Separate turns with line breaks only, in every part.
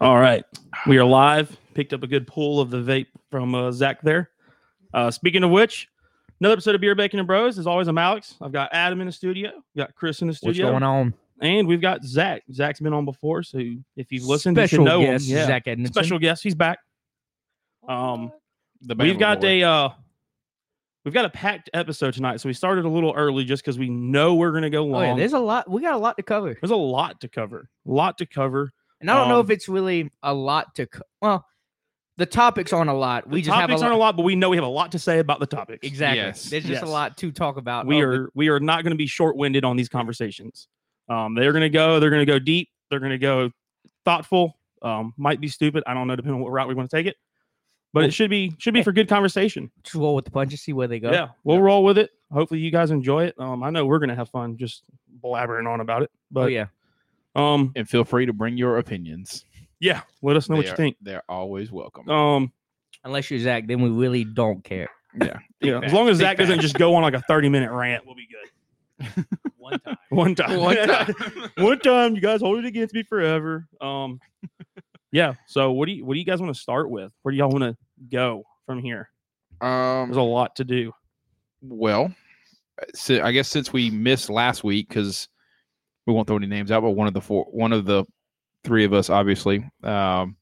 All right. We are live. Picked up a good pull of the vape from uh, Zach there. Uh, speaking of which, another episode of Beer Bacon and Bros. As always, I'm Alex. I've got Adam in the studio, got Chris in the
What's
studio,
going on?
and we've got Zach. Zach's been on before, so if you've listened, you should know
guest,
him. Yeah.
Zach Edmondson.
Special guest. He's back. Um,
The
we've got a uh, we've got a packed episode tonight, so we started a little early just because we know we're gonna go
Oh,
long.
yeah, there's a lot. We got a lot to cover,
There's a lot to cover. A lot to cover.
and I don't know
Um,
if it's really a lot to. Co- well, the topics aren't a lot. We just have a
topics
lot.
aren't a lot, but we know we have a lot to say about the topics.
Exactly.
Yes,
There's just
yes.
a lot to talk about. Oh,
We
of the-
are we are not going to be short-winded on these conversations. Um, they're going to go. They're going to go deep. They're going to go thoughtful. Um, might be stupid. I don't know, depending on what route we want to take it. But
Well,
it should be should be
hey.
for good conversation.
just roll with the punches, see where they go. Oh,
Yeah, we'll roll with it. Hopefully, you guys enjoy it. Um, I know we're going to have fun just blabbering on about it. But
oh yeah.
um,
and feel free to bring your opinions.
yeah, let us know what
They
you
are-
think.
They're always welcome.
Um,
Unless you're Zach, then we really don't care.
yeah,
yeah, as long as Zach doesn't just go on like a thirty-minute rant, we'll be good.
one time.
One time.
One time.
one time you guys hold it against me forever um yeah so what do you what do you guys want to start with where do y'all want to go from here there's
Um,
a lot to do
well, si- I guess since we missed last week because we won't throw any names out, but one of the four, one of the three of us, obviously, um,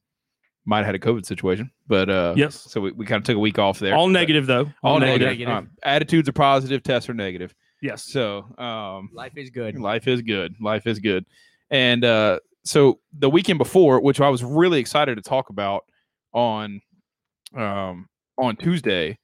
might have had a COVID situation, but uh,
yes
so we, we kind of took a week off there.
all
but-
negative though
All,
All
negative.
negative.
Um, attitudes are positive. Tests are negative.
yes
So, um,
Life is good.
Life is good. Life is good. And uh, so the weekend before, which I was really excited to talk about on um, on Tuesday,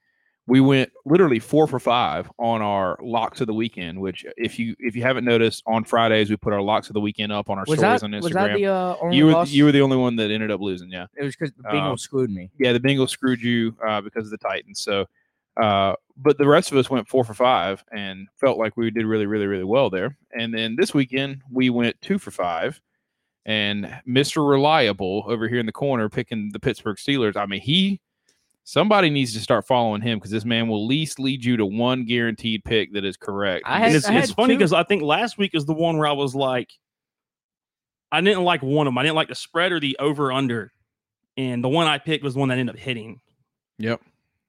we went literally four for five on our locks of the weekend. Which, uh, if you if you haven't noticed, on Fridays we put our locks of the weekend up on our
Was
stories
that,
on
was that
Instagram.
the uh, only
you were
loss?
you were the only one that ended up losing. Yeah,
it was because the
uh,
Bengals screwed me.
yeah. The Bengals screwed you uh, because of the Titans. So. Uh, but the rest of us went four for five and felt like we did really, really, really well there. And then this weekend we went two for five, and Mr. Reliable over here in the corner picking the Pittsburgh Steelers. I mean, he somebody needs to start following him because this man will at least lead you to one guaranteed pick that is correct.
I
and
had-
it's,
I
it's funny
two.
because i think last week is the one where i was like i didn't like one of them i didn't like the spread or the over under and the one i picked was the one that ended up hitting
Yep.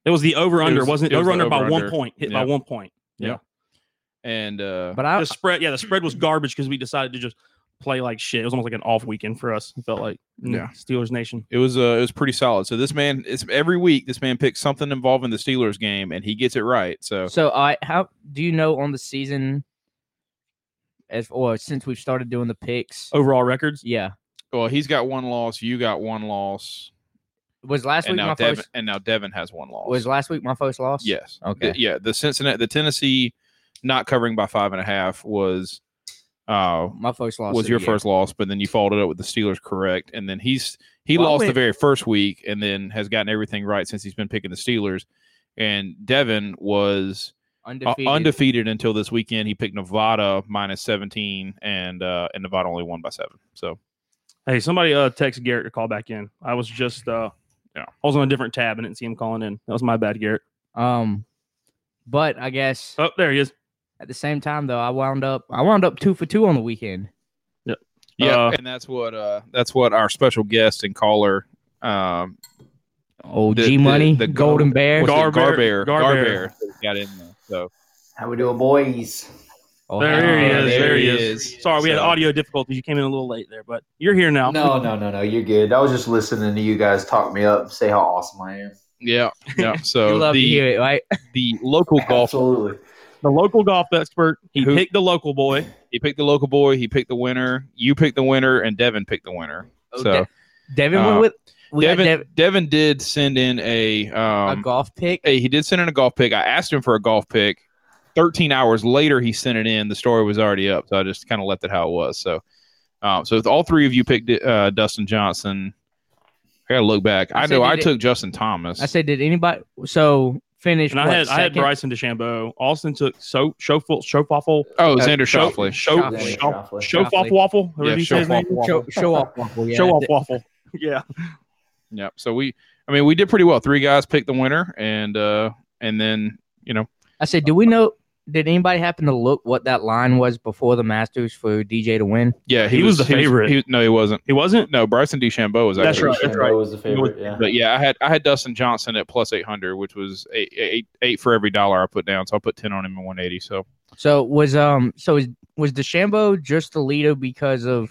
it was the over under
was-
was, not
it
it
was
over
the
under by one
over-under.
point hit by
Yep.
one point
and uh,
But I,
the spread, yeah, the spread was garbage because we decided to just play like shit. It was almost like an off weekend for us. It felt like mm,
Yeah.
Steelers Nation.
It was uh, it was pretty solid. So this man, it's every week this man picks something involving the Steelers game, and he gets it right. So
So I how do you know on the season as or since we've started doing the
Oh.
picks?
Overall records.
Yeah.
well, he's got one loss. You got one loss,
Was last
and
week
now
my
Devin
first
and now Devin has one loss.
was last week my first Oh, loss?
yes,
Okay.
The- yeah. The Cincinnati, the Tennessee, not covering by five and a half was uh
My first loss. of
was
the
your
year.
first loss, but then you followed it up with the Steelers correct, and then he's he
Well, I
lost the
went-
very first week, and then has gotten everything right since he's been picking the Steelers. And Devin was uh,
undefeated.
undefeated. until this weekend. He picked Nevada minus 17, and uh, and Nevada only won by seven. So
Hey, somebody uh text Garrett to call back in. I was just uh
Yeah.
I was on a different tab and didn't see him calling in. That was my bad, Garrett.
Um but I guess
Oh, there he is.
at the same time though, I wound up I wound up two for two on the weekend.
yeah,
Uh,
and that's what uh, that's what our special guest and caller, um,
Oh
The-
G
the-
Money,
the
the, Golden
gold-
Bear.
what's it,
Gar- Garbear-
Garbear,
Garbear.
Garbear, got in there. So
How we doing, boys?
Oh,
There
hell
he
yeah,
is.
dude.
There he is. Sorry, we had
So-
audio difficulties. You came in a little late there, but you're here now.
No, no, no, no. You're good. I was just listening to you guys talk me up, and say how awesome I am.
yeah, yeah.
You
So
love to
the
hear it, right?
the local golf
Absolutely.
The local golf expert. He
Who-
picked the local boy.
He picked the local boy. He picked the winner. You picked the winner, and Devin picked the winner.
Oh,
so
De- Devin
uh,
went with we got
Devin,
Dev-
Devin did send in a
a
um,
golf pick.
hey, he did send in a golf pick. I asked him for a golf pick. Thirteen hours later, he sent it in. The story was already up, so I just kind of left it how it was. So, um, so if all three of you picked uh, Dustin Johnson. I gotta look back.
I
I,
said
know
they
I
did-
took Justin Thomas.
I said, did anybody so finish?
And I
what,
had I had
second?
Bryson DeChambeau. Austin took so Showful Showfuffle.
oh,
uh,
Xander
Show
Shoffley.
Show
Shoffley. Shoffley.
Showfuff Waffle.
Yeah,
Yeah, you say his name.
Show-off waffle.
Show, show off waffle. Yeah.
Show off waffle. Yeah.
Yep. So we, I mean, we did pretty well. Three guys picked the winner, and uh, and then you know,
I said, do we know? did anybody happen to look what that line was before the Masters for DJ to win?
Yeah,
He was the favorite.
he was- no, he wasn't.
He wasn't.
No, Bryson DeChambeau was.
That's
actually-
right, that's right.
was the favorite. Yeah.
But yeah, I had I had Dustin Johnson at plus eight hundred, which was eight, eight, eight for every dollar I put down. So I put ten on him in one eighty. So
So was um so is, was DeChambeau just the leader because of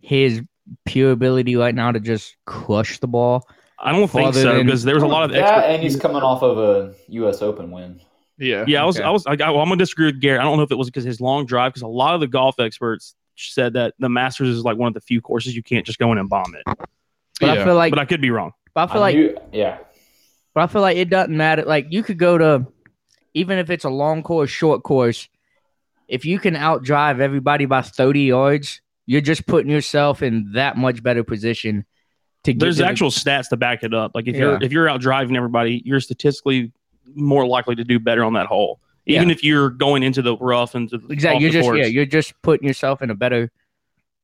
his pure ability right now to just crush the ball?
I don't think
Farther
so
than-
because there was a lot of
yeah,
extra.
and he's coming off of a U.S. Open win.
yeah,
Yeah, I was,
Okay.
I was, I got, well, I'm gonna disagree with Garrett. I don't know if it was because his long drive, because a lot of the golf experts said that the Masters is like one of the few courses you can't just go in and bomb it.
But I
Yeah.
feel like
but I could be wrong.
but I feel like
knew- yeah,
But I feel like it doesn't matter. Like you could go to, even if it's a long course, short course, if you can outdrive everybody by thirty yards, you're just putting yourself in that much better position to get.
There's
to the-
actual stats to back it up. Like if you're
Yeah.
if you're out driving everybody, you're statistically more likely to do better on that hole. Even if you're going into the rough and to the- off
exactly. You're
the
just
course.
yeah. You're just putting yourself in a better.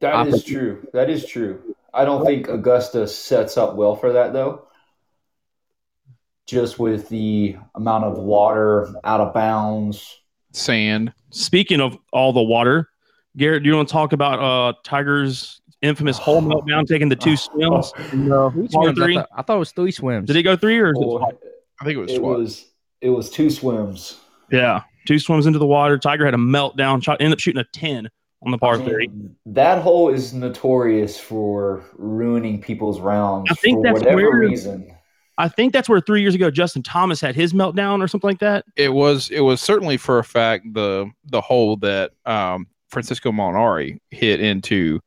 that is
Opposite.
true. That is true. I don't think Augusta sets up well for that though. Just with the amount of water out of bounds.
sand.
Speaking of all the water, Garrett, do you want to talk about uh Tiger's infamous hole meltdown, taking the two
oh.
swims?
Three
Par
swims, I,
three?
thought, I thought it was three swims.
Did he go three or? is it-
Or
I think it was
Oh, it
swat.
was it was two swims.
Yeah, two swims into the water. Tiger had a meltdown. Shot, ended up shooting a ten on the par
I mean,
three.
That hole is notorious for ruining people's rounds
I think
for
that's
whatever
where-
reason.
I think that's where three years ago Justin Thomas had his meltdown or something like that.
it was it was certainly for a fact the the hole that um, Francisco Molinari hit into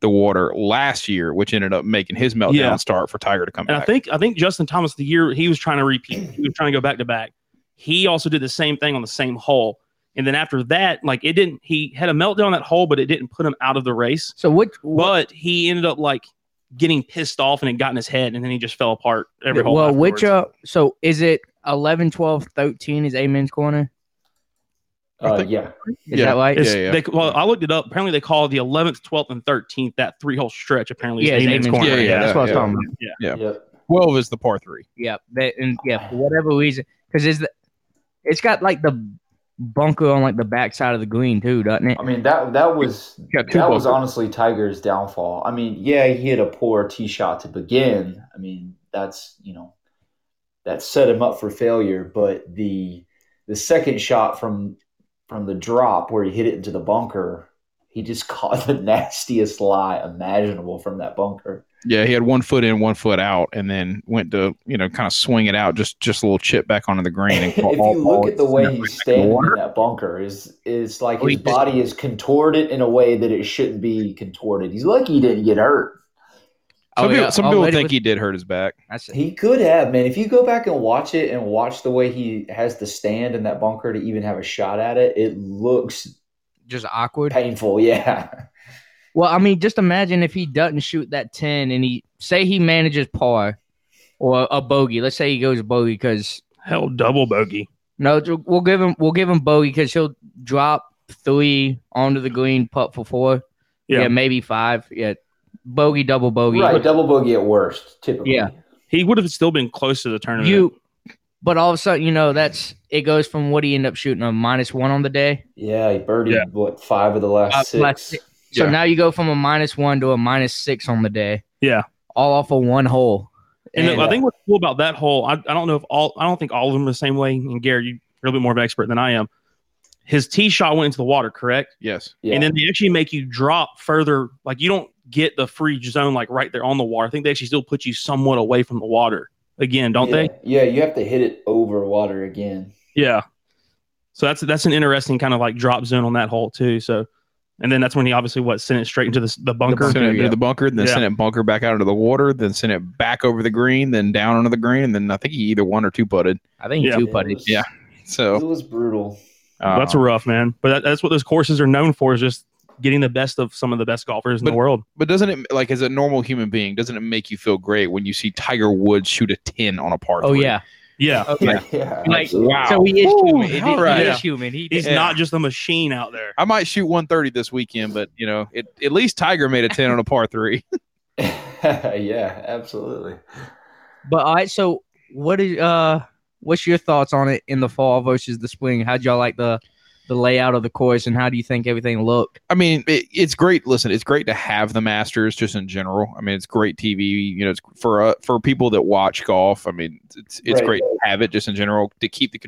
the water last year, which ended up making his meltdown
Yeah.
start for Tiger to come
And
back.
I think I think Justin Thomas the year he was trying to repeat, he was trying to go back to back. He also did the same thing on the same hole. And then after that, like it didn't he had a meltdown on that hole, but it didn't put him out of the race.
So what? What?
But he ended up like getting pissed off and it got in his head and then he just fell apart every hole.
well, which
afterwards.
uh? So is it 11, 12, 13 is Amen's corner?
I
Uh,
think-
yeah,
Is that right?
It's-
Yeah, yeah.
They, well, I looked it up. Apparently, they call the 11th, 12th, and 13th that three hole stretch. Apparently, is
Yeah, it's
Amon's
Amon's
corner.
corner. Yeah,
That's what I was
yeah.
talking about.
Yeah.
Yep.
Twelve is the par three.
Yeah, that and yeah, for whatever reason, because it's the, it's got like the bunker on like the backside of the green too, doesn't it?
I mean that that was
Yeah,
that
two
was
bunkers.
honestly Tiger's downfall. I mean, yeah, he hit a poor tee shot to begin. I mean, that's you know that set him up for failure. But the the second shot from from the drop where he hit it into the bunker, he just caught the nastiest lie imaginable from that bunker.
Yeah, he had one foot in, one foot out, and then went to you know kind of swing it out, just just a little chip back onto the green. And
if you look at the way he's standing
water?
in that bunker, is it's like
Oh,
his
he just-
body is contorted in a way that it shouldn't be contorted. He's lucky he didn't get hurt.
some
Oh,
people,
yeah.
some
Oh,
people
lady
think
with-
he did hurt his back.
That's it.
He could have, man. If you go back and watch it and watch the way he has to stand in that bunker to even have a shot at it, it looks
Just awkward.
painful. Yeah.
Well, I mean, just imagine if he doesn't shoot that ten, and he say he manages par or a bogey. Let's say he goes bogey because
Hell, double bogey.
no, ju- we'll give him we'll give him bogey because he'll drop three onto the green, putt for four.
Yeah.
Yeah, maybe five. Yeah, bogey, double bogey.
Right. Double bogey at worst, typically.
Oh, Yeah.
He would have still been close to the tournament.
you but all of a sudden you know that's it goes from what he ended up shooting a minus one on the day
Yeah. He birdied,
Yeah.
what, five of the last
Uh,
six?
last six. so
Yeah.
now you go from a minus one to a minus six on the day
Yeah.
all off of one hole
And
And-
I think what's cool about that whole, I, I don't know if all, I don't think all of them are the same way. And Gary, you're a little bit more of an expert than I am. His tee shot went into the water, correct?
Yes,
Yeah.
And then they actually make you drop further. Like you don't get the free zone like right there on the water. I think they actually still put you somewhat away from the water again, don't
yeah.
they?
Yeah. You have to hit it over water again.
Yeah. So that's that's an interesting kind of like drop zone on that hole too. So, and then that's when he obviously what sent it straight into the, the bunker.
sent it into
yeah.
the bunker, then
Yeah.
sent it bunker back out into the water, then sent it back over the green, then down onto the green, and then I think he either one or two putted.
i think
Yeah.
two
It
putted
was-
Yeah. So
It was brutal.
uh,
that's rough, man. But that, that's what those courses are known for is just getting the best of some of the best golfers in the
But-
world.
But doesn't it like as a normal human being, doesn't it make you feel great when you see Tiger Woods shoot a ten on a par?
oh
three?
yeah
Yeah.
Yeah.
Yeah.
Like,
absolutely.
wow.
so he is
Ooh,
human he,
all
he
right.
is human he
He's
Yeah.
not just a machine out there.
I might shoot one thirty this weekend, but you know, it, at least Tiger made a ten on a par three.
yeah. Absolutely.
but all right so what is uh What's your thoughts on it in the fall versus the spring? How'd y'all like the the layout of the course, and how do you think everything looked?
I mean, it, it's great. Listen, it's great to have the Masters just in general. I mean, it's great TV. You know, it's for uh, for people that watch golf. I mean, it's it's
Right.
great to have it just in general to keep the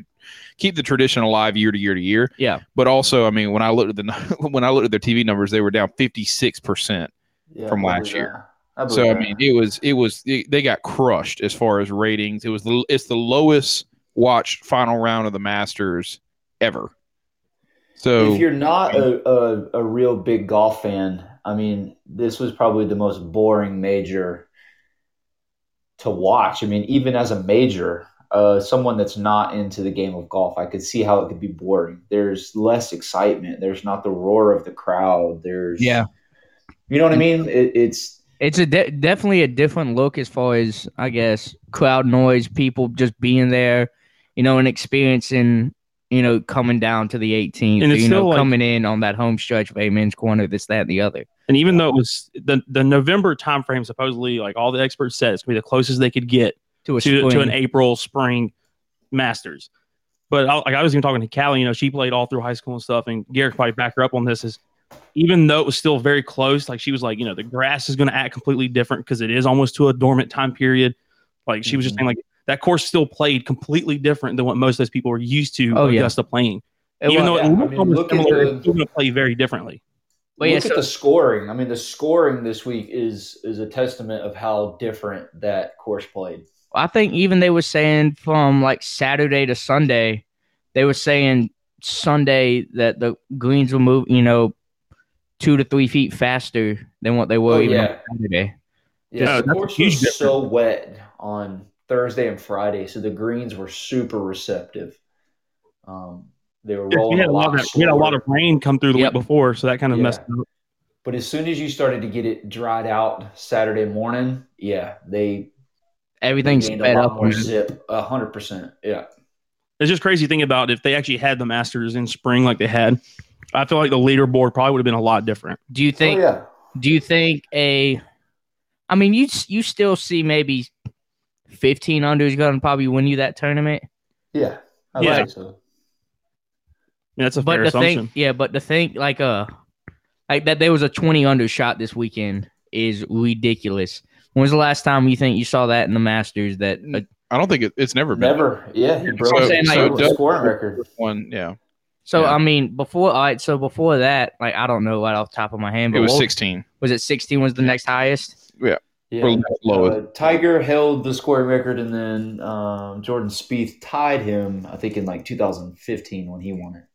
keep the tradition alive year to year to year.
Yeah,
But also, I mean, when I looked at the nu- when I looked at their TV numbers, they were down fifty six percent.
Yeah,
From
I believe
last year.
that. believe
So I
that.
mean, it was it was it, they got crushed as far as ratings. It was the, it's the lowest watched final round of the Masters ever. So
if you're not a, a, a real big golf fan, I mean, this was probably the most boring major to watch. I mean, even as a major, uh, someone that's not into the game of golf, I could see how it could be boring. There's less excitement. There's not the roar of the crowd. There's
Yeah.
you know what I mean. It, it's
it's a de- definitely a different look as far as I guess crowd noise, people just being there, you know, and experiencing, you know, coming down to the 18th,
And
or,
it's
you know,
still like-
coming in on that home stretch of a men's corner, this, that, and the other.
And even though it was the, the November timeframe, supposedly, like all the experts said, it's going to be the closest they could get
To a
to, to
spring.
an April spring Masters. But I, like I was even talking to Callie, you know, she played all through high school and stuff, and Garrett could probably back her up on this. Is even though it was still very close, like she was like, you know, the grass is going to act completely different because it is almost to a dormant time period. Like she was just saying, like that course still played completely different than what most of those people were used to
Oh, yeah.
Augusta playing.
It
even
was-
though
yeah, I
it looked
mean,
almost
look at
similar,
the-
it's still going to play very differently.
But yeah,
Look
so-
at the scoring. I mean, the scoring this week is is a testament of how different that course played.
I think even they were saying from like Saturday to Sunday, they were saying Sunday that the greens will move, you know, two to three feet faster than what they were
Oh,
even
yeah.
on Saturday.
Yeah,
Yeah, the
that's a
course
huge
was so wet on Thursday and Friday, so the greens were super receptive. Um, they were rolling
We had, a lot of, we had a lot of
slower.
rain come through the
Yep.
week before, so that kind of
Yeah.
messed it up.
But as soon as you started to get it dried out Saturday morning, yeah, they
Everything
gained a
sped
lot
up.
more zip, a hundred percent. Yeah,
It's just crazy thing about if they actually had the Masters in spring like they had. I feel like the leaderboard probably would have been a lot different.
Do you think
oh, yeah.
Do you think a? I mean, you you still see maybe fifteen under is going to probably win you that tournament.
yeah, I
Yeah.
think so.
I mean, that's a
But
fair
the
assumption.
thing, yeah, but the thing like uh, like that there was a twenty under shot this weekend is ridiculous. When was the last time you think you saw that in the Masters? That uh,
I don't think it, it's never been
Never, yeah, he broke
I'm
so,
saying, like,
the
Doug-
scoring record.
one. Yeah,
so
Yeah.
I mean before all right, so before that, like I don't know right off the top of my hand, but
it was
what-
sixteen.
Was it sixteen? Was the next highest?
Yeah.
Or lowest.
Uh, Tiger held the scoring record, and then um, Jordan Spieth tied him. I think in like 2015 when he won it.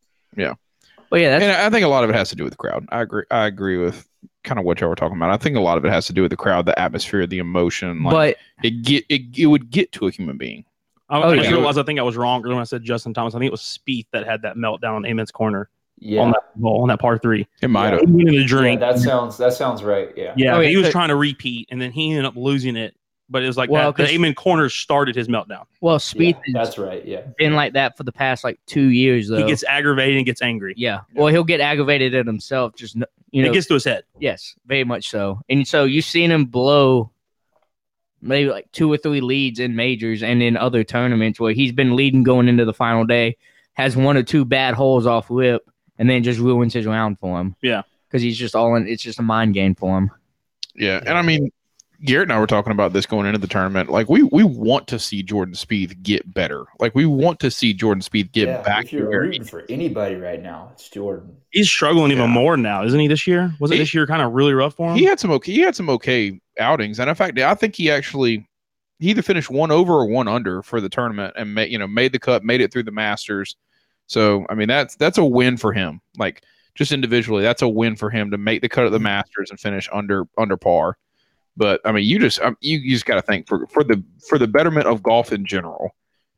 Well, yeah, that's
and I think a lot of it has to do with the crowd. I agree. I agree with kind of what y'all were talking about. I think a lot of it has to do with the crowd, the atmosphere, the emotion. Like
but
it get it, it would get to a human being.
I,
Oh,
I
yeah.
just realized I think I was wrong when I said Justin Thomas. I think it was Spieth that had that meltdown on Amen's corner
Yeah,
on that ball on that par three.
It might have.
He went in the
Yeah,
drink. Yeah,
that sounds that sounds right. Yeah,
Oh, yeah,
he was
so-
trying to repeat, and then he ended up losing it. But it was like
Well,
that, the
'cause-
Amen corner started his meltdown.
well,
Yeah,
Spieth has
that's right. Yeah,
been like that for the past like two years though.
He gets aggravated and gets angry.
Yeah. Well, he'll get aggravated at himself. Just n- you know.
It gets to his head.
yes, very much so. And so you've seen him blow maybe like two or three leads in majors and in other tournaments where he's been leading going into the final day, has one or two bad holes off whip, and then just ruins his round for him.
Yeah.
Because he's just all in. It's just a mind game for him.
Yeah, and I mean, Garrett and I were talking about this going into the tournament. Like we we want to see Jordan Spieth get better. Like we want to see Jordan Spieth get
yeah.
back
If you're
there.
rooting for anybody right now, it's Jordan.
He's struggling even
Yeah.
more now, isn't he? This year was it
He-
this year kind of really rough for him?
He had some okay. He had some okay outings, and in fact, I think he actually he either finished one over or one under for the tournament, and made you know made the cut, made it through the Masters. So I mean, that's that's a win for him. Like just individually, that's a win for him to make the cut at the Masters and finish under under par. But I mean, you just um, you, you just got to think for for the for the betterment of golf in general.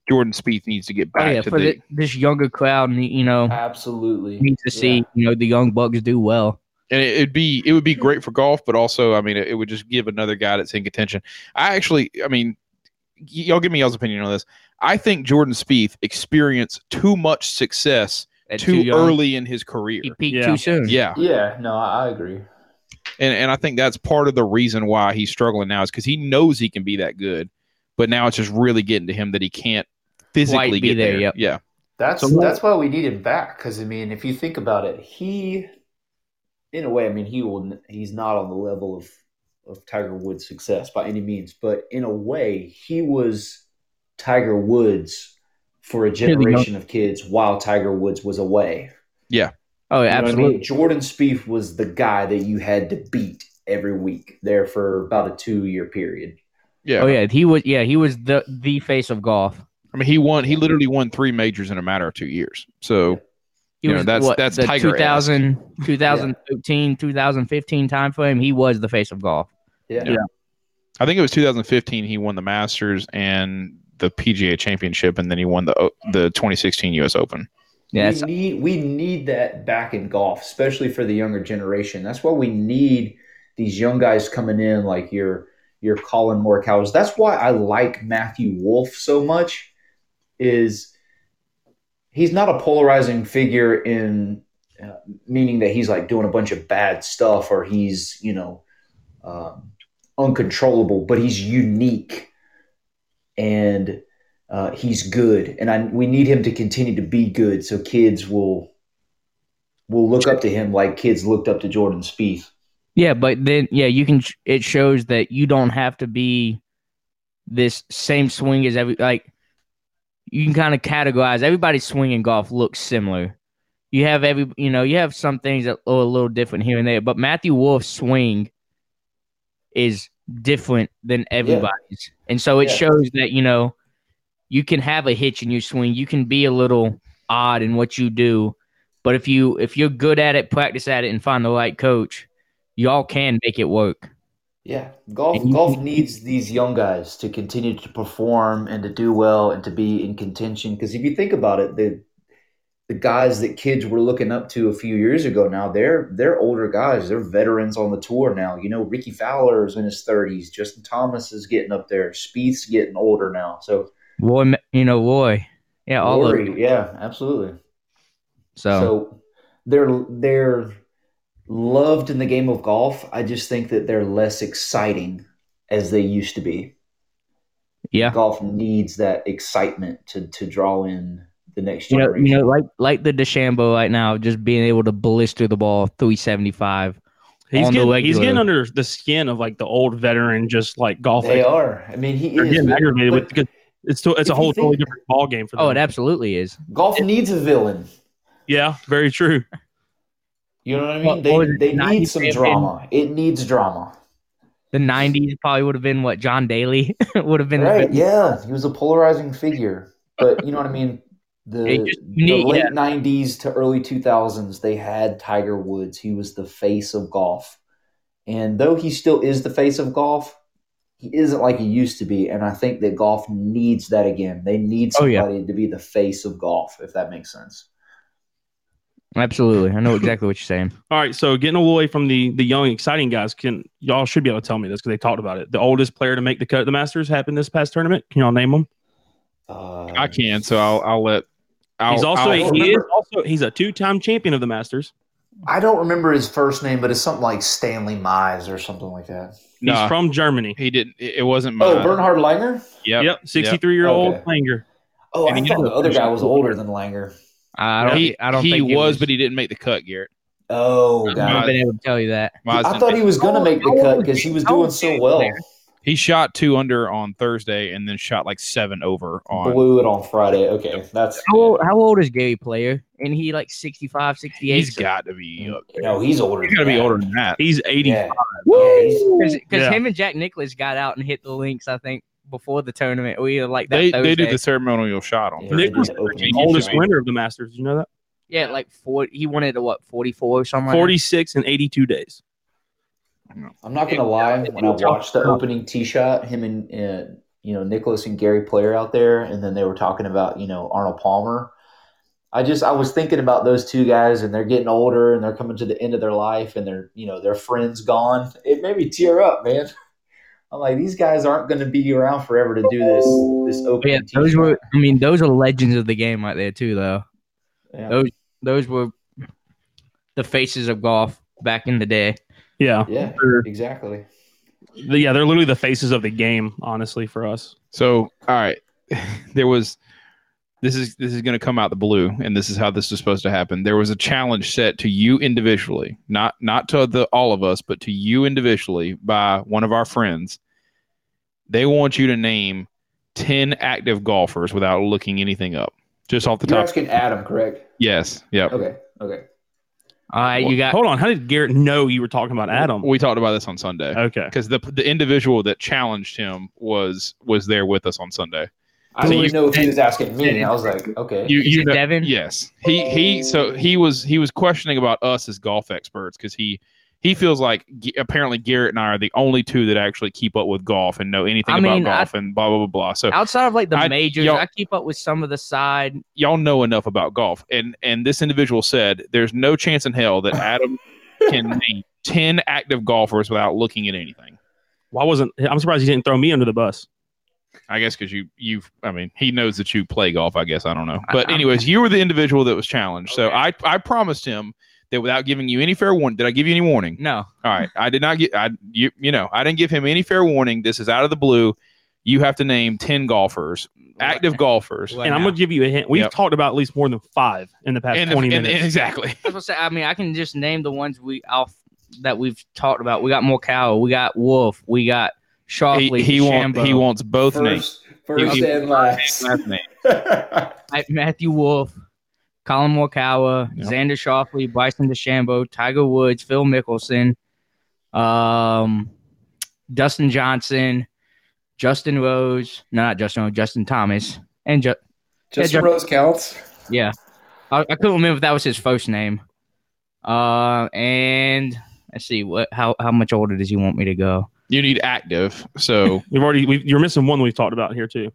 Jordan Spieth needs to get
Oh,
back
yeah.
to
For
the
the, this younger crowd, and you know,
Absolutely.
needs Oh. to see, you know, the young Bucks do well.
and it, it'd be it would be great for golf, but also I mean it, it would just give another guy that's in contention. I actually, I mean, y- y'all give me y'all's opinion on this. I think Jordan Spieth experienced too much success
At
too
young. Hmm.
early in his career.
He peaked
Yeah.
too soon.
Yeah,
Yeah. Yeah. No, I I agree.
and and I think that's part of the reason why he's struggling now is because he knows he can be that good, but now it's just really getting to him that he can't physically
be
get
there,
there.
yep. Oh,
Yeah.
That's
So-
that's why we need him back. Because I mean, if you think about it, he, in a way, I mean, he will. He's not on the level of of Tiger Woods' success by any means, but in a way, he was Tiger Woods for a
you go.
generation of kids while Tiger Woods was away.
Oh, yeah,
You know what I mean?
absolutely.
Jordan Spieth was the guy that you had to beat every week there for about a two year period.
Yeah.
Oh yeah, he was. Yeah, he was the the face of golf.
I mean, he won. He literally won three majors in a matter of two years. So
He
You know,
was
that's-
what,
that's
the
Tiger-esque.
2000, 2013, 2015 time frame. He was the face of golf.
Yeah.
Yeah. I think it was 2015. He won the Masters and the PGA Championship, and then he won the O- the 2016 U.S. Open.
Yeah,
we
that's-
need we need that back in golf, especially for the younger generation. That's why we need these young guys coming in, like your your Colin Morikawa's. That's why I like Matthew Wolf so much. Is he's not a polarizing figure in uh, meaning that he's like doing a bunch of bad stuff or he's you know um, uncontrollable, but he's unique and uh, he's good, and I, we need him to continue to be good so kids will will look up to him like kids looked up to Jordan Spieth.
yeah, but then yeah, you can. It shows that you don't have to be this same swing as every like. You can kind of categorize everybody's swing in golf looks similar. You have every you know you have some things that are a little different here and there, but Matthew Wolf's swing is different than everybody's, and so it
Yeah.
shows that you know you can have a hitch in your swing. You can be a little odd in what you do, but if you if you're good at it, practice at it, and find the right coach, y'all can make it work.
Yeah, golf
And you-
golf needs these young guys to continue to perform and to do well and to be in contention. Because if you think about it, the the guys that kids were looking up to a few years ago now they're they're older guys. They're veterans on the tour now. You know, Ricky Fowler is in his thirties. Justin Thomas is getting up there. Spieth's getting older now. So
Roy, Ma- you know Roy, yeah, all of
Rory, yeah, absolutely.
so,
So they're they're loved in the game of golf. I just think that they're less exciting as they used to be.
yeah.
Golf needs that excitement to to draw in the next
You know,
generation.
you know, like like the DeChambeau right now, just being able to blister the ball 375.
He's
On the
getting, he's
regular.
getting under the skin of like the old veteran, just like golf.
they are. I mean, he
They're
is.
getting aggravated
but
with because it's to, it's
if you
a whole
think-
totally different ball game for them.
Oh, it absolutely is.
golf needs a villain.
yeah, very true.
You know what I
What-
mean?
what was it,
they they
90
need some
champion?
drama. It needs drama.
The 90s probably would have been what John Daly would have been. the
Right? Yeah, he was a polarizing figure, but you know what I mean. The,
It just-
the
you need-
late
yeah.
'90s to early 2000s, they had Tiger Woods. He was the face of golf, and though he still is the face of golf, he isn't like he used to be. And I think that golf needs that again. They need
Oh,
somebody
yeah.
to be the face of golf, if that makes sense.
Absolutely. I know exactly what you're saying.
All right, so getting away from the the young exciting guys, can y'all should be able to tell me this because they talked about it. The oldest player to make the cut of the Masters happened this past tournament. Can y'all name him?
Uh,
I can, so I'll I'll let. I'll,
He's also
I'll-
he is
remember-
also he's a two time champion of the Masters.
I don't remember his first name, but it's something like Stanley Mize or something like that.
He's
Nah.
from Germany.
He didn't. It it wasn't
Uh,
mine.
Oh, Bernhard Langer.
Yep.
Yep, sixty three year old
Okay.
Langer.
Oh,
And
I
he
thought
had
the
a
other
finish
guy
on
was
the
older
board.
than Langer.
I don't.
He,
I don't
he
think
was, but he didn't make the cut, Garrett.
Oh,
I
God.
have been able to tell you that.
Mize
I
didn't
thought
make-
he was going to make the cut because he was doing so well.
he shot two under on Thursday and then shot like seven over on.
Blew it on Friday. Okay, that's
How old, how old is Gary Player? And he like 65, 68.
He's got to be. up there.
no, he's older.
He's got to
than
be
that.
older than that.
He's eighty.
Yeah. Yeah, he's-
because
Yeah.
him and Jack Nicholas got out and hit the links. I think before the tournament, we like that.
They they did
Thursday.
the ceremonial shot on.
Yeah.
Thursday.
Nicholas
Yeah.
the oldest winner of the Masters. You know that
Yeah, like four. He wanted to what forty four or something.
forty six and eighty two days.
I'm not going to lie. When I watched the opening tee shot, him and uh, you know Nicholas and Gary Player out there, and then they were talking about you know Arnold Palmer. I just I was thinking about those two guys, and they're getting older, and they're coming to the end of their life, and they're you know their friends gone. It made me tear up, man. I'm like, these guys aren't going to be around forever to do this this
But
opening.
yeah,
tee
those
shot.
were. I mean, those are legends of the game right there too. Though
Yeah.
those those were the faces of golf back in the day.
Yeah,
Yeah,
Sure.
exactly.
The- yeah, they're literally the faces of the game, honestly, for us.
So all right, there was this is this is going to come out the blue and this is how this was supposed to happen there was a challenge set to you individually not not to the all of us but to you individually by one of our friends they want you to name 10 active golfers without looking anything up just off the
You're
top
asking Adam, correct?
yes yep
Okay. Okay.
All right, you got
Hold on. How did Garrett know you were talking about Adam?
we talked about this on sunday
Okay.
because the the individual that challenged him was was there with us on sunday
I
So
didn't
you-
know if he was asking me. I was like, okay.
you,
Is
you
it
know-
Devin?
Yes, he he. So he was he was questioning about us as golf experts because he he feels like G- apparently Garrett and I are the only two that actually keep up with golf and know anything
I
about
mean, I-
golf and blah blah blah blah. So
outside of like the
I-
majors.
y'all-
I keep up with some of the side.
y'all know enough about golf. And and this individual said there's no chance in hell that Adam can name ten active golfers without looking at anything.
Why wasn't I'm surprised he didn't throw me under the bus?
I guess because you you I mean he knows that you play golf. I guess I don't know.
I-
But
I'm-
anyways, you were the individual that was challenged. So
Okay.
I I promised him that without giving you any fair warning. Did I give you any warning?
No,
All right. I did not get I you you know, I didn't give him any fair warning. This is out of the blue. You have to name 10 golfers, active golfers.
What
and I'm
now?
gonna give you a hint. We've
Yep.
talked about at least more than five in the past
And,
twenty
and- and-
minutes.
exactly.
I was gonna say. I mean, I can just name the ones we off that we've talked about. We got Morikawa. We got Wolf. We got Sharpley.
He, he wants he wants both names.
first, first
You-
and last.
Last name.
Matthew Wolf, Colin Morikawa,
Yeah.
Xander Shoffley, Bryson DeChambeau, Tiger Woods, Phil Mickelson, um, Dustin Johnson, Justin Rose, no, not Justin Rose, Justin Thomas, and Ju-
Just
Yeah, Jeff-
Rose counts.
yeah, I, I couldn't remember if that was his first name. Uh, and let's see what how how much older does he want me to go?
You need active. So
We've already we've, you're missing one we've talked about here too.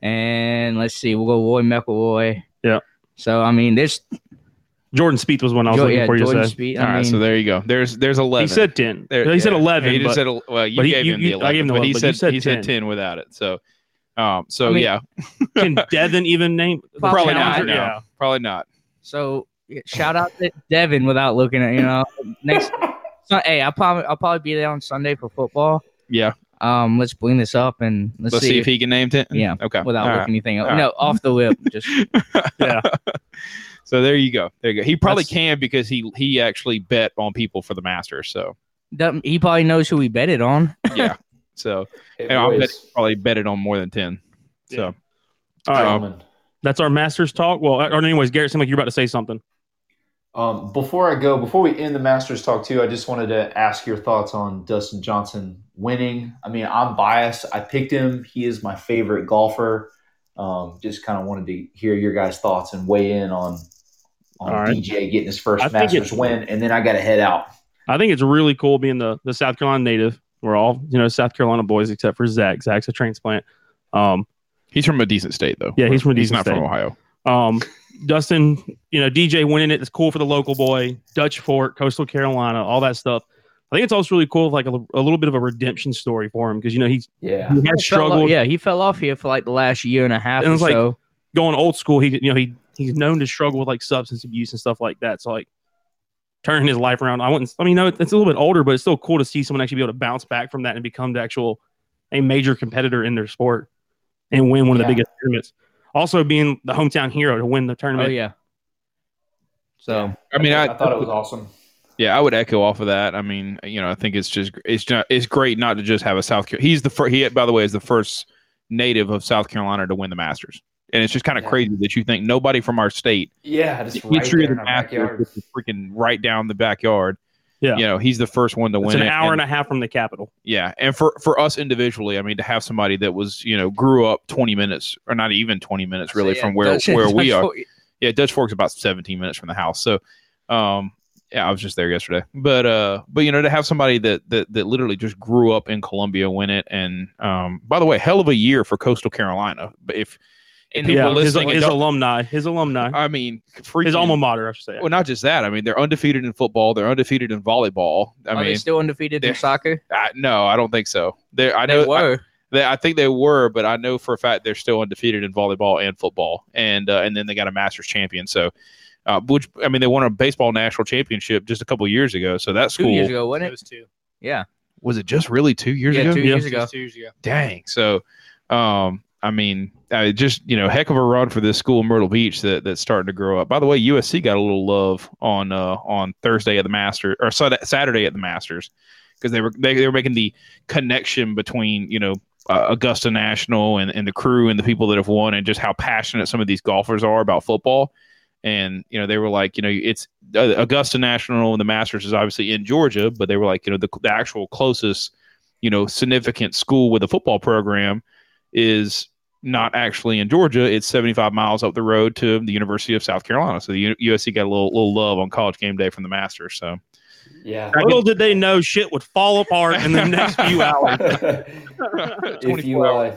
And let's see, we'll go Roy McElroy.
Yeah.
So I mean, there's
Jordan Spieth was one I was
Jo-
looking
yeah,
for you
Jordan
to say.
Speed.
all right, so there you go. There's there's 11.
He said ten.
There-
he said
yeah.
eleven.
He just
but
said el- well, you
but he-
gave
you-
him
you-
the
I
11.
gave him the
but he
11, but you
said,
said
he said
10.
10 without it. So um so
I mean-
yeah,
can Devin even name the
Probably
challenger?
not,
no.
Yeah.
probably not.
So yeah, shout out to Devin without looking at you know next. So, hey, I'll probably I'll probably be there on Sunday for football.
Yeah.
Um, let's bring this up and let's,
Let's, see, if he can name 10.
Yeah.
Okay.
without
All
looking
right.
anything up.
All right.
No, off the whip. Just
So there you go. There you go. He probably
That's-
can because he he actually bet on people for the Masters. So
doesn't- he probably knows who we bet it on.
yeah. so
It
and I'll bet
was-
probably bet it on more than ten. So
All right.
Um,
Gentlemen.
That's our masters talk. Well, uh, or anyways, Garrett seemed like you're about to say something.
Um, before I go, before we end the Masters talk too, I just wanted to ask your thoughts on Dustin Johnson winning. I mean, I'm biased. I picked him. He is my favorite golfer. Um, just kind of wanted to hear your guys' thoughts and weigh in on on
All right.
DJ getting his first
I think
Masters
it-
win, and then I got to head out.
I think it's really cool being the the South Carolina native. We're all you know South Carolina boys except for Zach. Zach's a transplant. Um,
he's from a decent state though.
Yeah, he's from a
he's
decent state.
not from Ohio.
Um, Dustin, you know, DJ winning it. It's cool for the local boy, Dutch Fork, Coastal Carolina, all that stuff. I think it's also really cool, like a, a little bit of a redemption story for him because you know he's
Yeah,
he had
Fell off-
struggled
yeah, he fell off here for like the last year and a half.
It was
or
like-
so.
going old school. He you know he he's known to struggle with like substance abuse and stuff like that. So like turning his life around, I wouldn't. I mean, no, it's a little bit older, but it's still cool to see someone actually be able to bounce back from that and become the actual a major competitor in their sport and win one of the
Yeah.
biggest tournaments. Also, being the hometown hero to win the
oh
tournament.
yeah. So
I mean, I,
I thought it was awesome.
yeah, I would echo off of that. I mean, you know, I think it's just it's just, it's great not to just have a South. Car- He's the first. He by the way is the first native of South Carolina to win the Masters, and it's just kind of
Yeah.
crazy that you think nobody from our state
Yeah, just
the
right
history
there
of
in
the
our
Masters
backyard.
is freaking right down the backyard.
Yeah.
you know, he's the first one to
It's
win
an
it,
hour and
and-
a half from the capital.
Yeah, and for for us individually, I mean, to have somebody that was you know grew up twenty minutes or not even twenty minutes really
so, yeah,
from where
Dutch-
where we
Dutch
are.
Fort-
Yeah, Dutch Fork's about seventeen minutes from the house. So, um, yeah, I was just there yesterday, but uh, but you know, to have somebody that that that literally just grew up in Columbia win it, and um, by the way, hell of a year for Coastal Carolina. But if if
And
Yeah,
people
his,
listening,
his
don't-
alumni, his alumni,
I mean,
his
freaking-
alma mater, I should say.
Well, not just that. I mean, they're undefeated in football. They're undefeated in volleyball. I
are they
mean,
still undefeated in
they're-
soccer?
I, no, I don't think so. They're, I know
They were.
They, I think they were, but I know for a fact they're still undefeated in volleyball and football, and uh, and then they got a Masters champion. So, uh, which I mean, they won a baseball national championship just a couple years ago. So that's
two
cool.
years ago, wasn't
It
it?
was two.
Yeah.
Was it just really two years
yeah,
ago?
two
Yeah.
years ago.
Just two years ago.
Dang. So, um, I mean, I just you know, heck of a run for this school in Myrtle Beach that that's starting to grow up. By the way, USC got a little love on uh, on Thursday at the Masters or Sat- Saturday at the Masters because they were they, they were making the connection between you know uh, Augusta National and, and the crew and the people that have won and just how passionate some of these golfers are about football. And you know they were like, you know, it's uh, Augusta National and the Masters is obviously in Georgia, but they were like, you know, the, the actual closest, you know, significant school with a football program is not actually in Georgia. It's 75 miles up the road to the University of South Carolina. So the U- USC got a little little love on College Game Day from the Masters. So
Yeah.
Little did they know shit would fall apart in the next few hours.
if you uh,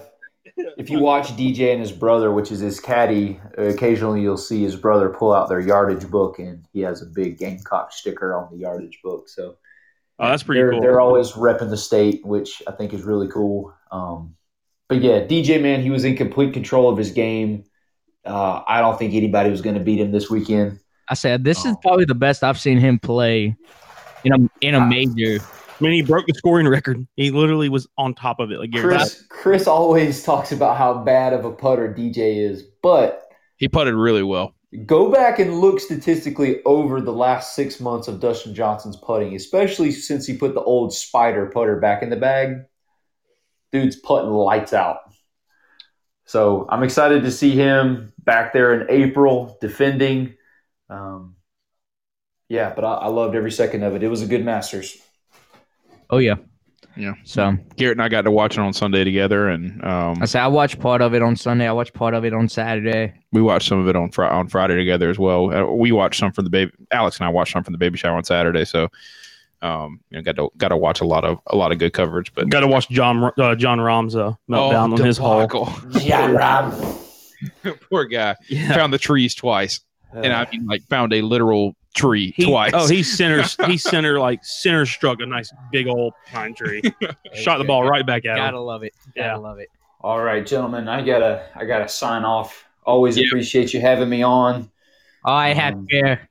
if you watch DJ and his brother, which is his caddy, occasionally you'll see his brother pull out their yardage book, and he has a big Gamecock sticker on the yardage book. So
Oh, that's pretty
they're,
cool.
they're always repping the state, which I think is really cool. Um, but yeah, DJ man, he was in complete control of his game. Uh, I don't think anybody was going to beat him this weekend.
I said this is
Oh.
probably the best I've seen him play in a in a major.
I mean, he broke the scoring record. He literally was on top of it. Like Gary said.
Chris, Chris always talks about how bad of a putter DJ is, but
he putted really well.
Go back and look statistically over the last six months of Dustin Johnson's putting, especially since he put the old spider putter back in the bag. Dude's putting lights out. So I'm excited to see him back there in April defending. Um, yeah, but I, I loved every second of it. It was a good Masters.
Oh yeah,
Yeah.
So
Garrett and I got to watch it on Sunday together, and um,
I said I watched part of it on Sunday. I watched part of it on Saturday.
we watched some of it on Fri on Friday together as well. Uh, we watched some from the baby. Alex and I watched some from the baby shower on Saturday, so um, you know, got to got to watch a lot of a lot of good coverage. But Oh,
Got to watch John uh, John Rahm's uh, meltdown on his hole.
debacle.
Yeah, Rob.
Poor guy
Yeah.
found the trees twice, and I mean like found a literal tree
He-
twice.
Oh, he center, he center like center struck a nice big old pine tree. Shot the ball right back at him.
Gotta love it.
Gotta
Gotta love it.
All right, gentlemen, I gotta I gotta sign off. Always appreciate you having me on.
All right, happy
Um,
fair.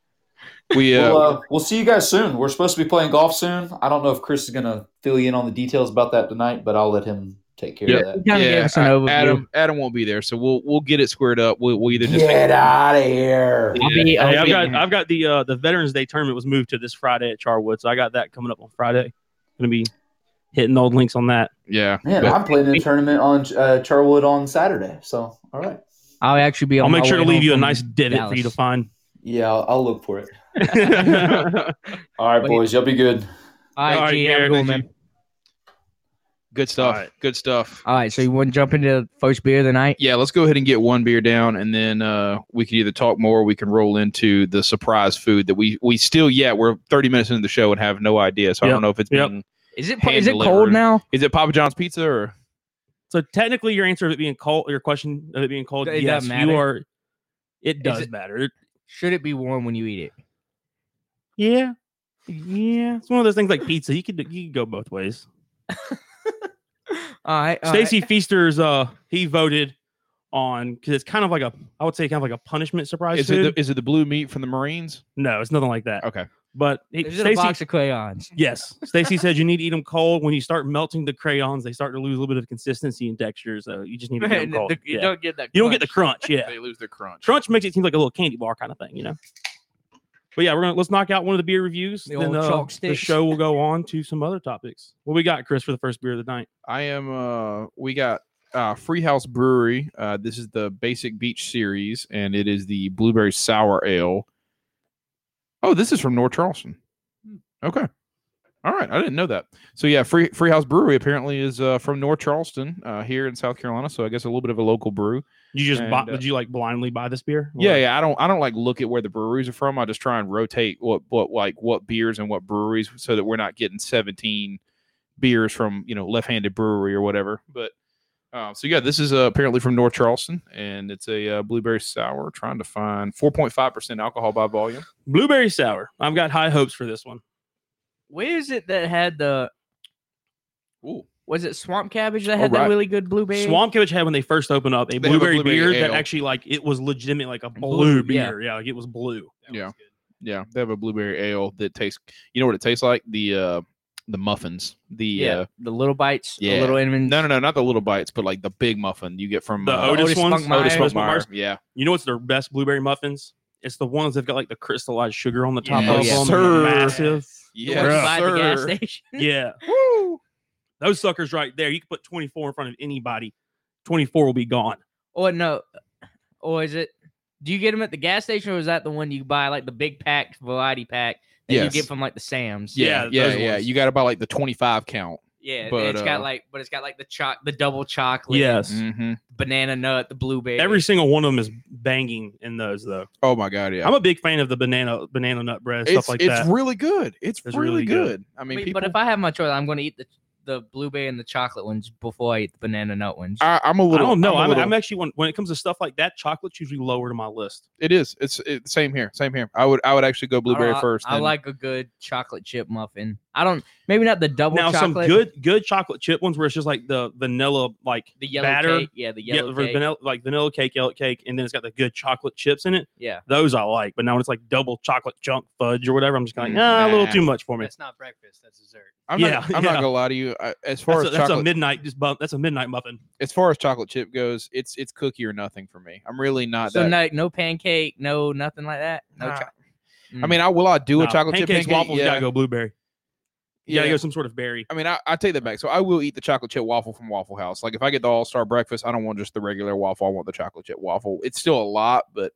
we uh,
We'll, uh, we'll see you guys soon. We're supposed to be playing golf soon. I don't know if Chris is going to fill you in on the details about that tonight, but I'll let him take care
Yep.
of that.
He kinda gave us an
I-
overview.
Adam Adam won't be there, so we'll we'll get it squared up. We'll, we'll either just
Get out of here.
I'll be, I'll
Hey, I've
be-
got I've got the uh, the Veterans Day tournament was moved to this Friday at Charwood, so I got that coming up on Friday. Gonna be hitting old links on that.
yeah.
Man,
but-
I'm playing in a tournament on uh, Charwood on Saturday. So, all right.
I'll actually be. On
I'll make
my
sure to
way
leave
home
you a
from-
nice divot for you to
Dallas.
find.
Yeah, I'll, I'll look for it.
All
All right,
Wait.
boys. Y'all be good.
All right,
All right,
G, have a
Garrett,
good one,
thank
man.
good stuff.
All right.
Good stuff.
All right, so you want to jump into the first beer of the night?
Yeah, let's go ahead and get one beer down, and then uh, we can either talk more. Or we can roll into the surprise food that we we still yet we're thirty minutes into the show and have no idea. So I
Yep.
don't know if it's
Yep.
being,
Is it
Hand
is it
delivered.
cold now?
is it Papa John's pizza or
so technically, your answer of it being cold, your question of it being cold,
It
yes,
doesn't
you
matter.
are. It does
it-
matter.
Should it be warm when you eat it?
Yeah, yeah. It's one of those things like pizza. You could do- you could go both ways.
All right, all right.
Stacy Feaster's uh he voted on because it's kind of like a I would say kind of like a punishment surprise
is
food.
it the, Oh. is it the blue meat from the Marines?
no, it's nothing like that.
Okay,
But he-
Is it a
Stacy
box of crayons?
Yes. Stacy said you need to eat them cold. When you start melting the crayons, they start to lose a little bit of consistency and texture. So you just need to get them
The-
cold.
the- you
Yeah.
don't get that.
You don't get the
crunch.
crunch. Yeah.
they lose their crunch.
Crunch makes it seem like a little candy bar kind of thing, you know? But yeah, we're gonna let's knock out one of the beer reviews.
The
then
old
uh,
chalk
the
sticks.
show will go on to some other topics. What we got, Chris, for the first beer of the night?
I am. Uh, we got uh, Freehouse Brewery. Uh, this is the Basic Beach series, and it is the blueberry sour ale. Oh, this is from North Charleston. Okay, all right. I didn't know that. So yeah, Free Freehouse Brewery apparently is uh, from North Charleston uh, here in South Carolina. So I guess a little bit of a local brew.
You just bought,
And, uh,
did you like blindly buy this beer?
Yeah, yeah. I don't. I don't like look at where the breweries are from. I just try and rotate what what like what beers and what breweries so that we're not getting seventeen beers from you know left-handed brewery or whatever. But uh, so yeah, this is uh, apparently from North Charleston, and it's a uh, blueberry sour. Trying to find four point five percent alcohol by volume.
Blueberry sour. I've got high hopes for this one.
Where is it that had the?
Ooh,
Was it swamp cabbage that
Oh,
had that
right.
really good blueberry?
Swamp Cabbage had when they first opened up a
They have a
blueberry,
blueberry
beer that
ale.
actually like it was legitimate like a blue,
Blue, yeah.
beer. Yeah. like it was blue.
Yeah. yeah, they have a blueberry ale that tastes. You know what it tastes like? The uh, the muffins. The
Yeah,
uh,
the little bites,
Yeah.
the little Edmonds.
no, no, no, not the little bites, but like the big muffin you get from
The
uh,
Otis,
Otis
ones,
Spunkmeyer.
Otis
Otis
Spunkmeyer.
Yeah,
You know what's their best blueberry muffins? It's the ones that have got like the crystallized sugar on the top
Yeah.
of
Yes,
them.
sir.
Massive.
The
yeah,
ones you buy at the gas
sir.
station.
Yeah. Those suckers right there. You can put 24 in front of anybody. 24 will be gone.
Or no, or is it? Do you get them at the gas station, or is that the one you buy like the big pack variety pack that
Yes.
you get from like the Sam's?
Yeah,
Yeah,
yeah,
those
yeah.
ones.
You got about like the twenty-five count.
yeah. and
But,
it's got
uh,
like, but it's got like the choc, the double chocolate,
Yes.
Mm-hmm.
banana nut, the blueberry.
Every single one of them is banging in those though.
Oh my god, yeah.
I'm a big fan of the banana banana nut bread
it's
stuff like
it's
that.
really good. It's,
It's
really
really
good.
good.
I
I
mean,
mean,
people,
but if I have my choice, I'm going to eat the the blueberry and the chocolate ones before I eat the banana nut ones.
I, am a little.
I don't know.
a
I'm,
little-
I'm actually one, when it comes to stuff like that, chocolate's usually lower to my list.
It is. It's it, same here. Same here. I would. I would actually
I
go
don't
blueberry
know, I-
first.
Uh, I,
then-
like a good chocolate chip muffin. I don't. Maybe not the double
now some
chocolate.
good good chocolate chip ones where it's just like the vanilla like
the yellow
batter.
cake. Yeah, the
yeah,
yellow
for
cake.
vanilla like vanilla cake, yellow cake, and then it's got the good chocolate chips in it.
yeah,
Those I like. But now when it's like double chocolate junk fudge or whatever, I'm just kind
Mm,
of like, nah, a little
nah.
too much for me.
That's not breakfast. That's dessert.
I'm
yeah,
Not, I'm not
yeah.
gonna lie to you. I, as far
That's a,
as
that's a
chocolate,
midnight just bump. That's a midnight muffin.
as far as chocolate chip goes, it's it's cookie or nothing for me. I'm really not
so
that.
no, no pancake, no nothing like that. No,
Nah.
cho-
I mean, I will I do a
Mm. No,
chocolate
pancakes,
chip pancake.
waffles. You
yeah,
gotta go blueberry. You
yeah.
gotta go some sort of berry.
I mean, I, I take that back. So I will eat the chocolate chip waffle from Waffle House. Like if I get the All Star breakfast, I don't want just the regular waffle. I want the chocolate chip waffle. It's still a lot, but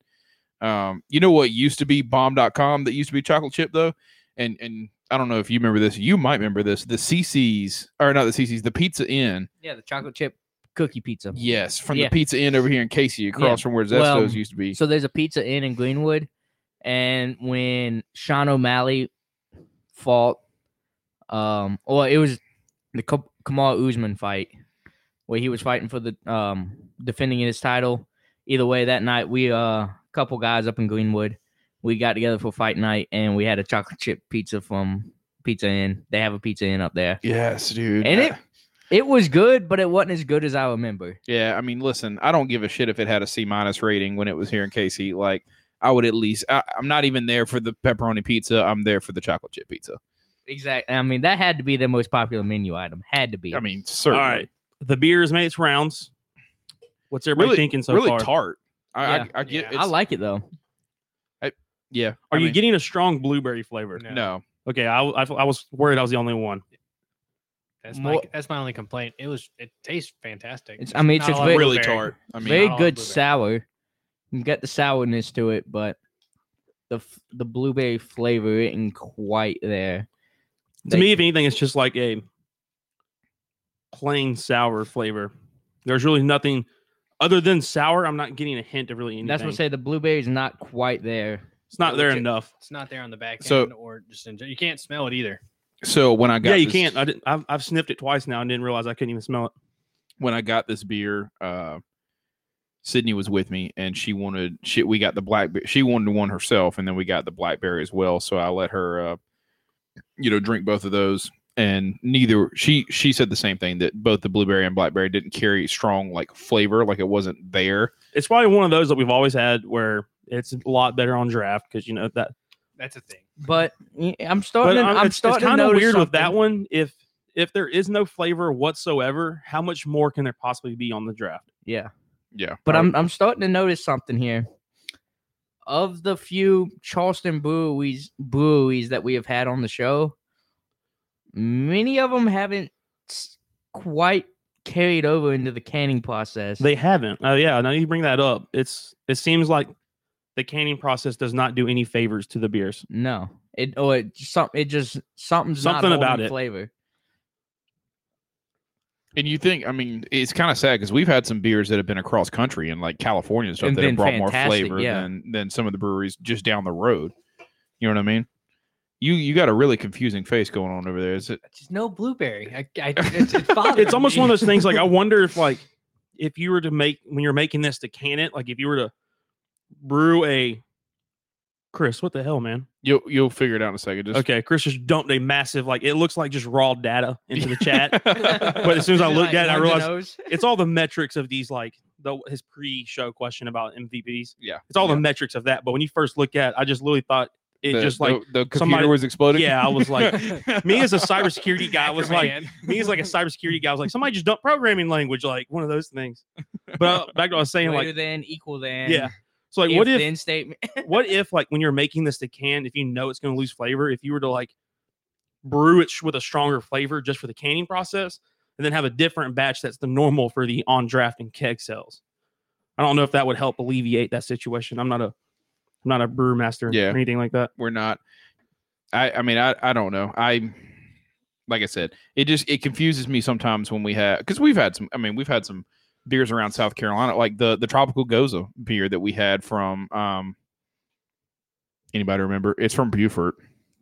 um, you know what used to be bomb.com that used to be chocolate chip though, and and I don't know if you remember this. You might remember this. The CC's or not the CC's, the Pizza Inn.
yeah, the chocolate chip cookie pizza.
Yes, from
Yeah.
the Pizza Inn over here in Casey, across from where Zesto's
Well,
used to be.
So there's a pizza inn in Greenwood, and when Sean O'Malley fought, um, or it was the Ka- Kamal Usman fight where he was fighting for the um defending his title. Either way, that night we uh couple guys up in Greenwood, we got together for fight night, and we had a chocolate chip pizza from Pizza Inn. They have a pizza inn up there.
Yes, dude.
And it- It was good, but it wasn't as good as I remember.
Yeah, I mean, listen, I don't give a shit if it had a C minus rating when it was here in KC. Like, I would at least. I, I'm not even there for the pepperoni pizza. I'm there for the chocolate chip pizza.
Exactly. I mean, that had to be their most popular menu item. Had to be.
I mean, certainly.
All right, the beer has made its rounds. What's everybody
Really-
thinking so
really
far?
tart. I,
Yeah.
I, I get.
Yeah.
it's-
I like it though.
Yeah.
Are
I
you
mean,
getting a strong blueberry flavor?
No.
No.
Okay, I, I, I was worried I was the only one.
That's
Mo-
my that's my only complaint. It was it tastes fantastic.
It's- I mean, it's
not
just
a lot of
Very-
really
blueberry.
tart. I mean,
Very
not all
good
blueberry.
sour. You got the sourness to it, but the f- the blueberry flavor isn't quite there.
To
They-
me, if anything, it's just like a plain sour flavor. There's really nothing other than sour. I'm not getting a hint of really anything.
that's what I say. The blueberry's not quite there.
It's not there
Which it-
enough.
It's not there on the back end,
So-
or just in, you can't smell it either.
So when I got
Yeah, you
this-
can't. uh, I didn't, I've, I've sniffed it twice now and didn't realize I couldn't even smell it.
when I got this beer, uh, Sydney was with me, and she wanted she we got the blackberry. She wanted one herself, and then we got the blackberry as well. So I let her, uh, you know, drink both of those. And neither she she said the same thing that both the blueberry and blackberry didn't carry strong like flavor, like it wasn't there.
It's probably one of those that we've always had where it's a lot better on draft because you know that.
That's a thing.
But y- I'm starting.
But
to-
um,
I'm,
it's,
starting to
kind of
notice
weird with that
something.
one. If if there is no flavor whatsoever, how much more can there possibly be on the draft?
Yeah,
Yeah,
but
I-
I'm I'm starting to notice something here. Of the few Charleston breweries breweries that we have had on the show, many of them haven't s- quite carried over into the canning process.
They haven't. Oh yeah, now you bring that up. It's it seems like the canning process does not do any favors to the beers.
No, it or it some it just something's
Something
not
about
holding
it.
flavor.
and you think I mean it's kind of sad because we've had some beers that have been across country and like California and stuff
And
that have
been
brought more
fantastic,
flavor
yeah.
than than some of the breweries just down the road. You know what I mean? You you got a really confusing face going on over there. Is it?
It's just no blueberry. I, I, it's, it's, bothering
It's almost
me.
one of those things. Like I wonder if like if you were to make when you're making this to can it, like if you were to brew a Chris, what the hell, man?
You'll you'll figure it out in a second. Just
Okay, Chris just dumped a massive like it looks like just raw data into the chat.
but
but as soon as I looked at
Like,
it, I
ones and
realized
O's.
it's all the metrics of these like the his pre-show question about MVPs.
yeah,
It's all
yeah.
the metrics of that. But when you first look at, it, I just literally thought it
the,
just like
the, the computer
somebody-
was exploding.
yeah, I was like me as a cybersecurity guy I was like
Anchorman.
me as like a cybersecurity guy I was like somebody just dumped programming language like one of those things. But uh, back to what I was saying
Greater
like
than, equal than.
yeah. So like what if
then statement?
what if like when you're making this to can, if you know it's going to lose flavor, if you were to like brew it sh- with a stronger flavor just for the canning process, and then have a different batch that's the normal for the on draft and keg sales. I don't know if that would help alleviate that situation. I'm not a I'm not a brewmaster
Yeah.
or anything like that.
we're not i i mean i i don't know i like i said it just it confuses me sometimes when we have because we've had some i mean we've had some beers around south carolina like the the tropical goza beer that we had from um anybody remember it's from buford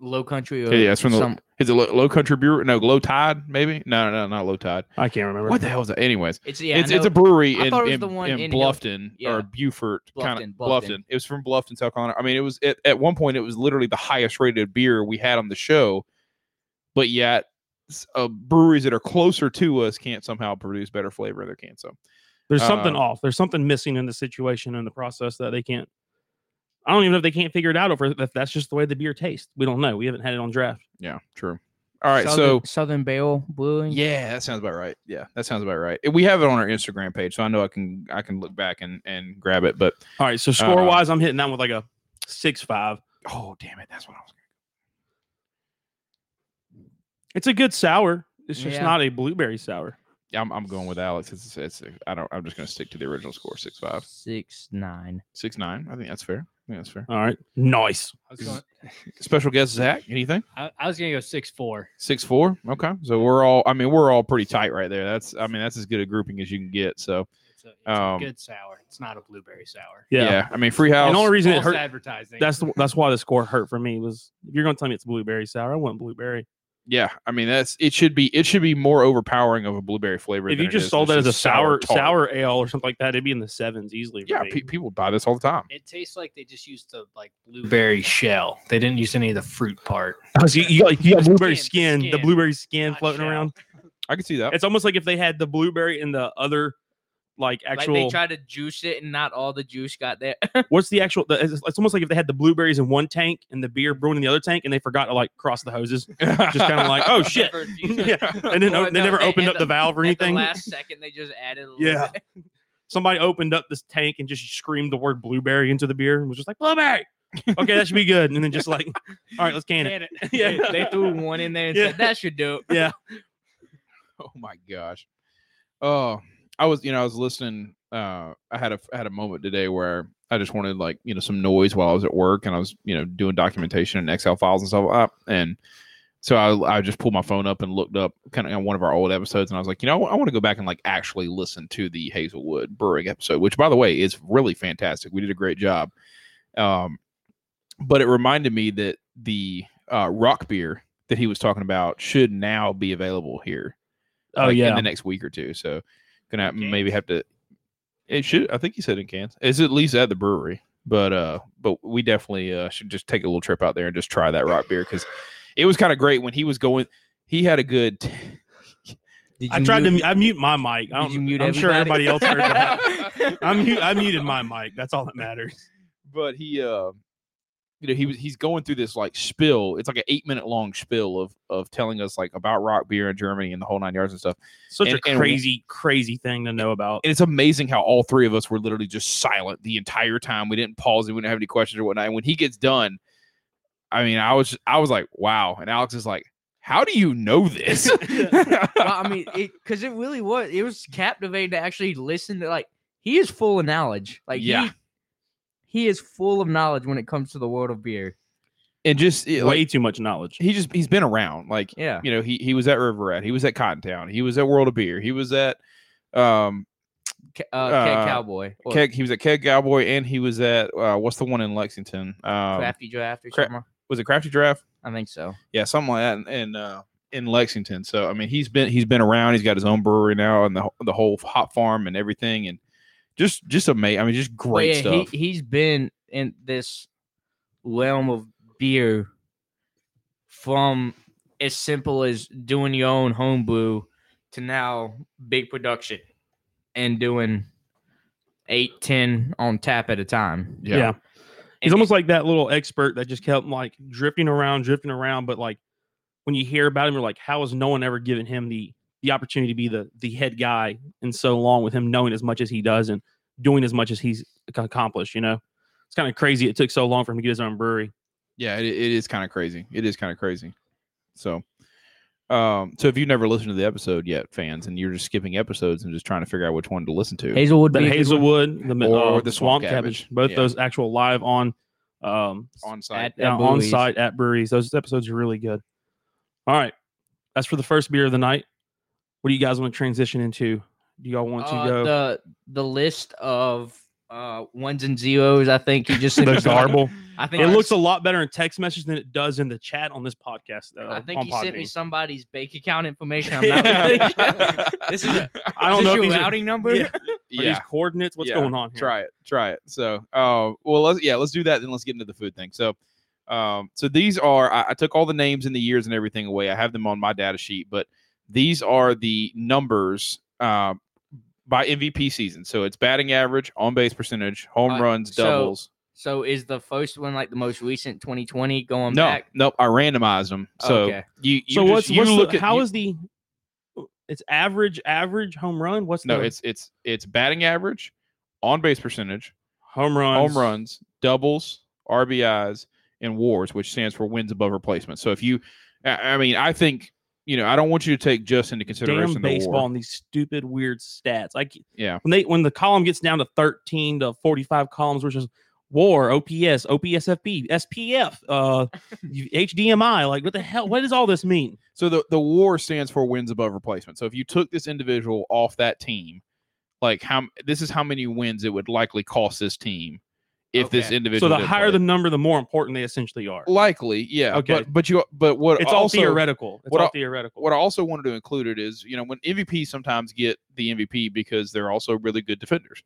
Low country. Or
yeah, it's from the
some-
is it low, low country brewer no low tide maybe no no not low tide
I can't remember.
what the hell is that anyways
It's yeah.
it's,
I
it's a
know.
brewery
I
in,
thought it was
in,
the one
in
in Hill-
Bluffton
yeah.
or Beaufort, kind
Bluffton,
of
Bluffton.
Bluffton. It was from Bluffton, South Carolina. I mean, it was at, at one point it was literally the highest rated beer we had on the show, but yet s- uh, breweries that are closer to us can't somehow produce better flavor in their can. So
There's something
uh,
off. There's something missing in the situation and the process that they can't. I don't even know if they can't figure it out or if that's just the way the beer tastes. We don't know. We haven't had it on draft.
yeah, true. All right,
Southern,
so
Southern Bale Brewing.
yeah, that sounds about right. Yeah, that sounds about right. We have it on our Instagram page, so I know I can I can look back and and grab it. But
All right. So score wise, I'm hitting that with like a six five.
oh damn it, that's what I was.
It's a good sour. It's just
Yeah.
not a blueberry sour.
I'm, I'm going with Alex. It's, it's, it's I don't. I'm just going to stick to the original score six five.
Six nine.
Six nine. I think that's fair. I think that's fair.
All right. Nice.
I was going-
Special guest Zach. Anything?
I, I was gonna go six four.
Six four. Okay. So we're all. I mean, we're all pretty tight right there. That's. I mean, that's as good a grouping as you can get. So
It's a, it's
Um,
a good sour. It's not a blueberry sour.
Yeah.
yeah. I mean, free house.
And the only reason it
False
hurt
advertising.
that's the, that's why the score hurt for me was if you're gonna tell me it's blueberry sour, I want blueberry.
yeah. I mean, that's. It should be. It should be more overpowering of a blueberry flavor.
If
than
you
it
just
is.
sold
It's
that as a
just
sour
tart.
sour ale or something like that, it'd be in the sevens easily. for
Yeah.
me.
Pe- people buy this all the time.
it tastes like they just used the like blueberry shell. They didn't use any of the fruit part.
So you, you got, like, you got
The
blueberry skin,
skin, the
the
skin,
blueberry skin
not
floating
shell.
around.
I can see that.
It's almost like if they had the blueberry and the other like actual.
Like they tried to juice it, and not all the juice got there.
what's the actual? The, it's, it's almost like if they had the blueberries in one tank and the beer brewing in the other tank, and they forgot to like cross the hoses. Just kind of like, oh shit. yeah. And then
Or
o- they
no,
never
they-
opened
at
up
the-
the valve or
At the
anything.
last second, they just added. A little
Yeah.
bit.
somebody opened up this tank and just screamed the word blueberry into the beer and was just like blueberry. Okay, that should be good. And then just like, all right, let's can it.
They- they threw one in there and
Yeah.
said that should do. it."
Yeah,
Oh my gosh. Oh, I was, you know, I was listening. Uh, I had a I had a moment today where I just wanted like you know some noise while I was at work and I was you know doing documentation and Excel files and stuff up and so I I just pulled my phone up and looked up kind of one of our old episodes and I was like you know I want to go back and like actually listen to the Hazelwood Brewing episode which by the way is really fantastic we did a great job um but it reminded me that the uh, rock beer that he was talking about should now be available here
Oh
like, in
yeah.
the next week or two. So gonna
In
maybe have to. It should. I think he said in cans. It's at least at the brewery. But uh, but we definitely uh, should just take a little trip out there and just try that rock beer because it was kind of great when he was going. He had a good.
Did
I
you
tried to
mute-
mute, I mute my mic. I
Did you
don't,
mute
I'm sure everybody
everybody?
else heard that. I'm mute, I muted my mic. That's all that matters.
but he uh you know he was he's going through this like spill it's like an eight minute long spill of of telling us like about rock beer in germany and the whole nine yards and stuff
Such
And-
a
and-
crazy, crazy thing to know about.
and it's amazing how all three of us were literally just silent the entire time. We didn't pause. We didn't have any questions or whatnot. And when he gets done, I mean, I was I was like, wow. And Alex is like, how do you know this?
well, I mean, because it, really was. It was captivating to actually listen to. Like he is full of knowledge. Like
Yeah.
he, he is full of knowledge when it comes to the world of beer.
and just it,
Way
like,
too much knowledge.
he just he's been around. Like
Yeah,
you know, he he was at River Rat. He was at Cottontown. He was at World of Beer. He was at um
Ke- uh, Keg
Uh,
Cowboy or
keg. He was at Keg Cowboy, and he was at uh, what's the one in Lexington? Um,
Crafty Draft or
Cra-
something.
was it Crafty Draft?
I think so.
yeah, something like that, and, and uh, in Lexington. So I mean, he's been he's been around. He's got his own brewery now, and the wh- the whole hop farm and everything, and just just amazing. I mean, just
But
great
Oh, yeah,
stuff.
He, he's been in this realm of beer from as simple as doing your own homebrew to now big production and doing eight, ten on tap at a time.
yeah. He's almost like that little expert that just kept like drifting around, drifting around. But like when you hear about him, you're like, how has no one ever given him the the opportunity to be the the head guy in so long with him knowing as much as he does and doing as much as he's ac- accomplished? You know, it's kind of crazy. It took so long for him to get his own brewery.
yeah, it, it is kind of crazy. It is kind of crazy. So, um, so if you've never listened to the episode yet, fans, and you're just skipping episodes and just trying to figure out which one to listen to,
Hazelwood,
The
be a good one.
Hazelwood, the,
Or
uh,
the
the
swamp
Swamp Cabbage,
cabbage.
both
Yeah.
those actual live on um,
on site,
At-
yeah,
at
on
Bowie's.
site at breweries. Those episodes are really good. All right. That's for the first beer of the night. What do you guys want to transition into? Do y'all want to
Uh,
go
the the list of uh ones and zeros. I think you just
the,
sent us all.
garble?
I think
It
I-
looks a lot better in text message than it does in the chat on this podcast. Uh,
I think
on
he sent me
Podbean.
somebody's bank account information. I'm not really-
Yeah.
this is, is
I don't
this
know if
your
these are,
routing number.
Yeah. are these coordinates. What's
Yeah,
going on here?
try it try it so uh, well let's yeah let's do that then let's get into the food thing so um so these are I, I took all the names and the years and everything away i have them on my data sheet but these are the numbers uh, by mvp season so it's batting average on base percentage home
Uh,
runs
so
doubles
So is the first one like the most recent 2020 going
no
back?
nope i randomized them so
Okay.
you, you
so
just-
what's,
you
what's
look
the,
at
how
you-
is the it's average average home run? What's
no
the
it's it's it's batting average on base percentage
home runs
home runs, doubles, RBIs, and WARs, which stands for wins above replacement. So if you, I I mean, I think you know, I don't want you to take just into consideration
damn
the
baseball
WAR.
and these stupid weird stats. Like
Yeah.
when they when the column gets down to 13 to 45 columns, which is WAR, OPS, OPSFP, SPF, uh, you- HDMI. Like what the hell? What does all this mean?
So the the WAR stands for wins above replacement. So if you took this individual off that team, like how this is how many wins it would likely cost this team if this
Okay.
individual.
So the
did
higher
play.
the number, the more important they essentially are.
likely, yeah.
Okay.
But but you but what
It's all
also,
theoretical. It's
what
all
I-
theoretical.
what I also wanted to include it is, you know, when MVPs sometimes get the MVP because they're also really good defenders.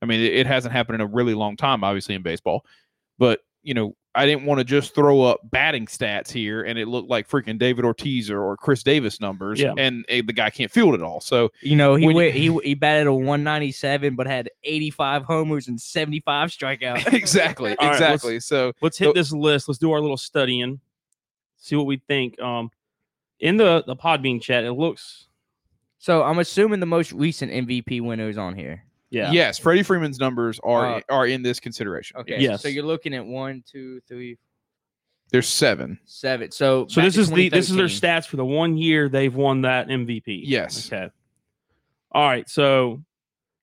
I mean, it, it hasn't happened in a really long time, obviously, in baseball. But, you know, I didn't want to just throw up batting stats here and it looked like freaking David Ortiz or, or Chris Davis numbers
Yeah.
and eh, the guy can't field it all. So,
You know, he
When you-
went, he he batted a 197 but had 85 homers and 75 strikeouts.
exactly,
All right, let's-
exactly. so,
Let's
So-
hit this list. Let's do our little studying. See what we think. Um, in the the Podbean chat, it looks
So I'm assuming the most recent MVP winner is on here.
yeah.
yes, Freddie Freeman's numbers are
Uh,
are in this consideration.
Okay.
Yes.
So you're looking at one, two, three,
There's seven.
seven. So
So
back
this
to
is the this is their
2013.
stats for the one year they've won that MVP.
Yes.
Okay. All right. So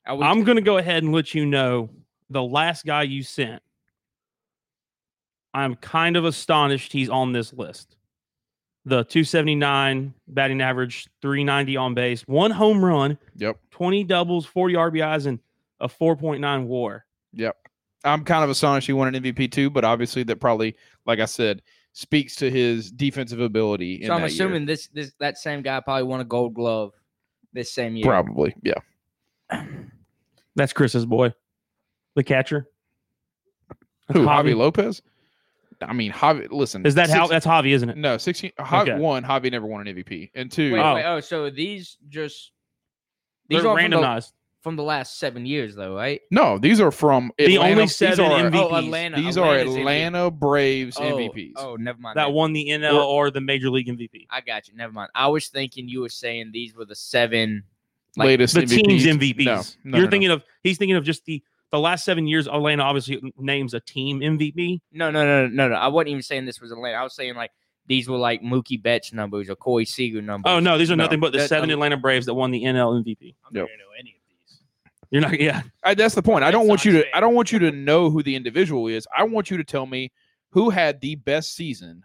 Are we-
I'm going to go ahead and let you know the last guy you sent. I'm kind of astonished he's on this list. The 279 batting average, 390 on base, one home run,
Yep.
20 doubles, 40 RBIs, and a 4.9 war.
I'm kind of astonished he won an MVP too, but obviously that probably, like I said, speaks to his defensive ability. In
So I'm
that year.
assuming this this that same guy probably won a Gold Glove this same year.
probably, yeah,
That's Chris's boy, the catcher.
Who, Javi
Javi.
Lopez? I mean, Javi. Listen,
Is that how?
six-
That's Javi, isn't it?
no, sixteen. Javi,
Okay.
One, Javi never won an MVP, and two,
Wait,
Oh.
wait, oh, so these just
They're
these are from the,
randomized.
from the last seven years, though, right?
no, these are from
The
Atlanta-
only
these
seven
are-
MVP
Oh,
MVPs.
Atlanta. Atlanta's
These are
MVP.
Atlanta Braves
Oh,
MVPs.
Oh, never mind.
That
never-
won the NL or the Major League MVP.
I got you. Never mind. I was thinking you were saying these were the seven. like,
Latest
the
MVPs.
team's MVPs.
No, no,
You're
no,
thinking of he's thinking of just the the last seven years. Atlanta obviously names a team MVP.
No, no, no, no, no. I wasn't even saying this was Atlanta. I was saying like these were like Mookie Betts numbers or Corey Seager numbers.
Oh no, these are
No,
nothing but the
that-
seven
um,
Atlanta Braves that won the NL MVP.
I'm
Yep.
not gonna know any of these.
You're not, yeah.
I, that's the point. I don't
Red
want you
Sox
to. I
fan.
don't want you to know who the individual is. I want you to tell me who had the best season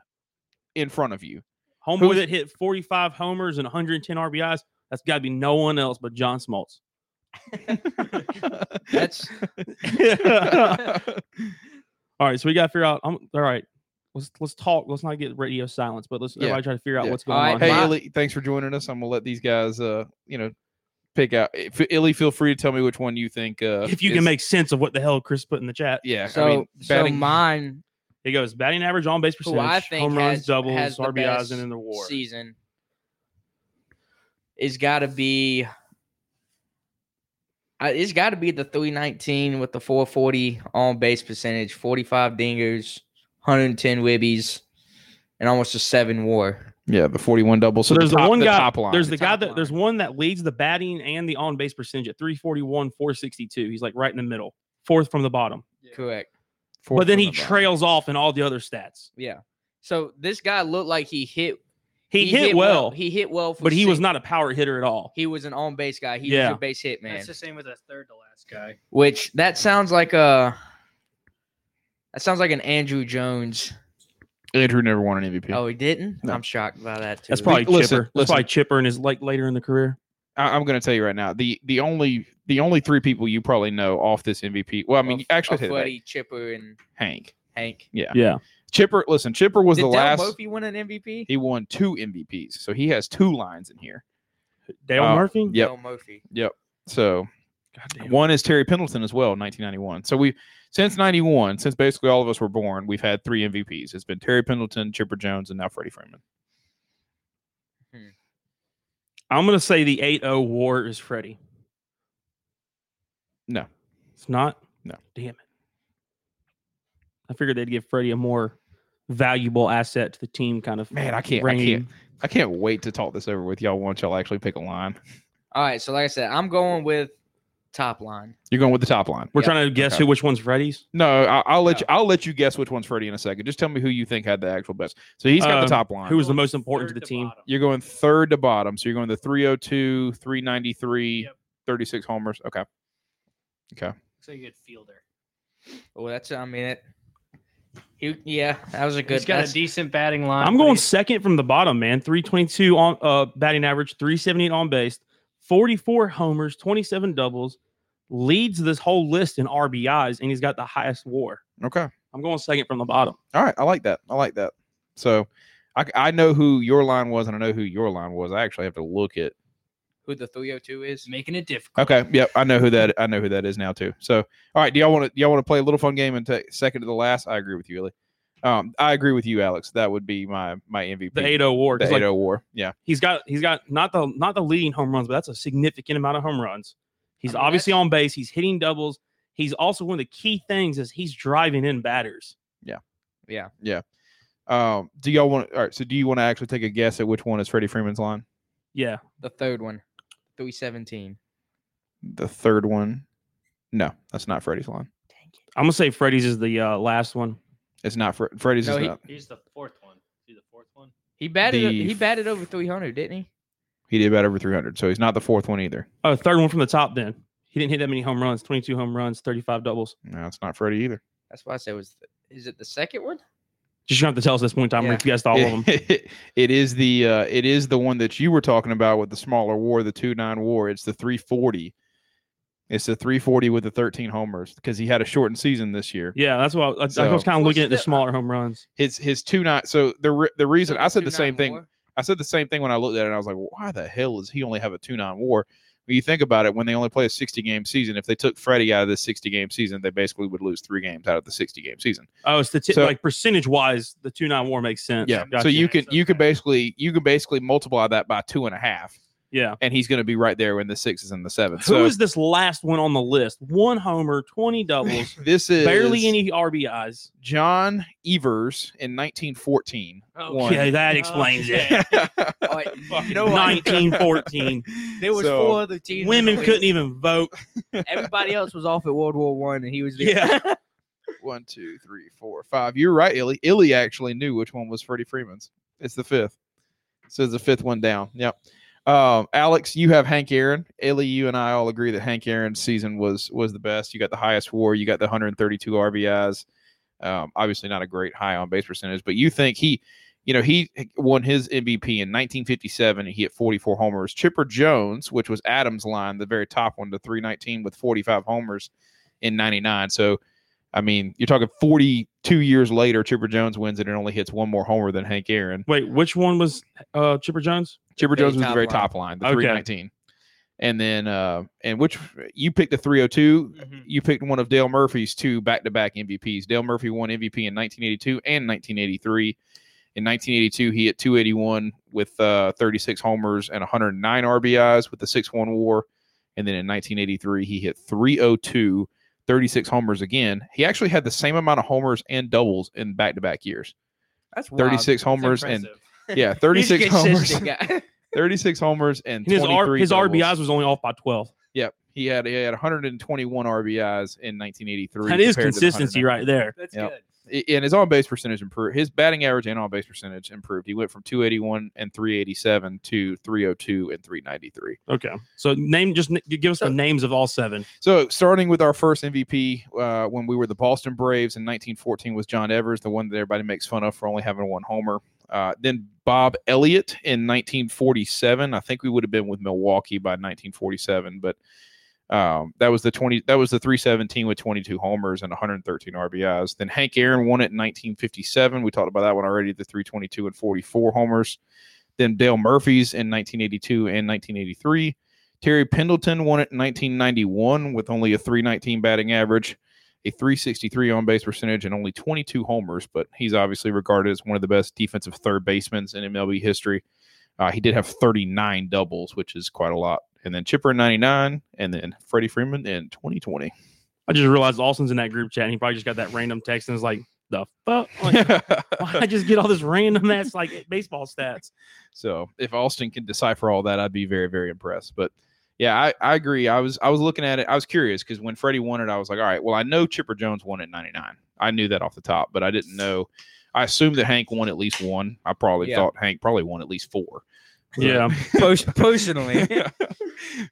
in front of you.
Homeboy
Who's-
that hit 45 homers and 110 RBIs. That's got to be no one else but John Smoltz.
That's
all right, so we got to figure out. I'm, all right, let's let's talk. Let's not get radio silence, but let's
Yeah.
everybody try to figure out
Yeah.
what's going
All right,
on.
Hey,
My-
Illy, thanks for joining us. I'm gonna let these guys, uh, you know, pick out. If, Illy, feel free to tell me which one you think. Uh,
if you can
is-
make sense of what the hell Chris put in the chat,
yeah.
so.
I mean,
so
batting,
mine
he goes batting average, on base
who
percentage,
I think
home
has,
runs, doubles,
has the
RBIs,
best
and in the war.
season is got to be I, uh, it's got to be the 319 with the 440 on base percentage, 45 dingers, 110 wibbies, and almost a seven war.
Yeah, the 41 doubles.
So
So
there's the
top-
one guy-
Top line.
There's the
The
guy
top
that
line.
there's one that leads the batting and the on base percentage at 341, 462. He's like right in the middle, fourth from the bottom.
Correct.
Fourth
but then
from
he
the bottom.
trails off in all the other stats.
Yeah. So this guy looked like he hit.
He, hit, well,
He hit well, for
but he was
six-
not a power hitter at all.
He was an on base guy. He
Yeah.
was your base hit man.
That's the same with the third to last guy.
which that sounds like a. That sounds like an Andrew Jones.
Andrew never won an MVP.
Oh, he didn't.
No.
I'm shocked by that too.
That's probably chipper.
Listen,
That's probably
listen.
chipper in his like later in the career.
I, I'm going to tell you right now the the only the only three people you probably know off this MVP. Well, I mean,
Of-
actually,
of
take that back.
Buddy Chipper and
Hank.
Hank.
Yeah.
Chipper, listen, Chipper was
Did
the
Del
last.
Murphy win an MVP?
He won two MVPs, so he has two lines in here.
Dale
Uh,
Murphy.
yep.
Del Murphy.
So
Goddamn.
one is Terry Pendleton as well, 1991. So we since 91, since basically all of us were born, we've had three MVPs. It's been Terry Pendleton, Chipper Jones, and now Freddie Freeman.
I'm gonna say the 8-0 war is Freddie.
No.
It's not.
No.
Damn it. I figured they'd give Freddie a more valuable asset to the team. Kind of
Man, I can't. I
reign.
can't. I can't wait to talk this over with y'all once y'all actually pick a line.
All right, so like I said, I'm going with top line.
You're going with the top line.
We're
Yeah,
trying to guess
okay.
who which one's Freddie's.
No, I, I'll let
No.
you. I'll let you guess which one's Freddie in a second. Just tell me who you think had the actual best. So he's got
Uh,
the top line.
Who was the
Going
most important to
third
the team?
bottom.
You're going third to bottom. So you're going the 302, 393,
Yep.
36 homers. Okay.
So you get fielder.
Oh, that's I mean it. He, yeah, that was a good.
He's got
that's-
a decent batting line.
I'm
but
going
he's-
second from the bottom, man. 322 on uh, batting average, 378 on base, 44 homers, 27 doubles, leads this whole list in RBIs, and he's got the highest WAR.
Okay.
I'm going second from the bottom.
All right. I like that. I like that. So I, I know who your line was and I know who your line was. I actually have to look at.
who the 302 is.
making it difficult.
Okay. Yep. I know who that I know who that is now too. So all right. Do y'all want to y'all want to play a little fun game and take second to the last? I agree with you, Illy. Um, I agree with you, Alex. That would be my my MVP.
The 80 WAR.
the
'cause,
80
like,
war. Yeah.
he's got he's got not the not the leading home runs, but that's a significant amount of home runs. He's
I mean,
obviously
that's-
on base. He's hitting doubles. He's also one of the key things is he's driving in batters.
Yeah,
Um, do y'all want? All right. So, do you want to actually take a guess at which one is Freddie Freeman's line?
Yeah,
the third one, 317.
The third one. No, that's not Freddie's line.
I'm gonna say Freddie's is the uh, last one.
It's not Fre- Freddie's.
No,
is
he-
not.
He's the fourth one. He's the fourth one.
He batted.
The
he
f-
batted over 300, didn't he?
He did about over 300, so he's not the fourth one either.
Oh, third one from the top. Then he didn't hit that many home runs. 22 home runs, 35 doubles.
No, it's not Freddie either.
That's why I said it was. Is it the second one?
Just gonna have to tell us this point in time.
Yeah.
Rick, if you guessed all of them.
it is the uh, it is the one that you were talking about with the smaller war, the two nine war. It's the 340. It's the 340 with the 13 homers because he had a shortened season this year.
Yeah, that's why I, I
So-
was kind of
Well,
looking at the
still-
smaller home runs.
His his two nine. So the re- the reason I said the
209
same thing.
more?
I said the same thing when I looked at it. And I was like, why the hell does he only have a 2 9 war? When you think about it, when they only play a 60 game season, if they took Freddie out of this 60 game season, they basically would lose three games out of the 60 game season.
Oh, it's the t-
So-
like percentage wise, the two nine war makes sense.
So
Gotcha.
you
Yeah,
could you could
okay.
basically you could basically multiply that by two and a half,
yeah.
and he's going to be right there in the sixes and the
Who
sevens.
is
So
this last one on the list? One homer, 20 doubles,
this is
barely any RBIs.
John Evers in 1914.
Oh,
won.
Okay, that explains it.
Oh, All right, you know what?
1914.
There was
So,
four other teams. in the
Women
league.
couldn't even vote.
Everybody else was off at World War One, and he was. the-
Yeah.
One, two, three, four, five. You're right, Illy. Illy actually knew which one was Freddie Freeman's. It's the fifth. So it's the fifth one down. Yep. Um, Alex, you have Hank Aaron. Illy, you and I all agree that Hank Aaron's season was was the best. You got the highest WAR. You got the 132 RBIs. Um, obviously not a great high on base percentage, but you think he, you know, he won his MVP in 1957. And he hit 44 homers. Chipper Jones, which was Adams' line, the very top one, to 319 with 45 homers in 99. So I mean, you're talking 42 years later, Chipper Jones wins it and only hits one more homer than Hank Aaron.
Wait, which one was uh, Chipper Jones?
Chipper
very
Jones was the
top
very
line.
top line, the
Okay.
319. And then, uh, and which you picked the 302.
Mhm.
You picked one of Dale Murphy's two back to back MVPs. Dale Murphy won MVP in 1982 and 1983. In 1982, he hit 281 with uh, 36 homers and 109 RBIs with the 6 1 war. And then in 1983, he hit 302, 36 homers again. He actually had the same amount of homers and doubles in back to back years.
That's wild.
36 homers and, yeah, 36
He's
homers,
consistent, guy.
36 homers
And
and
his R,
23
his
doubles.
RBIs was only off by twelve.
Yep. He had, he had 121 RBIs in 1983.
That is
compared to the
consistency
109.
right there.
That's
Yep.
good.
I- and his on base percentage improved. His batting average and on base percentage improved. He went from 281 and 387 to 302 and 393.
Okay, so name just n- give us
So-
the names of all seven.
So, starting with our first MVP uh, when we were the Boston Braves in 1914 was John Evers, the one that everybody makes fun of for only having one homer. Uh, then Bob Elliott in 1947. I think we would have been with Milwaukee by 1947, but um, that was the 20. That was the 317 with 22 homers and 113 RBIs. Then Hank Aaron won it in 1957. We talked about that one already. The 322 and 44 homers. Then Dale Murphy's in 1982 and 1983. Terry Pendleton won it in 1991 with only a 319 batting average, a 363 on base percentage, and only 22 homers. But he's obviously regarded as one of the best defensive third basemen in MLB history. Uh, he did have 39 doubles, which is quite a lot. And then Chipper in 99, and then Freddie Freeman in 2020.
I just realized Austin's in that group chat. and He probably just got that random text and is like, "The fuck." Like, Why I just get all this random ass like baseball stats?
So if Austin can decipher all that, I'd be very, very impressed. But yeah, I, I agree. I was I was looking at it. I was curious because when Freddie won it, I was like, all right, well, I know Chipper Jones won at 99. I knew that off the top, but I didn't know. I assumed that Hank won at least one. I probably
Yeah.
thought Hank probably won at least four.
Yeah,
Post- personally.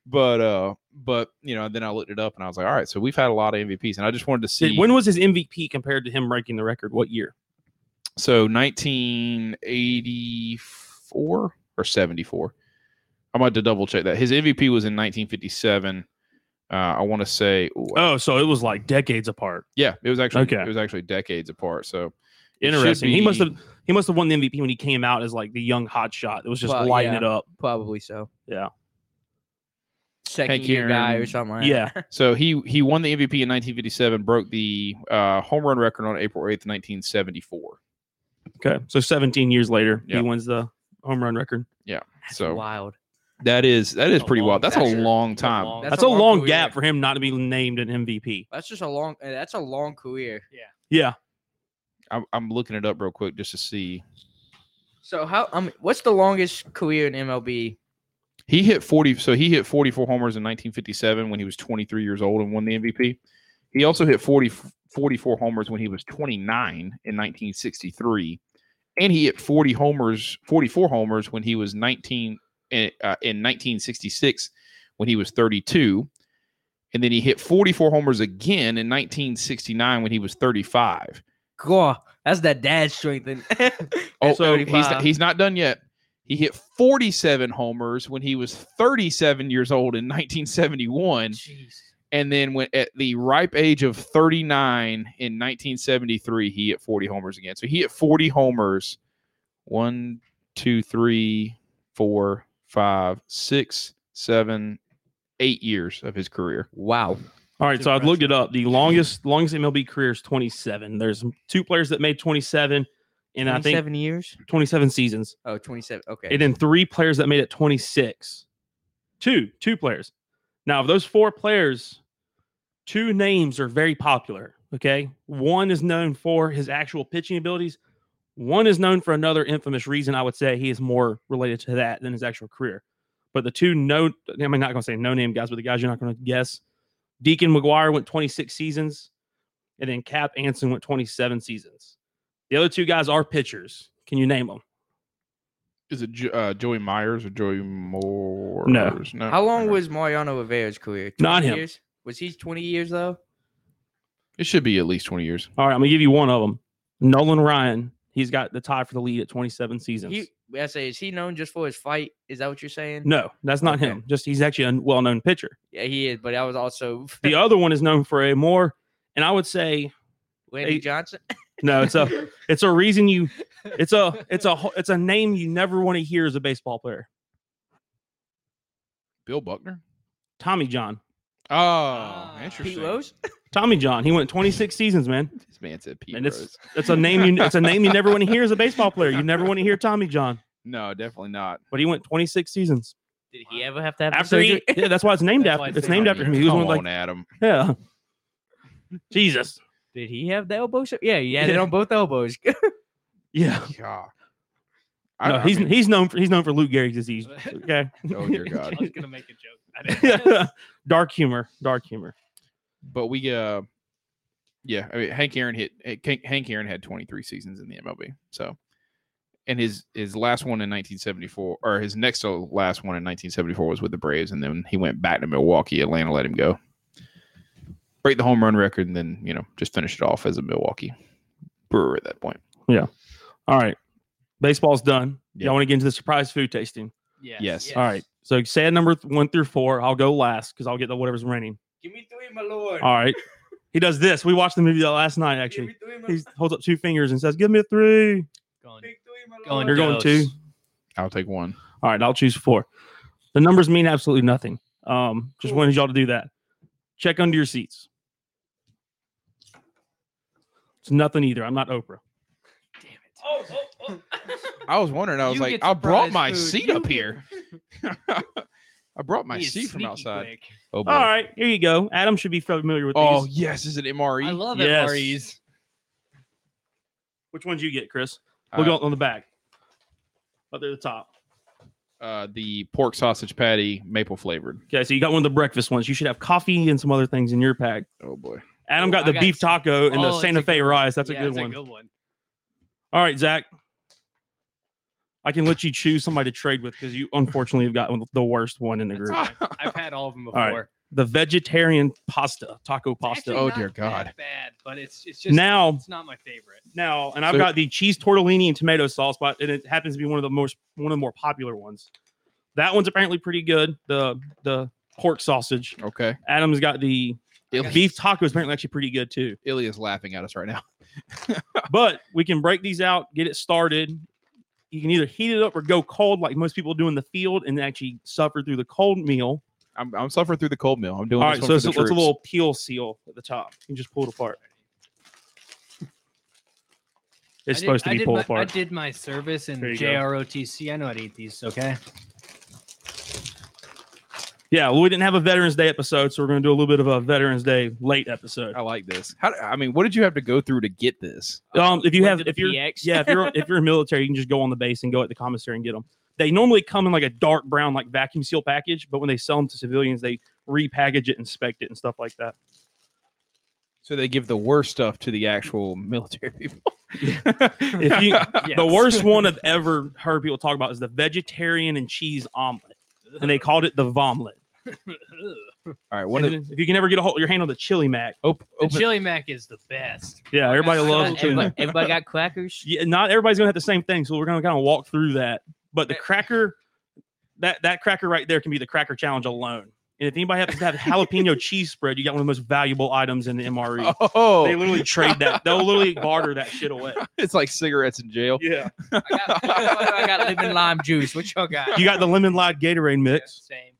but uh but you know, then I looked it up and I was like, all right, so we've had a lot of MVPs and I just wanted to see
when was his MVP compared to him breaking the record? What year?
So 1984 or 74. I'm about to double check that. His MVP was in 1957. Uh, I want to say, ooh, I-
Oh, so it was like decades apart.
yeah, it was actually
Okay.
it was actually decades apart. So it should
Interesting. He must
be-
have he must have won the MVP when he came out as like the young hot shot. It was just
Well,
lighting
yeah.
it up.
Probably so.
Yeah.
Second
Hank
year guy or
Aaron.
something like
Yeah,
So he he won the MVP in 1957, broke the uh, home run record on April 8th, 1974.
Okay. So 17 years later,
Yeah.
he wins the home run record.
That's
so
wild.
that is that is
A
pretty
long-
wild. That's
that's
a
a-
long
that's a
time.
long-
That's,
a
a long
career.
gap for him not to be named an MVP.
That's just a long. uh, That's a long career.
Yeah.
I'm, I'm looking it up real quick just to see.
So how? I mean, what's the longest career in MLB?
He hit 40. So he hit 44 homers in 1957 when he was 23 years old and won the MVP. He also hit 40, 44 homers when he was 29 in 1963. And he hit 40 homers, 44 homers when he was 19 in, uh, in 1966 when he was 32. And then he hit 44 homers again in 1969 when he was 35.
God, that's that dad strength. in-
Oh,
That's
so he's
35.
not, he's not done yet. He hit 47 homers when he was 37 years old in 1971.
Jeez.
And then when at the ripe age of 39 in 1973, he hit 40 homers again. So he hit 40 homers. One, two, three, four, five, six, seven, eight years of his career.
wow.
All right. So I looked it up. The longest longest MLB career is 27. There's two players that made 27, and I think
Twenty-seven years.
27 seasons.
Oh, 27. Okay.
And then three players that made it 26. Two, two players. Now, of those four players, two names are very popular. Okay. One is known for his actual pitching abilities. One is known for another infamous reason. I would say he is more related to that than his actual career. But the two no, I mean, not going to say no name guys, but the guys you're not going to guess. Deacon McGuire went 26 seasons, and then Cap Anson went 27 seasons. The other two guys are pitchers. Can you name them?
Is it Jo- uh, Joey Myers or Joey Moore? no.
How long
Okay.
was Mariano Rivera's career? 20
Not him.
Years? Was he 20 years though?
it? Should be at least 20 years.
All right, I'm gonna give you one of them. Nolan Ryan. He's got the tie for the lead at 27 seasons.
He, I say, is he known just for his fight? Is that what you're saying?
no, that's not
Okay.
him. Just he's actually a well-known pitcher.
Yeah, he is. But I was also
The other one is known for a more, and I would say
Randy
eight-
Johnson.
no. It's a it's a reason you it's a it's a ho- it's a name you never want to hear as a baseball player.
Bill Buckner?
Tommy John.
Oh,
Ah,
interesting.
Pete Rose.
Tommy John. He went 26 seasons, man.
This man said Pete
And
Rose.
it's it's a name you it's a name you never want to hear as a baseball player. You never want to hear Tommy John,
No, definitely not.
but he went 26 seasons.
Did he ever have to have the
After he,
surgery?
yeah, that's why it's named
That's
after.
why it's
It's named
named
after him. He was one
Come
of,
on,
like,
Adam.
yeah. Jesus.
Did he have the elbow? Sur- yeah, he had it on both elbows.
Yeah.
God. I,
No,
I
he's
mean,
he's known for he's known for Luke Gehrig's disease. Okay.
oh dear
I
God.
was gonna make a joke. I didn't.
dark humor. Dark humor.
But we uh, yeah. I mean, Hank Aaron hit Hank Hank Aaron had 23 seasons in the MLB. So, and his his last one in 1974, or his next to last one in 1974 was with the Braves, and then he went back to Milwaukee. Atlanta let him go, break the home run record, and then you know just finish it off as a Milwaukee Brewer at that point.
All right. Baseball's done.
Yeah.
Y'all want to get into the surprise food tasting?
yes.
Yes.
All right. So sad number th- one through four. I'll go last because I'll get the whatever's raining.
Give me three, my lord.
All right. He does this. We watched the movie last night,
Give me
actually.
three, my
He holds up two fingers and says, Give me a three.
Going-
Big three, my
going
You're going
dose.
two.
I'll take one.
All right, I'll choose four. The numbers mean absolutely nothing. Um, just wanted y'all to do that. Check under your seats. It's nothing either. I'm not Oprah.
Damn it.
Oh, oh, oh.
I was wondering. I was
You
like,
get
I brought
surprise
my
food.
seat
You
up
get-
here. I brought my
He is
seat from
sneaky
outside.
quick.
Oh, boy.
All right, here you go. Adam should be familiar with
Oh
these.
yes, is it MRE?
I love
Yes.
MREs.
Which ones you get, Chris?
Uh,
We'll go on the back. Up there at the top.
uh, the pork sausage patty, maple flavored.
Okay, so you got one of the breakfast ones. You should have coffee and some other things in your pack.
Oh boy.
Adam
Oh,
got
I
the
got
beef
some-
taco and
Oh,
the
it's
Santa
a
Fe
good one.
rise. That's a
Yeah,
good
it's
one.
A good one.
All right, Zach. I can let you choose somebody to trade with because you unfortunately have gotten the worst one in the group.
I've had all of them
All right.
before.
the vegetarian pasta, taco
It's
pasta.
actually
Oh,
not
dear God.
that Bad, but it's it's just
now,
it's not my favorite.
now, and I've
So-
got the cheese tortellini and tomato sauce, but and it happens to be one of the most one of the more popular ones. That one's apparently pretty good. The the pork sausage.
okay.
Adam's got the beef taco is apparently actually pretty good too.
Ilya's laughing at us right now.
But we can break these out, get it started. You can either heat it up or go cold, like most people do in the field, and actually suffer through the cold meal.
I'm, I'm suffering through the cold meal. I'm doing.
All
this
right,
one
so
for
it's a,
the
it's a
troops.
little peel seal at the top. You can just pull it apart. It's
I did-
supposed
I
to be
did
pulled
my-
apart.
I did my service in
There you go.
JROTC. I know how to eat these. Okay.
Yeah, well, we didn't have a Veterans Day episode, so we're going to do a little bit of a Veterans Day late episode.
I like this. How? I mean, what did you have to go through to get this?
Oh,
Um, if you
Went
have,
to the
if you're,
PX.
yeah, if you're, if you're military, you can just go on the base and go at the commissary and get them. They normally come in like a dark brown, like vacuum seal package, but when they sell them to civilians, they repackage it, inspect it, and stuff like that.
So they give the worst stuff to the actual military people.
If you,
Yes.
the worst one I've ever heard people talk about is the vegetarian and cheese omelet, and they called it the vomlet.
All right. One
And
of,
then If you can ever get a hold your hand on the chili mac,
op,
The
open,
chili mac is the best.
yeah, everybody
That's-
loves.
that's
chili mac.
everybody, everybody got crackers.
yeah, not everybody's gonna have the same thing, so we're gonna kind of walk through that. But the cracker, that that cracker right there can be the cracker challenge alone. And if anybody happens to have jalapeno cheese spread, you got one of the most valuable items in the MRE. They
oh,
literally trade that. They'll literally barter that shit away.
it's like cigarettes in jail.
Yeah,
I got, I got lemon lime juice. What y'all got?
you got the lemon lime Gatorade mix.
Oh, Same.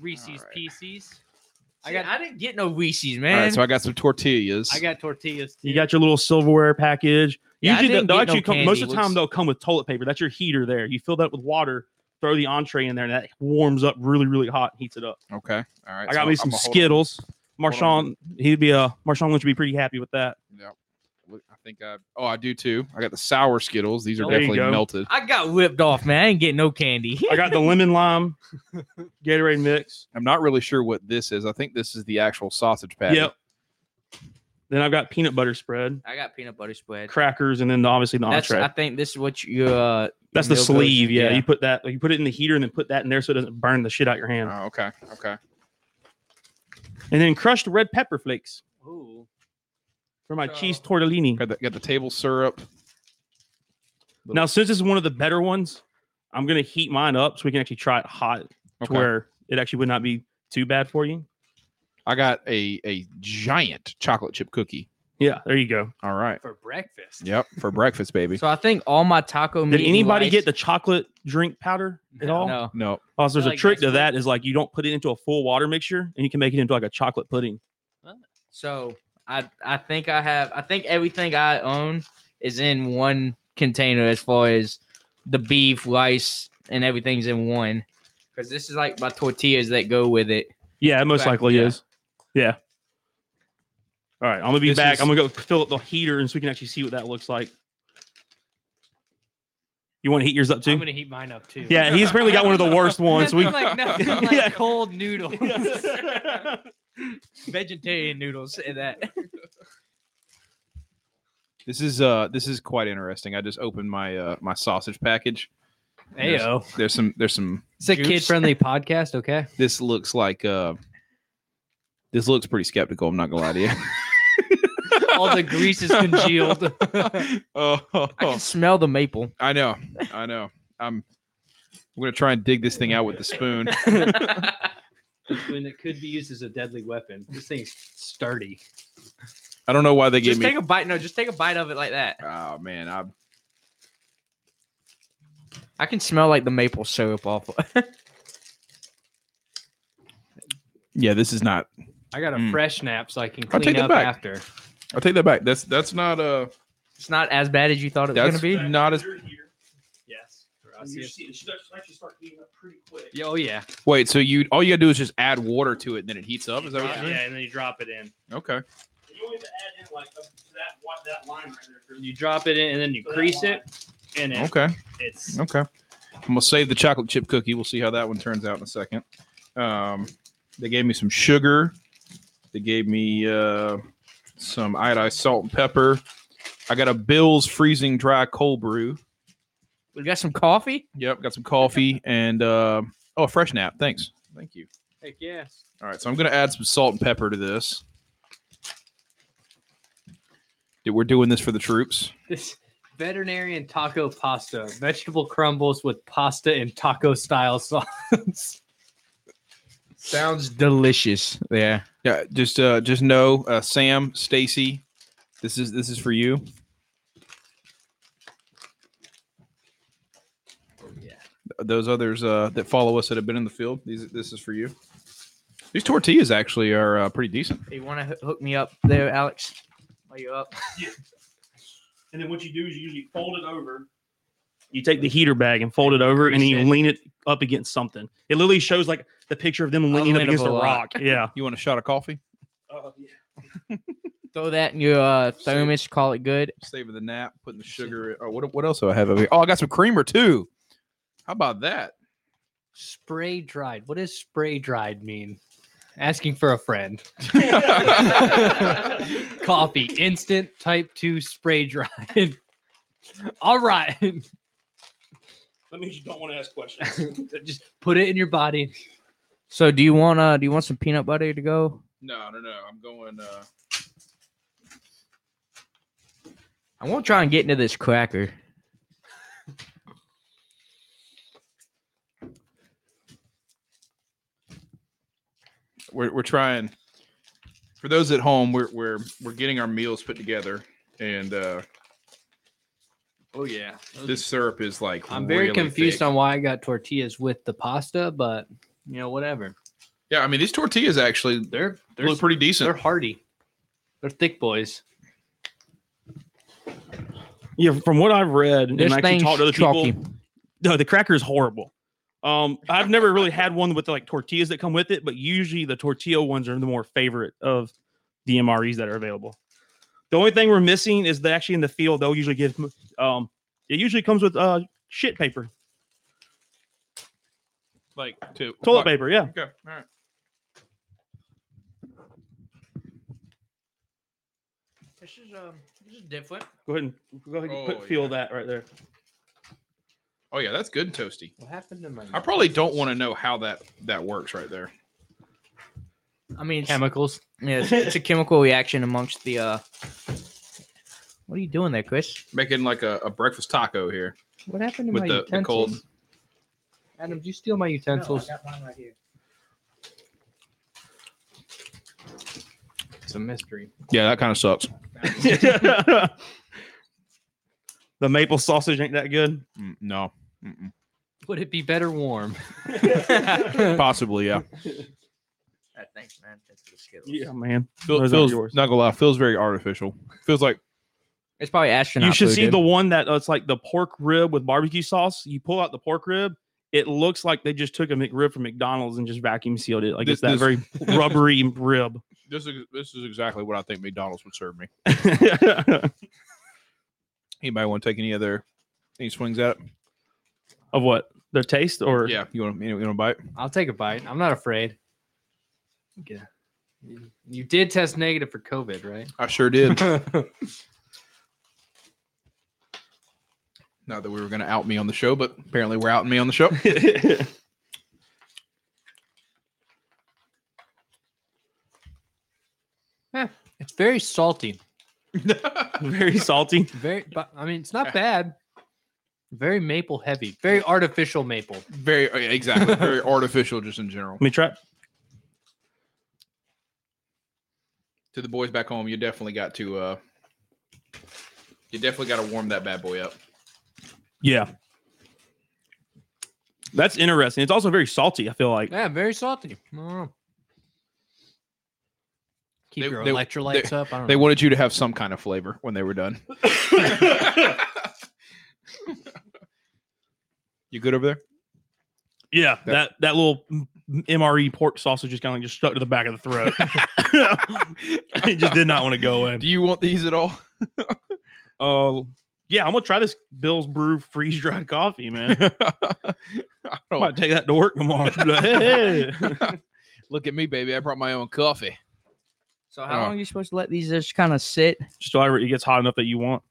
Reese's
All right.
Pieces.
I got. I didn't get no Reese's, man.
All right. So I got some tortillas.
I got tortillas. Too.
You got your little silverware package.
Yeah, I
Usually, they'll,
didn't
they'll
get
actually
no
come. Most of the
candy.
time, they'll come with toilet paper. That's your heater there. You fill that with water, throw the entree in there, and that warms up really, really hot and heats it up.
okay. All right.
I got
so
me
I'm
some
a hold-
Skittles.
Hold on.
Marshawn, he'd be a Marshawn Lynch would be pretty happy with that.
Look, I think I. Oh, I do too. I got the sour Skittles. These are
There you
definitely
go.
melted.
I got ripped off, man. I didn't get no candy.
I got the lemon lime Gatorade mix.
I'm not really sure what this is. I think this is the actual sausage patty.
Yep. Then I've got peanut butter spread,
I got peanut butter spread.
crackers, and then obviously the
That's.
entree.
I
That's,
think this is what you. Uh,
the
milk goes-
sleeve. Yeah.
yeah.
you put that. You put it in the heater and then put that in there so it doesn't burn the shit out your hand.
Oh, okay. Okay.
And then crushed red pepper flakes
Ooh.
for my
Oh.
cheese tortellini.
Got the, got the table syrup.
Now, since this is one of the better ones, I'm gonna heat mine up so we can actually try it hot to
Okay.
where it actually would not be too bad for you.
I got a a giant chocolate chip cookie.
Yeah, there you go.
All right.
for breakfast.
Yep. For breakfast, baby.
So I think all my taco meat.
Did
and
anybody
rice-
get the chocolate drink powder at all?
No.
No.
Oh, so there's
I
a
like
trick
that
to that is like you don't put it into a full water mixture and you can make it into like a chocolate pudding.
So I I think I have I think everything I own is in one container as far as the beef, rice, and everything's in one. Because this is like my tortillas that go with it.
Yeah, it most
Back,
likely
yeah.
is. Yeah. All right, I'm gonna be
This
back.
is-
I'm gonna go fill up the heater, and so we can actually see what that looks like. You want to heat yours up
I'm
too?
gonna heat mine up too.
Yeah, he's apparently got one of the worst ones. We
Nothing like, nothing like
Yeah.
cold noodles, vegetarian noodles. Say that.
This is uh this is quite interesting. I just opened my uh my sausage package.
Ayo,
There's some there's some
it's a
Juice.
kid-friendly podcast. Okay,
this looks like uh this looks pretty skeptical, I'm not gonna lie to you.
all the grease is congealed.
oh,
I can smell the maple.
I know. I know. I'm I'm gonna try and dig this thing out with the spoon.
when it could be used as a deadly weapon. This thing's sturdy.
I don't know why they gave
Just
me
take a bite. No, just take a bite of it like that.
Oh man, I
I can smell like the maple syrup off.
yeah, this is not
I got a
Mm.
fresh nap so I can
I'll take
clean
it
up
back.
after.
I'll take that back. That's that's not uh
it's not as bad as you thought it was
that's
gonna be.
not as
Yes.
it should actually start heating up pretty quick.
Yeah, oh yeah.
wait, so you all you gotta do is just add water to it and then it heats up. Is that what you're doing?
and then you drop it in.
Okay.
You only have to add in like that, that line right there.
You drop it in and then you crease it and it,
Okay.
it's
Okay. I'm gonna save the chocolate chip cookie. We'll see how that one turns out in a second. Um, they gave me some sugar. They gave me uh, some iodized salt and pepper. I got a Bill's freezing dry cold brew.
We got some coffee.
Yep, got some coffee and uh, oh, a fresh nap. Thanks. Thank you.
heck yeah.
All right, so I'm gonna add some salt and pepper to this. Dude, We're doing this for the troops.
This veterinarian taco pasta. Vegetable crumbles with pasta and taco style sauce.
Sounds delicious. Yeah.
Yeah, just uh, just know, uh, Sam, Stacy, this is this is for you.
Yeah.
those others uh, that follow us that have been in the field. These, this is for you. These tortillas actually are uh, pretty decent.
You want to hook me up there, Alex? Are you up?
And then what you do is you usually fold it over. You take the heater bag and fold it over, and then you lean it up against something. It literally shows like the picture of them leaning up
leanable
against a
a lot.
rock. Yeah.
You want a shot of coffee?
Throw that in your uh, thermos. Call it good.
Savor the nap, putting the sugar. Oh, what, what else do I have over here? Oh, I got some creamer too. How about that?
Spray dried. What does spray dried mean? Asking for a friend. Coffee, instant type two spray dried. All right,
That means you don't want to ask questions.
just put it in your body.
So, do you want uh, do you want some peanut butter to go?
no, no, no. I'm going. Uh,
I won't try and get into this cracker.
we're we're trying. For those at home, we're we're we're getting our meals put together, and uh,
Oh yeah,
this syrup is like.
I'm very
really
confused
thick.
on why I got tortillas with the pasta, but you know whatever.
Yeah, I mean these tortillas actually
They're they're
look pretty decent.
they're hearty. They're thick boys.
yeah, from what I've read, and
This
I actually
thing's
talked to other
chalky.
people, no, the cracker is horrible. Um, I've never really had one with like tortillas that come with it, but usually the tortilla ones are the more favorite of the MREs that are available. The only thing we're missing is that actually in the field they'll usually give. Um, it usually comes with uh shit paper,
like to
toilet paper. Yeah,
Okay, all right.
This is um, this is different.
go ahead and go ahead and
Oh,
put, feel that right there.
Oh yeah, that's good and toasty.
What happened to my
I probably don't want to know how that that works right there.
I mean, it's,
chemicals?
yeah, it's, it's a chemical reaction amongst the. uh What are you doing there, Chris?
Making like a, a breakfast taco here
What happened to
with
my
the, the
utensils?
cold.
Adam, did you steal my utensils? It's a mystery.
Yeah, that kind of sucks.
the maple sausage ain't that good.
Mm, no,
Would it be better warm?
Uh,
possibly yeah.
thanks, man. Thanks for the Skittles.
Yeah, man.
Feel-
Those aren't
feels
yours.
not gonna lie, feels very artificial. Feels like
It's probably astronaut.
you should
food,
see
dude.
the one that uh, it's like the pork rib with barbecue sauce. You pull out the pork rib It looks like they just took a McRib from McDonald's and just vacuum sealed it. Like
This-
it's that
this-
very rubbery rib.
This is this is exactly what I think McDonald's would serve me.
of
Anybody want to take any other any swings at it?
what? Their taste or
Yeah, you want to you want to bite?
I'll take a bite. I'm not afraid. Yeah. You- You did test negative for COVID, right?
I sure did. Not that we were going to out me on the show, but apparently we're outing me on the show.
It's very salty.
very salty.
Very, but I mean, it's not bad. Very maple heavy. Very artificial maple.
very uh, yeah, exactly, very artificial, just in general.
Let me try.
To the boys back home, you definitely got to uh, you definitely got to warm that bad boy up.
Yeah. That's interesting. It's also very salty, I feel like.
Yeah, very salty. I don't know. Keep
They-
your
they-
electrolytes up. I don't
They
know.
wanted you to have some kind of flavor when they were done. you good over there?
Yeah, that that little m- MRE pork sausage just kind of like just stuck to the back of the throat. it just did not want to go in.
Do you want these at all?
Uh, yeah, I'm gonna try this Bill's Brew freeze dried coffee, man.
I
I
don't-
might take that to work tomorrow. Hey.
Look at me, baby. I brought my own coffee.
So how
Oh.
long are you supposed to let these just kind of sit?
just however it gets hot enough that you want.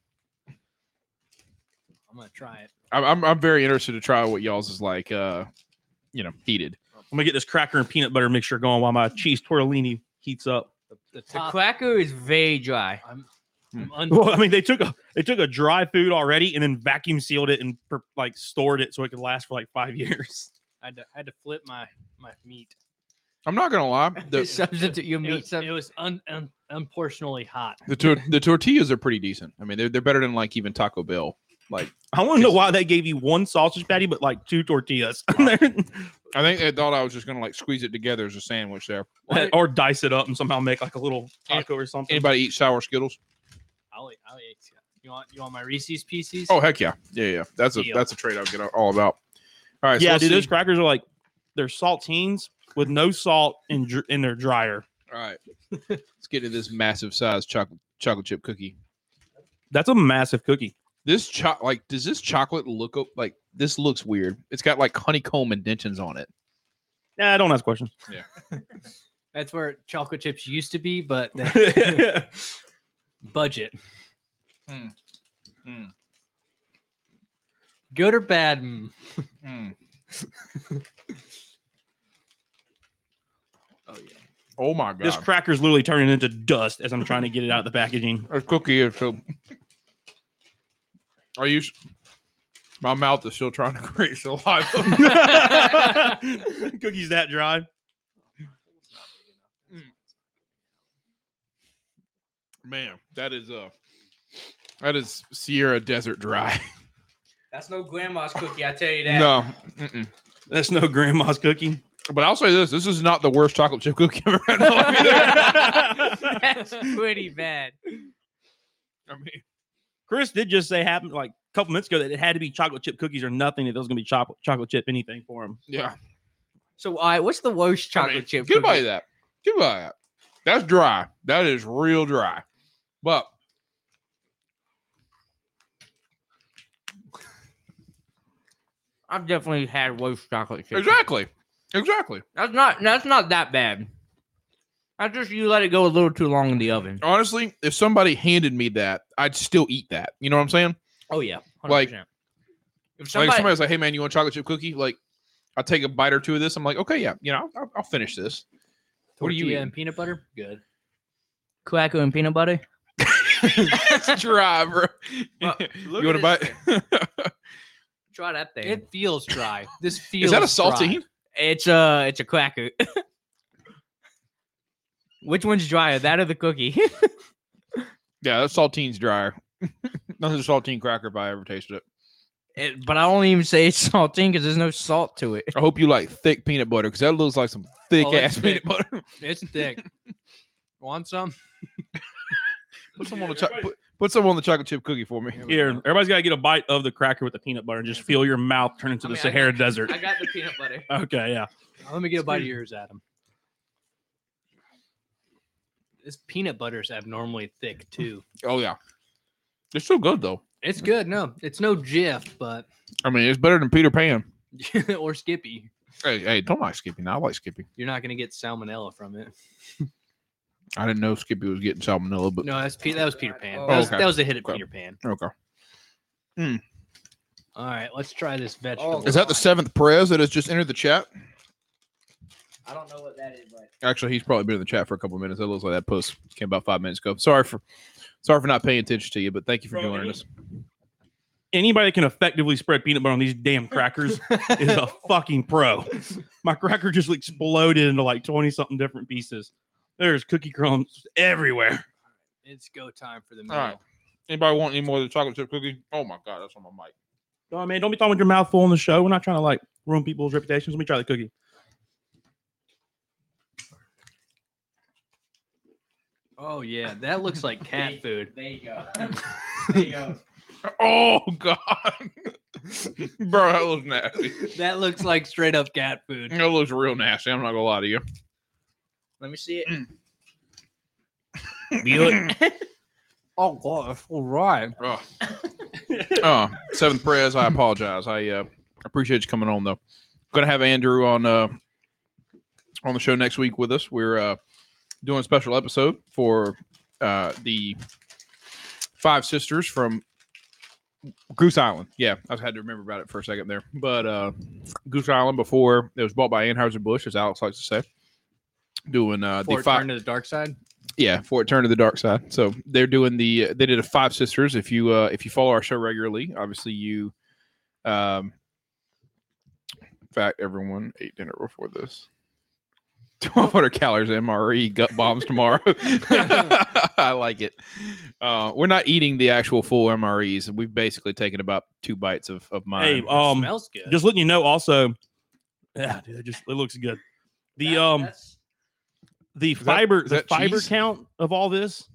I'm gonna try it.
I'm, I'm, I'm very interested to try what y'all's is like, uh, you know, heated.
I'm gonna get this cracker and peanut butter mixture going while my cheese tortellini heats up.
The, the
The
top.
cracker is very dry.
I'm,
Hmm.
I'm un-
Well, I mean, they took a they took a dry food already and then vacuum sealed it and per, like stored it so it could last for like five years.
I, had to, I had to flip my my meat.
I'm not gonna lie.
The,
The Oh.
substitute your
It
meat.
was,
sub-
it was un, un, unportionally hot.
the, tor- the tortillas are pretty decent. I mean, they're they're better than like even Taco Bell. Like
I want to know why they gave you one sausage patty but like two tortillas
I think they thought I was just gonna like squeeze it together as a sandwich there.
or dice it up and somehow make like a little taco or something.
Anybody eat sour Skittles?
I'll eat. I'll eat. yeah. You want you want my Reese's pieces?
Oh heck yeah, yeah yeah. That's a
Deal.
that's a trade I'll get all about. All right, so
yeah,
let's
dude,
see.
those crackers are like they're saltines with no salt in dr- in their dryer.
all right. let's get to this massive size chocolate chocolate chip cookie.
That's a massive cookie.
This cho- like does this chocolate look o- like this looks weird? It's got like honeycomb indentions on it.
Nah, don't ask questions.
That's where chocolate chips used to be, but they-
I
budget.
Hmm. Hmm.
Good or bad? mm.
oh yeah. Oh my god.
this cracker's literally turning into dust as I'm trying to get it out of the packaging.
a cookie is so. Are you? s- My mouth is still trying to create saliva.
Cookie's that dry.
Man, that is uh that is Sierra Desert Dry.
That's no grandma's cookie, I tell you
No, mm-mm.
That's no grandma's cookie.
but I'll say this: this is not the worst chocolate chip cookie I've ever had. in my life.
That's pretty bad.
I mean,
Chris did just say happened like a couple minutes ago that it had to be chocolate chip cookies or nothing. That there was gonna be chocolate chocolate chip anything for him.
yeah.
So, all right, what's the worst
I
chocolate
mean,
chip?
Goodbye
cookie?
that. Goodbye that. That's dry. That is real dry. But
I've definitely had worse chocolate chip.
exactly, exactly.
That's not. That's not that bad. That's just you let it go a little too long in the oven.
Honestly, if somebody handed me that, I'd still eat that. You know what I'm saying?
Oh yeah, 100%.
Like-
if
Like
somebody,
if somebody's like, "Hey man, you want a chocolate chip cookie?" Like, I take a bite or two of this. I'm like, "Okay, yeah, you know, I'll, I'll finish this." What are you
Tortilla
eating?
and peanut butter? Good.
cracker and peanut butter.
it's dry, bro.
Well,
you
look
want to
at
bite?
Try that thing.
It feels dry. This feels.
Is that a
dry.
saltine?
it's a it's a cracker. Which one's drier, that or the cookie?
Yeah, that saltine's drier. Nothing's a saltine cracker if I ever tasted it.
It- but I don't even say it's saltine because there's no salt to it.
I hope you like thick peanut butter because that looks like some Oh, thick ass
it's
peanut butter.
It's thick. Want some?
put some on the cho- put, Put some on the chocolate chip cookie for me.
Here, everybody's got to get a bite of the cracker with the peanut butter and just feel your mouth turn into the
I mean, I
Sahara
got-
Desert.
I got the peanut butter.
Okay, yeah.
Let me get a bite of yours, Adam. This peanut butter's abnormally thick too.
Oh yeah, they're still good though.
It's good. No, it's no Jif, but
I mean, it's better than Peter Pan.
or Skippy.
Hey, hey, don't like Skippy. Now I like Skippy.
You're not gonna get salmonella from it.
I didn't know Skippy was getting salmonella, but
No, that's Pe- that was Peter Pan.
Oh,
that, was,
okay.
that was a hit at
Okay.
Peter Pan.
okay.
All right, let's try
Oh,
this vegetable.
Is that the seventh Perez that has just entered the chat?
I don't know what that is, but
Actually, he's probably been in the chat for a couple minutes. That looks like that post came about five minutes ago. Sorry for, sorry for not paying attention to you, but thank you for joining us.
Anybody that can effectively spread peanut butter on these damn crackers is a fucking pro. My cracker just exploded into like 20 something different pieces. There's cookie crumbs everywhere.
it's go time for the meal.
All right. Anybody want any more of the chocolate chip cookie? Oh my god, that's on my mic.
No, Oh, man, don't be talking with your mouth full on the show. We're not trying to like ruin people's reputations. Let me try the cookie.
Oh yeah, that looks like cat food.
there you go. there you go.
Oh god, bro, that looks nasty.
That looks like straight up cat food.
That looks real nasty. I'm not gonna lie to you.
Let me see it.
Oh god, that's all right.
Oh. uh, seventh Perez, I apologize. I uh, appreciate you coming on though. Gonna have Andrew on uh, on the show next week with us. We're uh, doing a special episode for uh, the five sisters from Goose Island. Yeah, I had to remember about it for a second there. But uh, Goose Island before it was bought by Anheuser Busch, as Alex likes to say. Doing uh,
Before
the
it
five
turned to the dark side.
yeah for it turned to the dark side so they're doing the uh, they did a five sisters if you uh if you follow our show regularly obviously you um in fact everyone ate dinner before this 1200 calories of mre gut bombs tomorrow i like it uh we're not eating the actual full mres we've basically taken about two bites of, of
Hey,
mine
um,
Smells good.
just letting you know also, yeah, dude, it just it looks good. The um the
that-
fiber
is
the
that
fiber
cheese?
count of all this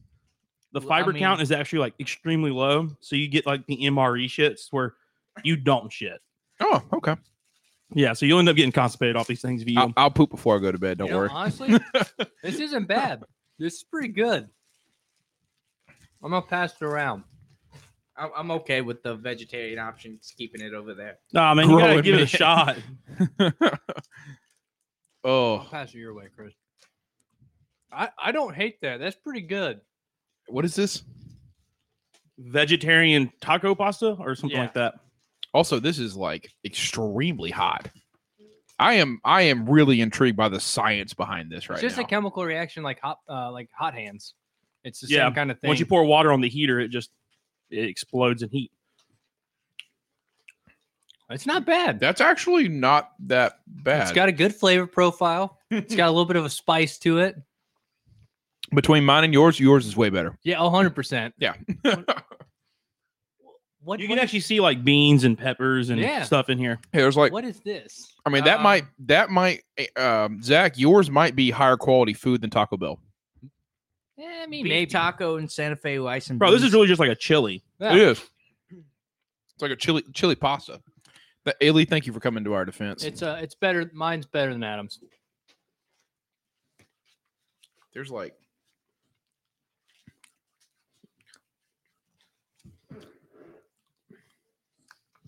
the
Well, I
fiber
mean-
count is actually like extremely low so you get like the mre shits where you don't shit
oh okay
yeah so you'll end up getting constipated off these things if you eat
I'll,
'em.
I'll poop before i go to bed don't
You know,
worry
Honestly, this isn't bad. This is pretty good. I'm gonna pass it around.
I'm, I'm okay with the vegetarian option, just keeping it over there.
nah man you gotta
Growing
give it a
man.
shot
oh
Pass it your way, Chris. I I don't hate that. That's pretty good.
what is this
vegetarian taco pasta or something
Yeah.
like that
Also, this is like extremely hot. I am I am really intrigued by the science behind this right
it's just
now.
a chemical reaction, like hot uh, like hot hands. It's the
Yeah,
same kind of thing.
once you pour water on the heater it just it explodes in heat
it's not bad.
That's actually not that bad.
It's got a good flavor profile. It's got a little bit of a spice to it.
Between mine and yours, yours is way better.
Yeah, 100%. What,
you
what
can
is-
actually see like beans and peppers and
Yeah.
stuff in here
Hey, there's like
what is this?
I mean that
Uh,
might that might eh, um Zach, yours might be higher quality food than Taco Bell.
Yeah, Eh, I mean,
Beef
maybe.
taco and Santa Fe rice and
bro this
beans.
is really just like a chili
Yeah.
It is. It's like a chili chili pasta. That Ailey, thank you for coming to our defense.
It's uh, it's better. Mine's better than Adam's.
there's like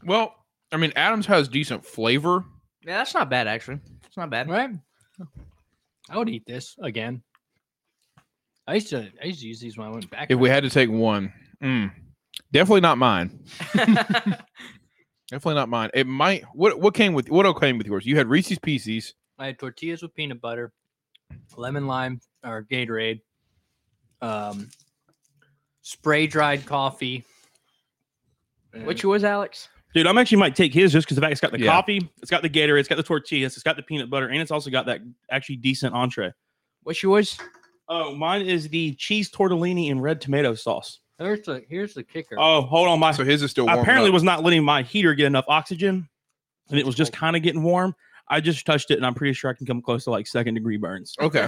well i mean adams has decent flavor
yeah, that's not bad actually. It's not bad.
Right? I would eat this again. I used to I used to use these when I went back.
if we had to take one mm, definitely not mine definitely not mine it might what what came with what came with yours you had reese's pieces
I had tortillas with peanut butter, lemon lime or Gatorade, um, spray dried coffee.
What's yours, Alex?
Dude, I'm actually might take his just because the fact it's got the
Yeah.
coffee, it's got the Gatorade, it's got the tortillas, it's got the peanut butter, and it's also got that actually decent entree.
What's yours?
Oh, mine is the cheese tortellini and red tomato sauce.
Here's the here's the kicker.
Oh, hold on, my
so his is still
I
warm Oh.
apparently was not letting my heater get enough oxygen, and it was just kind of getting warm. I just touched it, and I'm pretty sure I can come close to like second degree burns.
Okay. All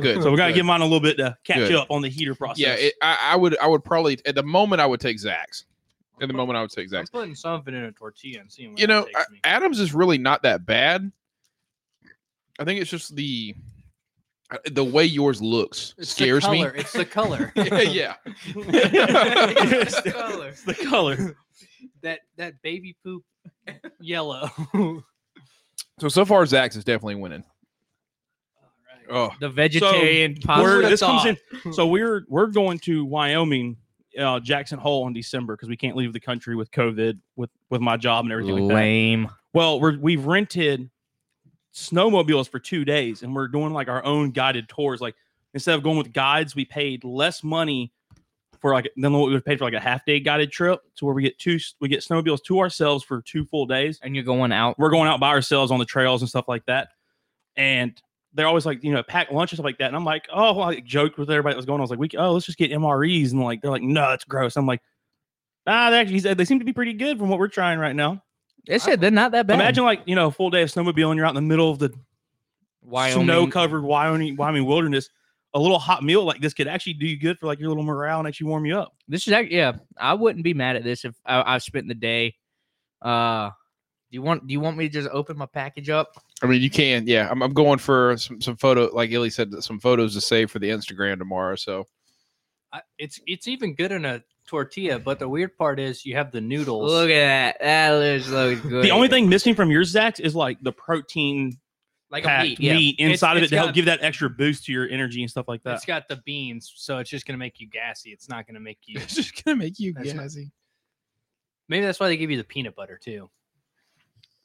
Good.
So we got to
Oh, Good.
give mine a little bit to catch
Good.
up on the heater process.
Yeah, it, I, I would. I would probably at the moment I would take Zach's. At the moment I would take
I'm
Zach's.
putting something in a tortilla and seeing. Where
You know,
that takes me.
I- Adams is really not that bad. I think it's just the the way yours looks
It's the
scares me.
color. It's the color.
yeah, yeah.
It's the color.
It's the color.
That that baby poop yellow.
So so far Zach's is definitely winning.
Alright.
Oh,
The vegetarian pasta.
We're,
would've
this comes
thought.
in. So we're we're going to Wyoming, uh, Jackson Hole in December because we can't leave the country with COVID, with with my job and everything like that.
Lame.
Well, we're we've rented snowmobiles for two days, and we're doing like our own guided tours. Like instead of going with guides, we paid less money for like than what we would pay for like a half day guided trip to where we get two we get snowmobiles to ourselves for two full days.
And you're going out.
We're going out by ourselves on the trails and stuff like that, and. They're always like, you know, pack lunch and stuff like that. And I'm like, oh, I joked with everybody that was going. I was like, we, oh, let's just get MREs. And like, they're like, no, it's gross. I'm like, ah, they actually, they seem to be pretty good from what we're trying right now.
They said they're not that bad.
Imagine like you know a full day of snowmobile and you're out in the middle of the
Wyoming.
snow covered Wyoming Wyoming wilderness. A little hot meal like this could actually do you good for like your little morale and actually warm you up.
This is act- yeah. I wouldn't be mad at this if I, I spent the day. Uh, do you want do you want me to just open my package up?
I mean you can. Yeah, I'm, I'm going for some, some photo. Like Illy said, some photos to save for the Instagram tomorrow. So
I- it's it's even good in a tortilla, but the weird part is you have the noodles.
Look at that. That looks, looks good.
The only thing missing from your Zach's is like the protein
like
packed
a
meat,
meat, yeah.
It's-
inside of it
it's
to help
got-
give that extra boost to your energy and stuff like that.
It's got the beans, so it's just gonna make you gassy. It's not gonna make you.
it's just gonna make you
That's-
gassy.
Maybe that's why they give you the peanut butter too.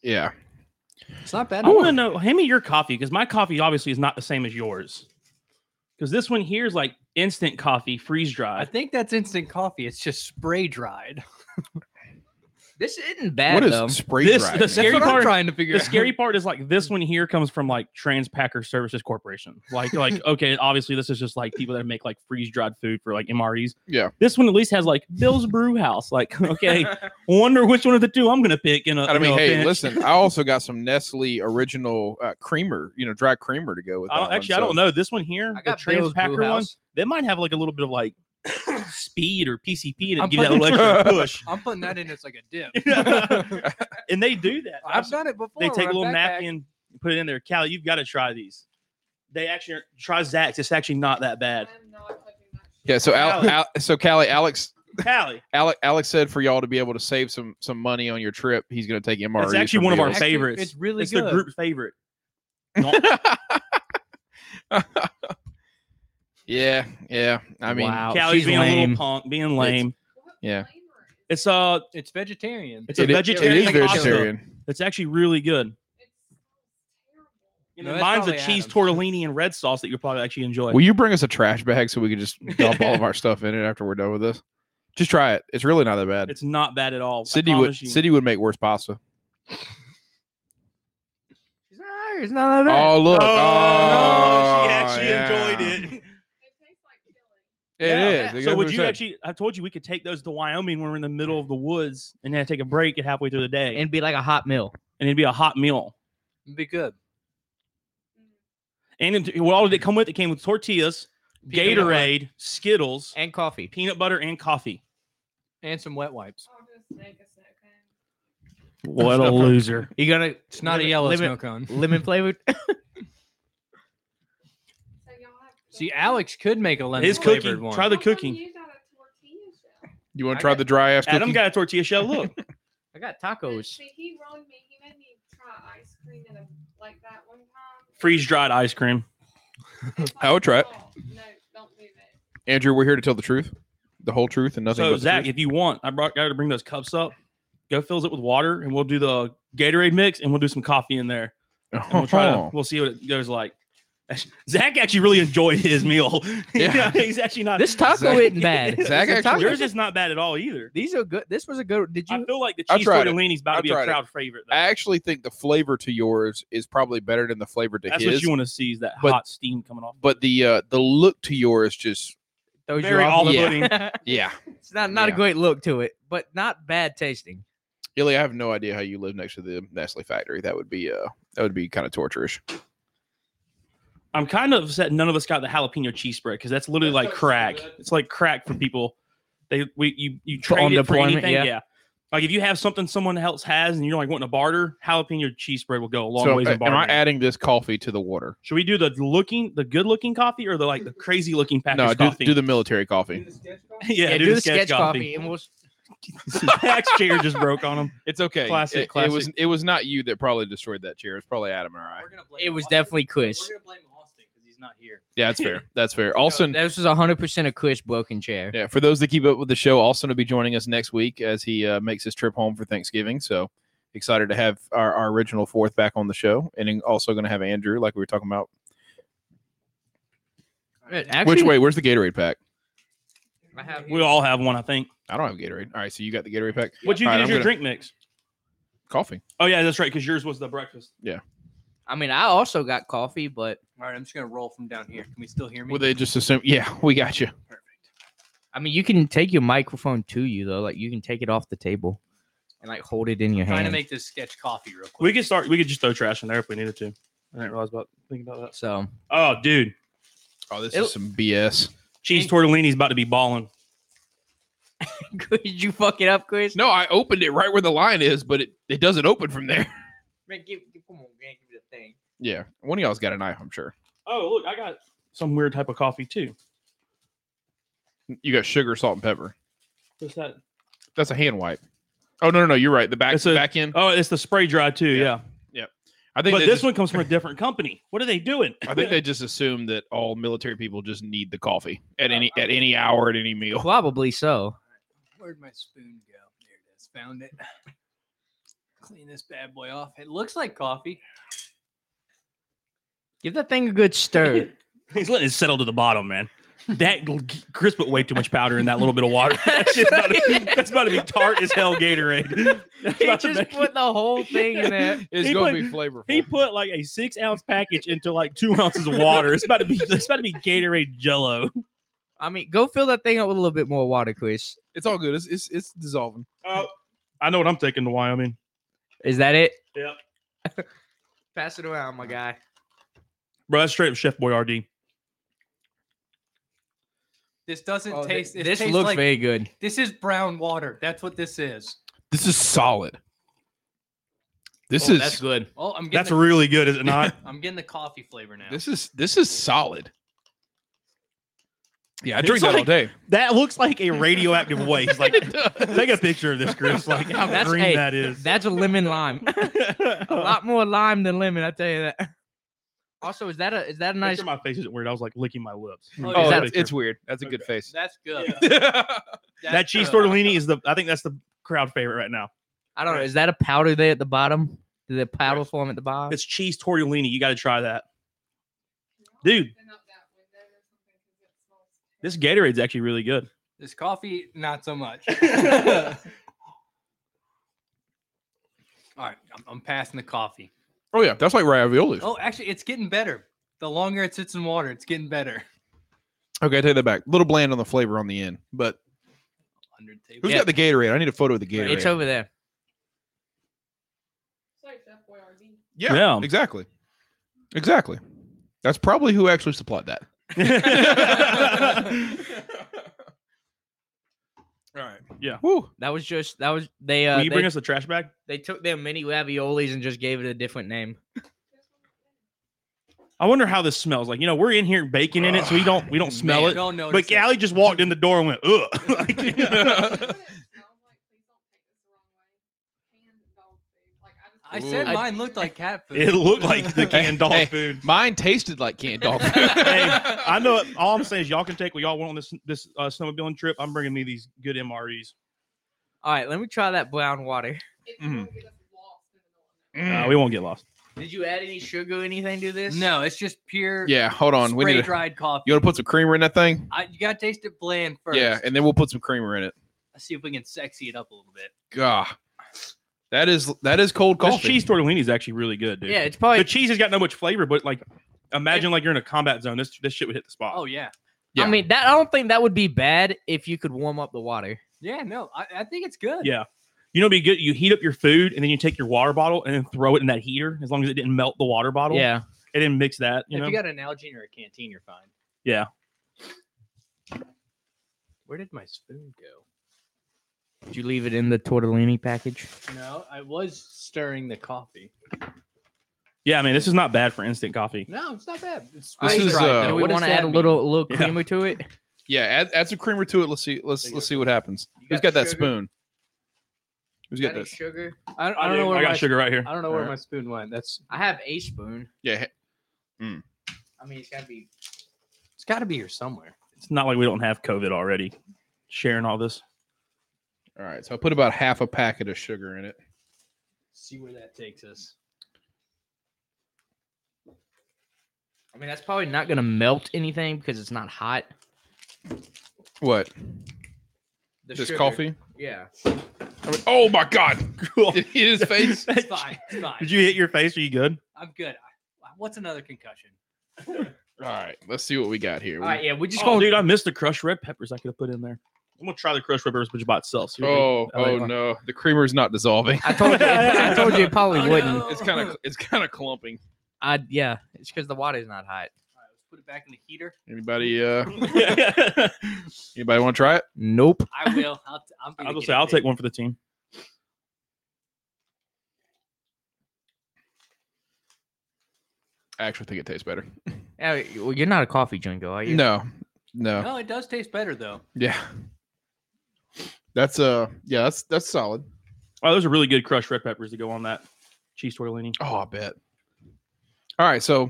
Yeah.
It's not bad.
I want to know hand me your coffee because my coffee obviously is not the same as yours. Because this one here is like instant coffee, freeze
I
dried.
think that's instant coffee. It's just spray dried.
This isn't bad
what is
though.
spray
This-
dry?
this- Scary
that's what
part-
I'm trying to figure
the
out.
scary part is like this one here comes from like Transpacker Services Corporation. Like, like okay, obviously this is just like people that make like freeze dried food for like MREs.
Yeah.
This one at least has like Bill's Brew House. Like, okay, wonder which one of the two I'm gonna pick. In a,
I
in
mean,
a
hey,
pinch.
listen. I also got some Nestle original uh, creamer, you know, dry creamer to go with.
I
that
don't,
one,
actually, I
so-
don't know this one here.
I
The
got Bill's Brew
Transpacker one.
House.
They might have like a little bit of like speed or PCP and it
I'm
gives that
putting-
little extra push.
I'm putting that in as like a dip.
and they do that.
I've done it before.
they take a
when
little
I backpack.
napkin, put it in there. Cal, you've got to try these. They actually are- try Zach's. It's actually not that bad.
Yeah. So, Al,
Alex.
Al, so Callie, Alex,
Callie,
Alex, Alex said for y'all to be able to save some some money on your trip, he's going to take MRE.
That's actually one of our
Actually,
favorites.
It's really
it's
good.
the group favorite.
yeah. Yeah. I mean,
wow,
Callie's
she's
being a
lame.
little punk, being lame.
Yeah.
It's, uh,
It's vegetarian.
it's a
it, i-
vegetarian.
it is
pasta.
vegetarian.
It's actually really good.
No, that's
Mine's a
probably
cheese
Adam's.
tortellini and red sauce that you'll probably actually enjoy.
Will you bring us a trash bag so we can just dump all of our stuff in it after we're done with this? Just try it. It's really not that bad.
it's not bad at all. I
Sydney would
promise you.
Sydney would make worse pasta.
She's not- It's not that bad.
Oh look!
Oh,
Oh,
she actually
yeah.
enjoyed it.
It
Yeah.
is. Like,
So would
that's
you
what I said.
actually? I told you we could take those to Wyoming when we're in the middle of the woods and then take a break at halfway through the day, Oh. and,
It'd be like a hot meal.
it'd be a hot meal.
It'd be good.
And it, what all did it come with? It came with tortillas,
Peanut butter
Gatorade, Skittles,
And coffee.
peanut butter, and coffee.
and some wet wipes.
What a loser!
You gonna
It's not a yellow
lemon,
snow cone.
lemon flavored?
See, Alex could make a lemon
His
flavored
cookie.
one.
Try the cookie.
you want
I
to try
got-
the dry ass
Adam
cookie?
got a tortilla shell. Look,
I got tacos.
See, he wronged me. He made me try ice cream and a, like that one time.
freeze dried ice cream.
It's
I would try it.
oh, No, don't do that.
Andrew, we're here to tell the truth, the whole truth, and nothing.
So
but
Zach,
the truth.
if you want, I brought got to bring those cups up. Go fills it with water, and we'll do the Gatorade mix, and we'll do some coffee in there. And we'll try
Oh. Uh-huh.
to. We'll see what it goes like. Zach actually really enjoyed his meal.
Yeah.
he's actually not.
This taco
Zach-
isn't bad.
Zach
This taco-
actually-
Yours is not bad at all either.
These are good. This was a good. Did
I
you?
feel like the
I
cheese
tried it.
tortellini's about
I
to be a
tried it.
crowd favorite. though.
I actually think the flavor to yours is probably better than the flavor to
That's
his.
what you want to see is that
but-
hot steam coming off.
but the uh, the look to yours just
Those
Very
off a
olive
little
pudding.
bit.
yeah.
it's not not
Yeah.
a great look to it, but not bad tasting.
Illy, I have no idea how you live next to the Nestle factory. That would be uh That would be kind of torturous.
I'm kind of upset none of us got the jalapeno cheese spread because that's literally
That
like
sounds so
crack.
good.
it's like crack for people. They we you you
For-
trade
on
it for
deployment,
anything.
yeah.
Yeah. Like if you have something someone else has and you're like wanting to barter, jalapeno cheese spread will go a long
so,
ways
uh,
in
am I
bartering.
adding this coffee to the water?
Should we do the looking the good looking coffee or the like the crazy looking package
No, do,
coffee?
do the military coffee.
yeah,
yeah, do, the sketch, coffee, and we'll
Zach's chair just broke on him.
It's okay.
Classic,
It- it,
classic.
was it was not you that probably destroyed that chair. It's probably Adam or I.
It was definitely Chris.
We're gonna blame Austin because he's not here.
Yeah, that's fair. That's fair. Alston,
This is 100% a Chris broken chair.
yeah, for those that keep up with the show, Alston will be joining us next week as he uh, makes his trip home for Thanksgiving. So excited to have our, our original fourth back on the show, and then also going to have Andrew, like we were talking about.
Actually,
Which way? Where's the Gatorade pack?
I have
We all have one, I think.
I don't have Gatorade. All right, so you got the Gatorade pack.
What you
All
get
right,
is
I'm
your
gonna-
drink mix.
Coffee.
Oh yeah, that's right, because yours was the breakfast.
I mean, I also got coffee, but
All right, I'm just gonna roll from down here. Can we still hear me?
Well, they just assume. Yeah, we got you.
I mean, you can take your microphone to you though. Like you can take it off the table and like hold it in your
Trying to
hand.
make this sketch coffee real quick.
We could start we could just throw trash in there if we needed to. I didn't realize about thinking about that.
so
Oh dude.
Oh, this
It'll-
is some BS.
Cheese tortellini's about to be balling.
could you fuck it up, Chris?
No, I opened it right where the line is, but it, it doesn't open from there.
Man, give, give, come on, man, give me the thing.
Yeah, one of y'all's got a knife, I'm sure.
Oh look, I got some weird type of coffee too.
You got sugar, salt, and pepper.
What's that?
That's a hand wipe. Oh no, no, no! You're right. The back,
It's a-
back end.
Oh, it's the spray dry too.
Yeah.
Yeah,
I think
but
they
this
just,
one comes from a different company. What are they doing?
I think they just assume that all military people just need the coffee at any at any hour at any meal.
Probably so.
Where'd my spoon go? There it is. Found it. Clean this bad boy off. It looks like coffee.
Give that thing a good stir.
he's letting it settle to the bottom, man. That Chris put way too much powder in that little bit of water. That shit's about to, that's about to be tart as hell Gatorade. That's
he
about to
just
make-
put the whole thing in there.
It's
He
going
put-
to be flavorful.
he put like a six ounce package into like two ounces of water. It's about to be it's about to be Gatorade Jello.
I mean, go fill that thing up with a little bit more water, Chris.
it's all good. It's, it's it's dissolving.
Oh, I know what I'm taking to Wyoming.
Is that it?
Yep.
Pass it around, my guy.
Bro, that's straight up Chef Boyardee.
This doesn't
Oh,
taste.
th-
It
this
tastes
looks
like,
very good.
This is brown water. That's what this is.
This is solid. This
Oh,
is
that's good.
Oh, I'm getting.
That's
the,
really good, is it not?
I'm getting the coffee flavor now.
this is this is solid. Yeah, I
It's
drink that all
like-
day.
that looks like a radioactive waste. Like
It does.
Take a picture of this, Chris. Like how
That's-
green
hey,
that is.
That's a lemon lime. a lot more lime than lemon, I tell you that. Also, is that a is that a nice?
Picture my face isn't weird. I was like licking my lips.
Oh,
Oh,
yeah,
that's,
that-
it's weird. That's a good face.
that's good. That's
that cheese
good.
tortellini is the. I think that's the crowd favorite right now.
I don't know. Is that a powder there at the bottom? Did the powder form at the bottom?
It's cheese tortellini. You got to try that. Dude.
Open up that window or something 'cause
This
it smells
Gatorade's actually really good.
This coffee, not so much. All right, I'm, I'm passing the coffee.
Oh yeah, that's like ravioli.
Oh, actually, it's getting better. The longer it sits in water, it's getting better.
Okay, I take that back. A little bland on the flavor on the end, but
Under the table.
who's
Yeah.
got the Gatorade? I need a photo of the Gatorade.
It's over there.
It's like Chef Boyardee.
Yeah,
Yeah.
exactly. Exactly. That's probably who actually supplied that. All right.
Yeah.
Woo.
That was just that was they uh
Will you
they,
bring us the trash bag?
they took their mini raviolis and just gave it a different name.
I wonder how this smells. Like you know, we're in here baking in it, so we don't we don't smell
Man,
it.
Don't notice
But
it.
Callie just walked in the door and went, ugh. Like-
You know what it smells like? Please don't take this the wrong way. Canned dog food. Like, I just
I said
Ooh.
mine looked like cat food.
it looked like the canned dog
Hey,
food.
Mine tasted like canned dog food.
Hey, I know. it- All I'm saying is y'all can take what y'all want on this this uh, snowmobiling trip. I'm bringing me these good MREs.
All right, let me try that brown water.
If you want to get us lost in the middle
Mm.
of nowhere.
Uh, we won't get lost.
Did you add any sugar or anything to this?
No, it's just pure
yeah, hold on. We
spray
need to,
dried coffee.
you want to put some creamer in that thing?
I, you gotta taste it bland first.
Yeah, and then we'll put some creamer in it.
Let's see if we can sexy it up a little bit.
God. That is that is cold coffee.
This cheese tortellini is actually really good, dude.
Yeah, it's
the
probably
cheese has got no much flavor, but like, imagine like you're in a combat zone. This this shit would hit the spot.
Oh yeah,
Yeah.
I mean, that I don't think that would be bad if you could warm up the water.
yeah. No, I, I think it's good.
Yeah. You know, what'd be good. You heat up your food and then you take your water bottle and then throw it in that heater. As long as it didn't melt the water bottle,
Yeah.
it didn't mix that. You
if
know,
you got an Algene or a canteen, you're fine.
Yeah.
Where did my spoon go?
Did you leave it in the tortellini package?
No, I was stirring the coffee.
yeah. I mean, this is not bad for instant coffee.
No, it's not bad. It's
This
freeze
is,
dried.
uh,
Now,
Do we
what does
want to
that
add a
mean?
little little
Yeah.
creamer to it?
Yeah, add, add some creamer to it. Let's see. Let's let's see what happens.
You
Who's
got
got that
sugar?
spoon? Who's got
Any
this?
sugar? I don't, I
I,
don't
do.
know where
I got
my,
sugar right here.
I don't know where
Alright.
my spoon went. That's
I have a spoon.
Yeah, he-
I mean, it's gotta be.
it's got to be here somewhere.
It's not like we don't have COVID already. Sharing all this.
All right, so I put about half a packet of sugar in it.
See where that takes us.
I mean, that's probably not gonna melt anything because it's not hot.
What?
The
Just
sugar.
coffee?
Yeah.
I mean- oh my god! Did he hit his face?
It's fine. It's fine.
Did you hit your face? Are you good?
I'm good. I- What's another concussion?
All right, let's see what we got here.
All right. Yeah, we just
Just
gonna.
Oh, dude, I missed the crushed red peppers I could have put in there. I'm gonna try the crushed red peppers, but by itself. See what they-
oh,
I like
oh
one.
no, the creamer's not dissolving.
I told you. I told you it probably
Oh, no.
wouldn't.
It's kind of it's kind of clumping.
I yeah. It's because the water's not hot.
All right, let's put it back in the heater.
Anybody uh anybody want to try it?
Nope.
I will. I'll, t- I'm gonna
I was gonna
get
say
it
I'll
big.
take one for the team.
I actually think it tastes better.
Yeah, well, you're not a coffee drinker, are you?
No, no,
No, it does taste better though.
yeah, that's uh, yeah, that's that's solid.
Oh, those are really good crushed red peppers to go on that cheese tortellini.
Oh, I bet. All right, so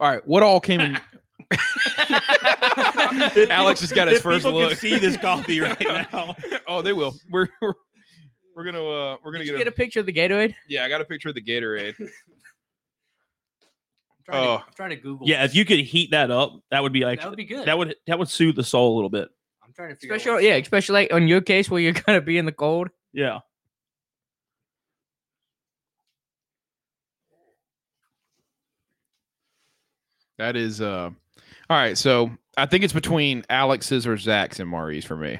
all right, what all came in? Alex just got his
If
first
people
look.
Can see this coffee right now.
oh, they will. We're we're, we're gonna uh we're gonna
Did
get,
you
a,
get a picture of the Gatorade?
yeah. I got a picture of the Gatorade.
I'm trying,
Oh.
to, I'm trying to Google.
Yeah, if you could heat that up, that would be like
that would be good.
that would that would soothe the soul a little bit.
I'm trying to figure
Especially
out.
yeah, especially like on your case where you're gonna be in the cold.
Yeah.
That is uh, all right. So I think it's between Alex's or Zach's and Marie's for me.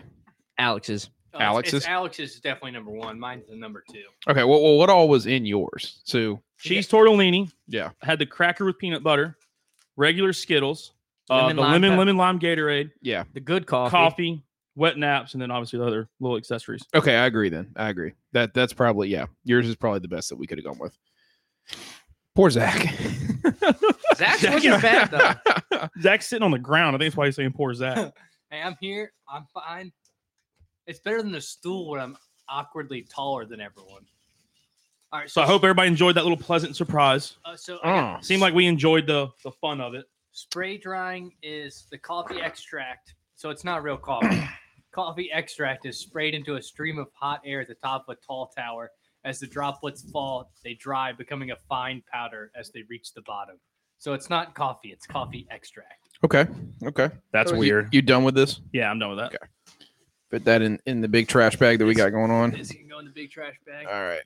Alex's.
Oh, it's-
Alex's?
it's- Alex's is definitely number one. Mine's the number two.
Okay, well, well what all was in yours? So
Cheese tortellini.
Yeah.
I had the cracker with peanut butter, regular Skittles, uh,
Lemon,
the
lime,
lemon
pep-
lemon lime Gatorade,
yeah,
The good coffee.
coffee. wet naps, and then obviously the other little accessories.
okay, I agree. Then I agree. That that's probably yeah. Yours is probably the best that we could have gone with. Poor Zach.
Zach's wasn't bad though.
Zach's sitting on the ground. I think that's why he's saying poor Zach.
Hey, I'm here. I'm fine. It's better than the stool where I'm awkwardly taller than everyone. All right.
so I hope everybody enjoyed that little pleasant surprise.
Uh, so I got
Oh,
Seemed like we enjoyed the the fun of it.
spray drying is the coffee extract. So it's not real coffee. coffee extract is sprayed into a stream of hot air at the top of a tall tower. As the droplets fall, they dry, becoming a fine powder as they reach the bottom. So it's not coffee; it's coffee extract.
okay, okay.
That's
You- You, done with this?
yeah, I'm done with that.
Okay. Put that in in the big trash bag that we got going on.
This can go in the big trash bag.
All right.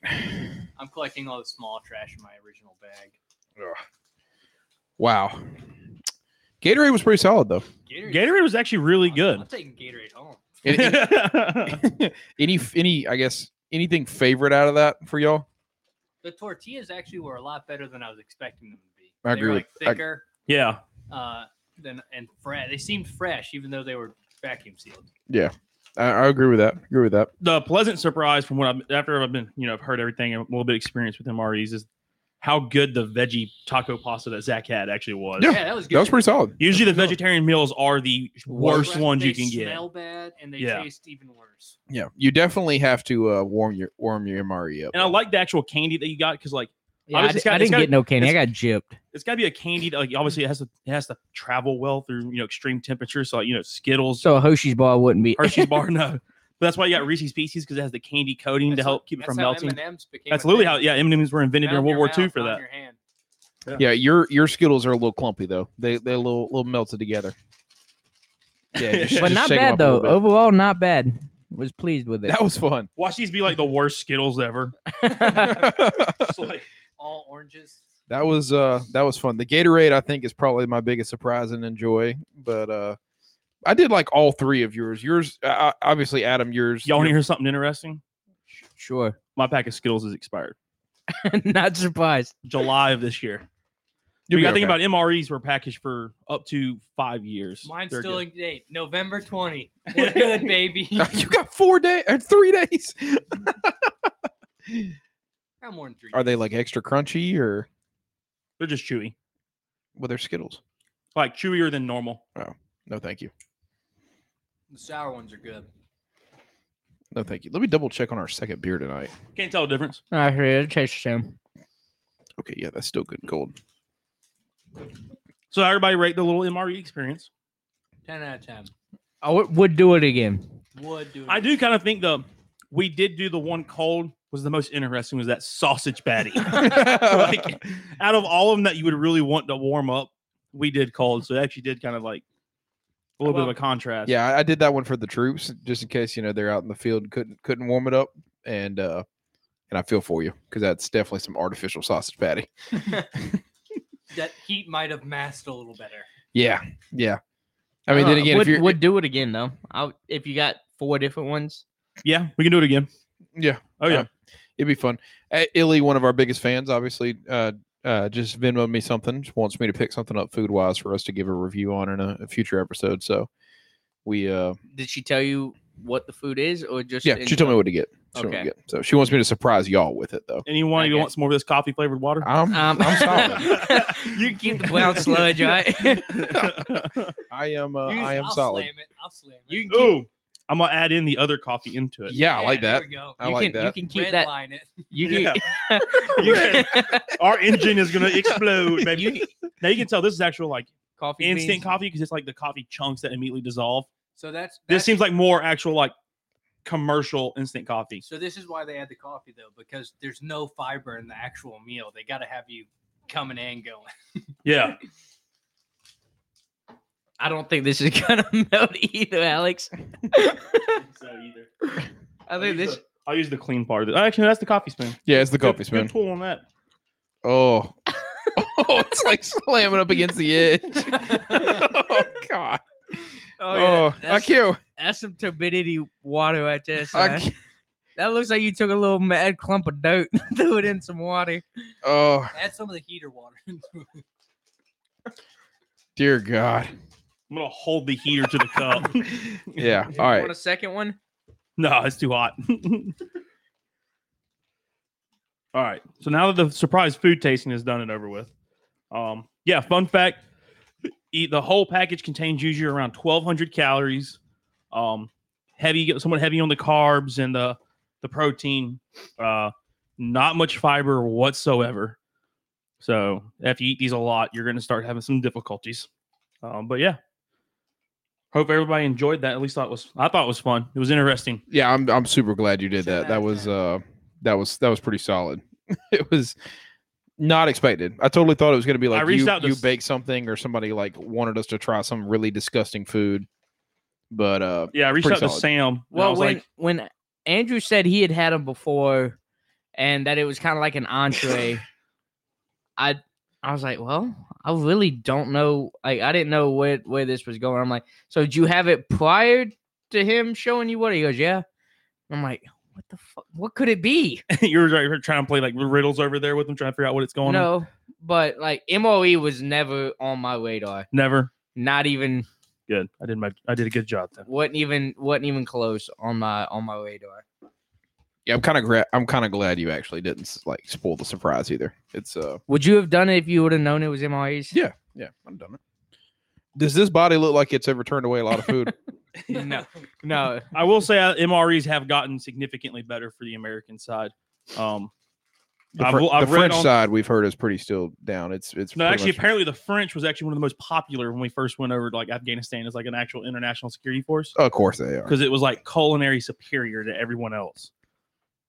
I'm collecting all the small trash in my original bag.
Wow. Gatorade was pretty solid though.
Gatorade,
Gatorade was actually really
I'm
good.
taking Gatorade home.
Any, any- any any I guess anything favorite out of that for y'all?
The tortillas actually were a lot better than I was expecting them to be.
I
they
agree
Were,
with-
like
I-
thicker
yeah,
uh, than and fresh. They seemed fresh, even though they were vacuum sealed.
I, I agree with that. Agree with that.
the pleasant surprise from what I've after I've been you know I've heard everything and a little bit of experience with MREs is how good the veggie taco pasta that Zach had actually was.
Yeah.
Yeah, that was good.
That was pretty solid.
Usually the vegetarian meals are the worst
Fresh,
ones
they
you can get.
Smell bad and they
Yeah.
taste even worse.
Yeah, you definitely have to uh, warm your warm your MRE up.
And I like the actual candy that you got because like
Yeah, I,
Obviously,
di-
it's got-
I
it's
didn't
got-
get no candy. I got gypped.
it's got to be a candy that like obviously it has to it has to travel well through you know extreme temperatures. So like, you know Skittles,
So a Hershey's bar wouldn't be.
Hershey's bar, no. But that's why you got Reese's Pieces because it has the candy coating to
That's
help
how-
keep it
that's
from
how
melting.
M&Ms became
That's
a
literally
thing.
how yeah M&Ms were invented
Down
during World
your
War II
mouth,
for
not
that.
your hand.
Yeah, your your Skittles are a little clumpy though. They they a little little melted together. Yeah,
But
just-
but
just
not
shake
bad
'em up a
though.
little bit.
Overall, not bad. Was pleased with it.
That was fun.
Watch these be like the worst Skittles ever.
that
It's like-
All oranges.
was uh that was fun. The Gatorade I think is probably my biggest surprise and enjoy, but uh I did like all three of yours. Yours uh, obviously Adam yours.
Y'all want to
your-
hear something interesting?
Sure.
My pack of Skittles is expired.
Not surprised.
July of this year.
You'll
You
be
got to think
okay.
about MREs were packaged for up to five years.
Mine's
They're
still
good.
in date. November 20. We're good, baby.
you got four days or three days.
Not more than three.
Are they like extra crunchy or
They're just chewy,
well, they're Skittles?
like chewier than normal.
No, thank you.
The sour ones are good.
No, thank you. Let me double check on our second beer tonight.
Can't tell the difference.
I hear it tastes the same.
Okay, yeah, that's still good gold.
So everybody rate the little MRE experience.
10 out of 10.
I w- would do it again.
Would do.
I do kind of think the we did do the one cold was the most interesting was that sausage patty. Like, Out of all of them that you would really want to warm up, we did cold. So it actually did kind of like a little bit
Well,
of a contrast.
yeah, I- I did that one for the troops just in case you know they're out in the field and couldn't couldn't warm it up and uh and I feel for you because that's definitely some artificial sausage patty.
That heat might have masked a little better.
Yeah, yeah. I mean, then
Uh,
again,
would,
if you're
would do it again though. I if you got four different ones.
Yeah, we can do it again.
yeah,
Oh yeah.
Uh, it'd be fun. Uh, Illy, one of our biggest fans, obviously, uh, uh, just Venmoed me something. Just wants me to pick something up food wise for us to give a review on in a, a future episode. So we, uh,
Did she tell you what the food is, or just
yeah,
in
she told me what to get. She told me
Okay.
what to get. So she wants me to surprise y'all with it though.
Anyone who
Okay.
wants more of this coffee flavored water?
I'm,
Um,
I'm solid.
you keep the brown sludge, right?
I am. Uh,
You-
I am
I'll
solid.
Slam it. I'll slam it.
You can keep,
Ooh, I'm gonna add in the other coffee into it.
Yeah, I
Yeah,
like
there
that.
we go.
I
you
like
can, You
that.
can keep
Red
that.
line it.
You can,
Yeah.
you
Yeah.
can-
Our engine is gonna explode, baby.
you can-
now you can tell this is actual like
coffee
instant
beans.
coffee because it's like the coffee chunks that immediately dissolve.
So that's,
This
that's
seems like more actual like commercial instant coffee.
So this is why they add the coffee though, because there's no fiber in the actual meal. They got to have you coming and going.
Yeah,
I don't think this is gonna melt either, Alex. I think this.
I'll use the clean part of it. Actually, no, that's the coffee spoon.
Yeah, it's the coffee
Good-
spoon.
Good pull on that.
Oh. oh, it's like slamming up against the edge. oh God!
Oh, yeah,
Oh, I
that's-
can't.
That's some turbidity water right there.
I
Son.
can't.
That looks like you took a little mad clump of dirt, threw it in some water.
Oh,
Add some of the heater water.
dear God!
I'm gonna hold the heater to the cup.
Yeah.
You
All right.
Want a second one?
No, it's too hot. All right. So now that the surprise food tasting is done and over with, um, yeah. Fun fact: eat, the whole package contains usually around 1,200 calories. Um, heavy, somewhat heavy on the carbs and the the protein. Uh, not much fiber whatsoever. So if you eat these a lot, you're going to start having some difficulties. Um, but yeah. Hope everybody enjoyed that. At least thought was I thought it was fun. It was interesting.
Yeah, I'm. I'm super glad you did
Ten
that.
out
That
of
was.
ten.
Uh, that was. That was pretty solid. it was not expected. I totally thought it was going to be like
reached
you.
out to
you
s-
baked something, or somebody like wanted us to try some really disgusting food. But uh,
Yeah, I reached
Pretty
out to
solid.
Sam. Well, I
Well,
was
when
like,
when Andrew said he had had them before, and that it was kind of like an entree, I I was like, well, I really don't know. Like, I didn't know where where this was going. I'm like, so did you have it prior to him showing you what? He goes, yeah. I'm like, what the fuck? What could it be?
you were you were trying to play like riddles over there with them, trying to figure out what it's going on.
no, but like MOE was never on my radar.
Never.
Not even
Good. I did my I did a good job then.
wasn't even wasn't even close on my on my radar.
yeah, I'm kind of. Gra- I'm kind of glad you actually didn't s- like spoil the surprise either. It's uh,
Would you have done it if you would have known it was MOEs?
Yeah, yeah, I'm done it. Does this body look like it's overturned away a lot of food?
No. No,
I will say uh, MREs have gotten significantly better for the American side. Um,
The,
I've-
Fr- the
I've read
French
on-
side we've heard is pretty still down. It's it's
no,
pretty
actually,
much-
apparently the French was actually one of the most popular when we first went over to like Afghanistan as like an actual international security force
of course they are.
because it was like culinary superior to everyone else.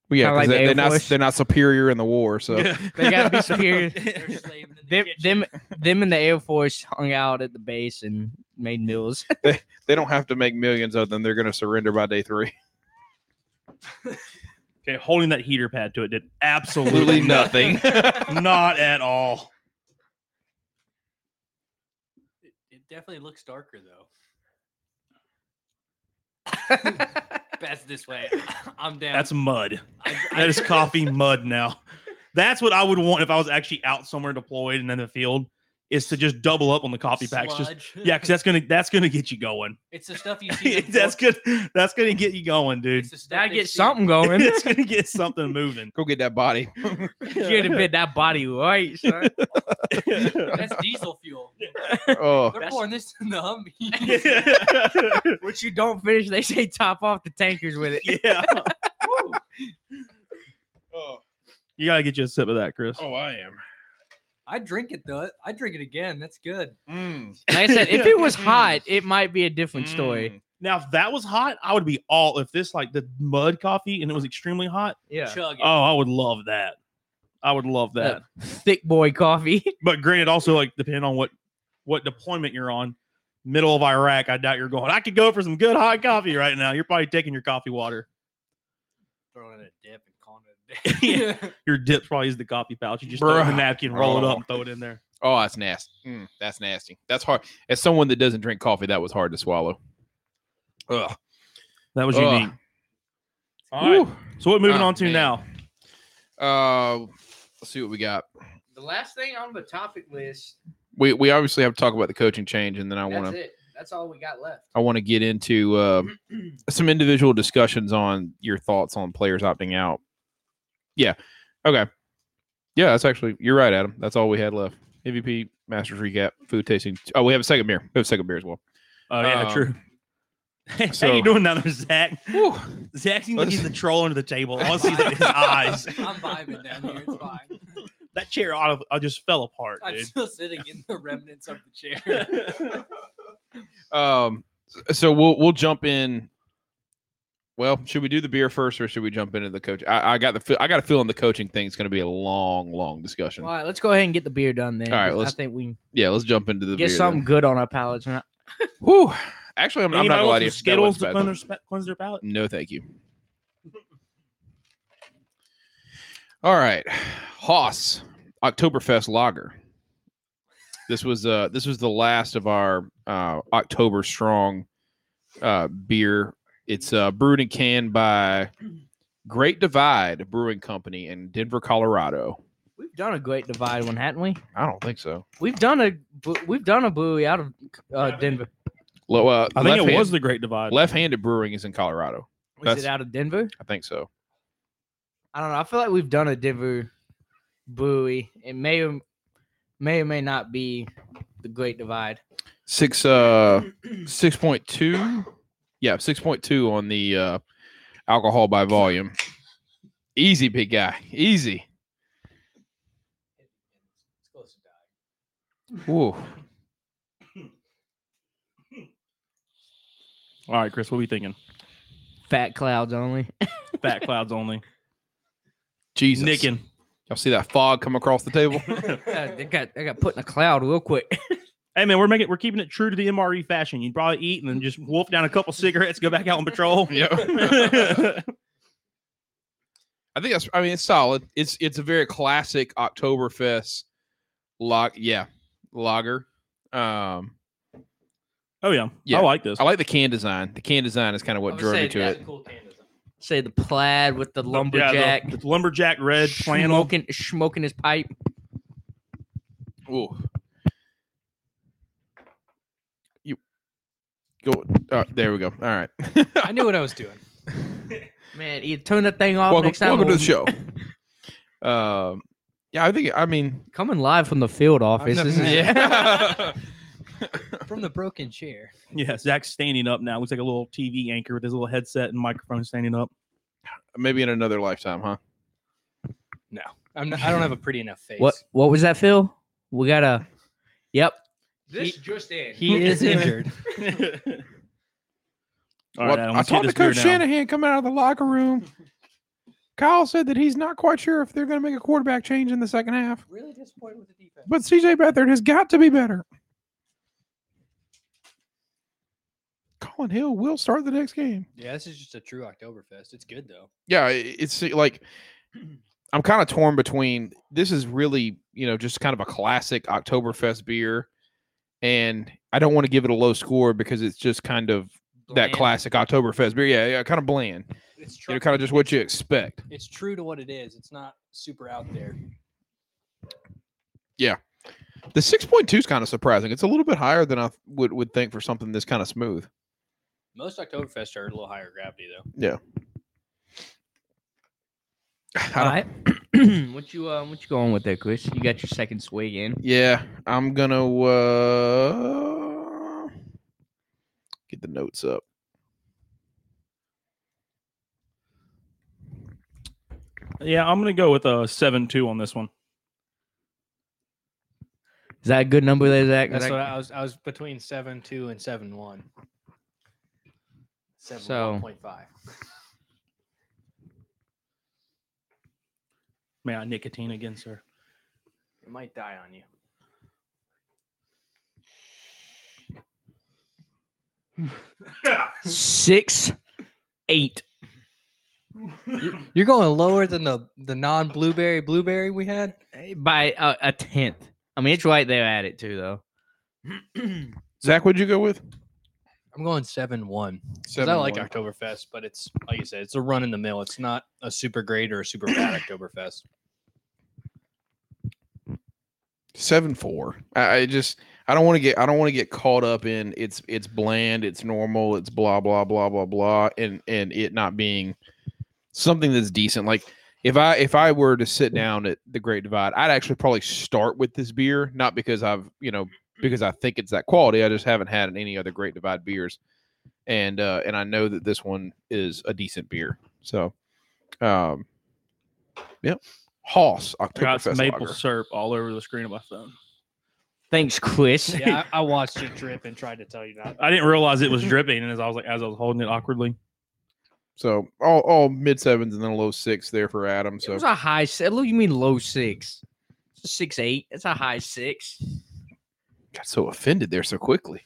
Well, yeah,
Kinda like
'cause
the
they,
Air
are not
Force.
they're not superior in the war. So
they gotta be superior.
They're slaving in the
them,
kitchen.
them, them, and the Air Force hung out at the base and made meals.
they don't have to make millions of them. They're going to surrender by day three.
Okay, holding that heater pad to it did absolutely nothing. Not at all.
It, it definitely looks darker though. bats this way. I'm down.
That's mud.
I- I-
That is coffee mud now. That's what I would want if I was actually out somewhere deployed and in the field is to just double up on the coffee packs. Just
Sludge.
yeah, because that's gonna that's gonna get you going.
it's the stuff you see. in
that's
books.
good. That's gonna get you going, dude.
It's the stuff
Gotta
they
get
see-
something going.
it's gonna get something moving.
Go get that body.
Should have been that body right, son.
That's diesel fuel.
oh,
They're
That's-
pouring this in the Humvee.
yeah.
What you don't finish, they say top off the tankers with it.
oh,
You gotta get you a sip of that, Chris.
oh, I am.
I drink it though. I drink it again. That's good.
Mm,
Like I said, if it was hot, it might be a different story.
mm.
Now, if that was hot, I would be all if this like the mud coffee and it was extremely hot.
Yeah.
Chug it.
Oh, I would love that. I would love that.
Thick boy coffee.
But granted, also like depending on what what deployment you're on, middle of Iraq, I doubt you're going. I could go for some good hot coffee right now. You're probably taking your coffee water.
Throw in a dip and calling it a day.
Your dip probably is the coffee pouch. You just throw it in the
Bruh.
napkin, roll it up, and throw it in there.
Oh, that's nasty. Mm, that's nasty. That's hard. As someone that doesn't drink coffee, that was hard to swallow. Ugh.
That was
Ugh.
unique. All right.
Whew.
So what moving
Oh,
on to
man.
now?
Uh, let's see what we got.
The last thing on the topic list,
We we obviously have to talk about the coaching change, and then I want to
it. That's all we got left.
I want to get into uh, some individual discussions on your thoughts on players opting out. Yeah. Okay. Yeah, that's actually you're right, Adam. That's all we had left. MVP Masters recap, food tasting. Oh, we have a second beer. We have a second beer as well.
Oh yeah,
Um,
true. Hey, How
so-
you doing down there, Zach?
Whew.
Zach seems like he's the troll under the table. All I see is like, his eyes.
I'm vibing down here. It's fine.
That chair ought to, I just fell apart,
I'm
dude.
still sitting in the remnants of the chair.
Um, so we'll we'll jump in. Well, should we do the beer first, or should we jump into the coach? I, I got the fe- I got a feeling the coaching thing is going to be a long, long discussion.
All right, let's go ahead and get the beer done then.
All right,
'cause
let's
I think we can
Yeah, let's jump into the
get
beer.
something
then.
good on our palates. man.
Whew. Actually, I'm, I'm not
Anybody
gonna
want
lie to
some
you. That
Skittles
wasn't
to
bad.
cleanse their, sp- cleanse their palate?
No, thank you. All right, Haas Oktoberfest Lager. This was uh this was the last of our uh, October strong uh, beer. It's uh, brewed and canned by Great Divide Brewing Company in Denver, Colorado.
We've done a great divide one, hadn't we?
I don't think so.
We've done a bu- we've done a brewery out of uh, Denver.
Low, uh,
I think it
left-hand-
was the Great Divide.
left-handed brewing is in Colorado.
Was
That's-
it out of Denver?
I think so.
I don't know. I feel like we've done a Denver brewery. It may or may or may not be the Great Divide.
six uh six point two yeah six point two on the uh alcohol by volume easy big guy easy
It's close to dying.
Ooh.
All right, Chris, what are we thinking?
Fat clouds only.
Fat clouds only.
jesus
Nicking.
y'all see that fog come across the table
I got I got put in a cloud real quick.
Hey man, we're making we're keeping it true to the MRE fashion. You'd probably eat and then just wolf down a couple cigarettes, go back out on patrol.
yeah i think that's i mean it's solid it's it's a very classic oktoberfest log yeah lager um
oh yeah.
Yeah.
I like this.
i like the can design the can design is kind of
I
what
would
drew
say
me to
that-
it
Cool tandem.
Say the plaid with the
The- yeah, the-
lumberjack.
the lumberjack red flannel.
smoking, smoking his pipe.
Ooh. You go. Uh, there we go. All right.
I knew what I was doing.
Man, you turn that thing off
welcome
next time.
welcome to
we'll-
the show. um, yeah, I think. I mean,
Coming live from the field office.
never-
This is
yeah.
From the broken chair.
Yeah, Zach's standing up now. Looks like a little TV anchor with his little headset and microphone standing up.
Maybe in another lifetime, huh?
I'm not, I don't have a pretty enough face.
what what was that, Phil? We got a Yep.
This
just in.
He is injured.
All right,
Well,
Adam,
I
let's get
talked to
this beer
Coach
down.
Shanahan coming out of the locker room. Kyle said that he's not quite sure if they're going to make a quarterback change in the second half,
Really disappointed with the defense.
but CJ Beathard has got to be better. Colin Hill will start the next game.
Yeah, this is just a true Oktoberfest. It's good though.
yeah, i- it's uh, like I'm kind of torn between this is really, you know, just kind of a classic Oktoberfest beer. And I don't want to give it a low score because it's just kind of that
Bland.
classic Oktoberfest beer. Yeah, yeah, kind of bland.
It's
You
true.
know, kind of just what you expect.
it's true to what it is. It's not super out there.
The six point two is kind of surprising. It's a little bit higher than I th- would would think for something this kind of smooth.
Most Oktoberfests are a little higher gravity though.
I
Uh,
All
don't-
right. what you uh, what you going with there, Chris? You got your second swig in.
Yeah, I'm gonna uh, get the notes up.
Yeah, I'm gonna go with a seven two on this one.
Is that a good number there, Zach?
That's
Zach?
what I was. I was between seven two and seven one. Seven
So-
one point five.
May I nicotine again, sir?
It might die on you.
Six, eight.
You're going lower than the the non blueberry blueberry we had.
eh, By uh, a tenth. I mean, it's right there at it too, though.
Zach, what'd you go with?
I'm going seven one. Because I
Seven
like
one.
Oktoberfest, but it's like you said, it's a run in the mill. It's not a super great or a super bad Oktoberfest.
seven four. I, I just I don't want to get I don't want to get caught up in it's it's bland, it's normal, it's blah blah blah blah blah, and and it not being something that's decent. Like if I if I were to sit down at the Great Divide, I'd actually probably start with this beer, not because I've you know because I think it's that quality. I just haven't had any other Great Divide beers, and uh, and I know that this one is a decent beer. So, um, yep. Hoss
I got some
Oktoberfest
maple
Lager.
syrup all over the screen of my phone.
Thanks, Chris.
Yeah, I, I watched it drip and tried to tell you not.
I didn't realize it was dripping, and as I was like, as I was holding it awkwardly,
So all, all mid sevens and then a low six there for Adam.
It
So
was a high. si- What do you mean low six? It's a six eight. It's a high six.
got so offended there so quickly.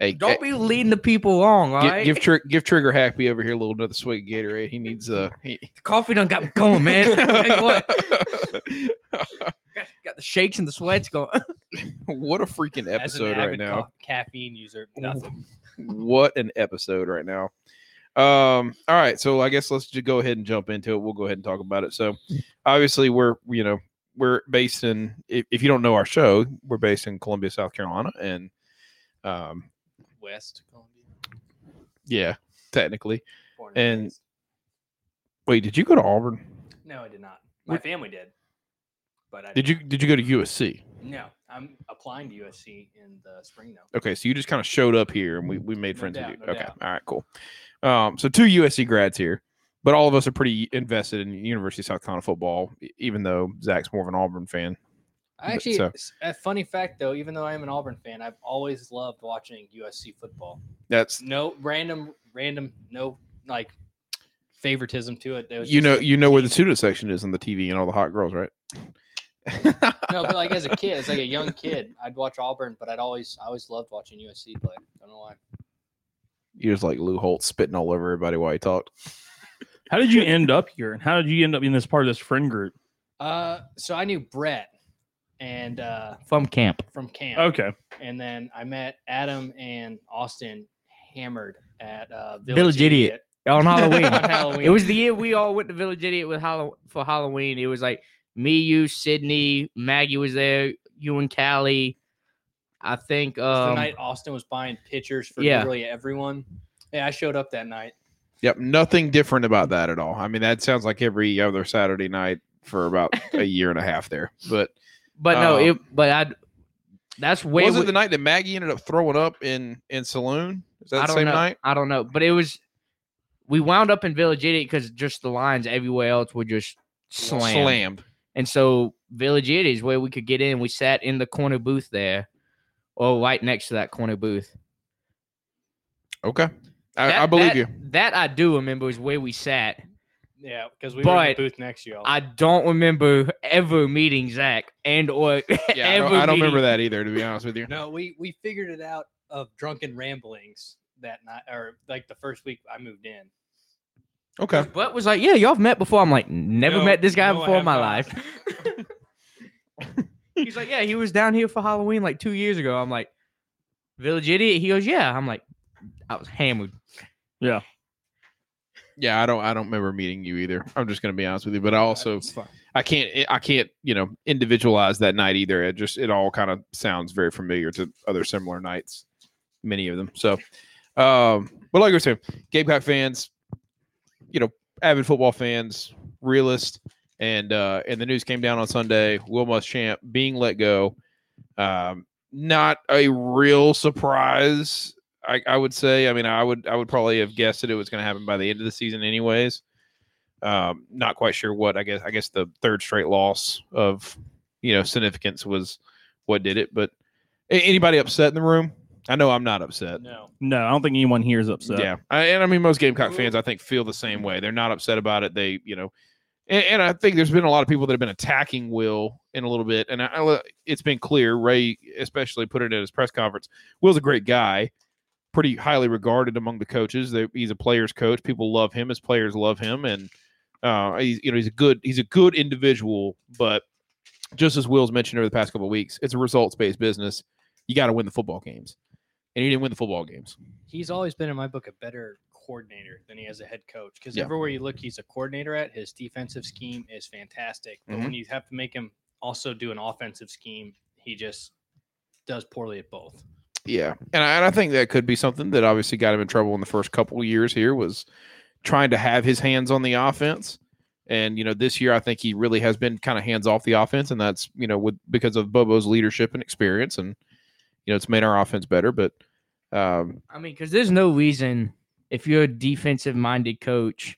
Hey,
Don't
hey,
be leading the people wrong. All
gi-
right.
give Trig- give Trigger Happy over here a little another swig of Gatorade. He needs uh he-
the coffee done got me going, man. Tell you what, got, got the shakes and the sweats going.
what a freaking episode right now.
co- caffeine user, nothing.
What an episode right now. Um, all right, so I guess let's just go ahead and jump into it. We'll go ahead and talk about it. So obviously we're you know, we're based in if, if you don't know our show, we're based in Columbia, South Carolina, and um
West Columbia.
Yeah, technically.
born
And-
raised.
Wait, did you go to Auburn?
no, I did not. My family did, but I
Did you did you go to USC?
No, I'm applying to USC in the spring though.
Okay, so you just kind of showed up here and we, we made
No
friends
doubt,
with you.
no
okay.
doubt.
All right, cool. Um, so two USC grads here, but all of us are pretty invested in University of South Carolina football, e- even though Zach's more of an Auburn fan.
I
But-
actually,
so-
s- a funny fact though, even though I am an Auburn fan, I've always loved watching USC football.
That's
No random, random, no like favoritism to it. It was
you
just
know
a
you know where the
team.
student section is on the TV and all the hot girls, right?
no, but like as a kid, as like a young kid, I'd watch Auburn, but I'd always, I always loved watching USC play. I don't know why.
You're just like Lou Holt spitting all over everybody while he talked.
how did you end up here, and how did you end up in this part of this friend group?
Uh, so I knew Brett and uh
From camp.
from camp.
Okay,
and then I met Adam and Austin hammered at uh,
Village Idiot. on Halloween.
on Halloween.
It was the year we all went to Village Idiot with Hallow- for Halloween. It was like me, you, Sydney, Maggie was there, you and Callie. I think
It was the
um,
night Austin was buying pitchers for
yeah.
literally everyone. Yeah, I showed up that night.
Yep, nothing different about that at all. I mean, that sounds like every other Saturday night for about a year and a half there. But
but no,
uh,
it but I that's way
was
we-
it the night that Maggie ended up throwing up in in saloon? Is that
I
the
don't
same
know.
night?
I don't know, but it was we wound up in Village Idiot because just the lines everywhere else were just slammed.
Slammed.
And so Village Idiot is where we could get in. We sat in the corner booth there, or right next to that corner booth.
Okay, I,
That-
I believe
that-
you.
That I do remember is where we sat.
Yeah, because we were in
But
the booth next to y'all.
I don't remember ever meeting Zach and or
Yeah, I
ever
don't, I don't
meeting-
remember that either. To be honest with you,
no, we we figured it out of drunken ramblings that night, or like the first week I moved in.
okay,
But was like, yeah, y'all have met before. I'm like, never
No,
met this guy
no, I
before in
have
my
not.
life. He's like, yeah, he was down here for Halloween like two years ago. I'm like, Village Idiot. He goes, yeah. I'm like, I was hammered.
Yeah, I don't. I don't remember meeting you either. I'm just going to be honest with you, but I also I can't. I can't. You know, individualize that night either. It just it all kind of sounds very familiar to other similar nights, many of them. So, um, but like I was saying, Gamecock fans, you know, avid football fans, realist, and uh, and the news came down on Sunday. Will Muschamp being let go. Um, not a real surprise I, I would say. I mean, I would I would probably have guessed that it was going to happen by the end of the season, anyways. Um, not quite sure what I guess. I guess the third straight loss of you know significance was what did it. But a- anybody upset in the room? I know I'm not upset.
No.
No, I don't think anyone here is upset.
Yeah, I, and I mean most Gamecock fans, I think, feel the same way. They're not upset about it. They, you know, and, and I think there's been a lot of people that have been attacking Will in a little bit, and I, I- it's been clear. Ray especially put it at his press conference. Will's a great guy, pretty highly regarded among the coaches. They, he's a players' coach. People love him. His players love him, and uh, he's you know he's a good he's a good individual. But just as Will's mentioned over the past couple of weeks, it's a results based business. You got to win the football games, and he didn't win the football games.
He's always been, in my book, a better coordinator than he is a head coach. Because
Yeah.
everywhere you look, he's a coordinator at. His defensive scheme is fantastic. But
Mm-hmm.
when you have to make him also do an offensive scheme, he just does poorly at both.
Yeah, and I, and I think that could be something that obviously got him in trouble in the first couple of years. Here was trying to have his hands on the offense, and you know this year I think he really has been kind of hands off the offense, and that's you know with because of Bobo's leadership and experience, and you know it's made our offense better. But um,
I mean, because there's no reason if you're a defensive minded coach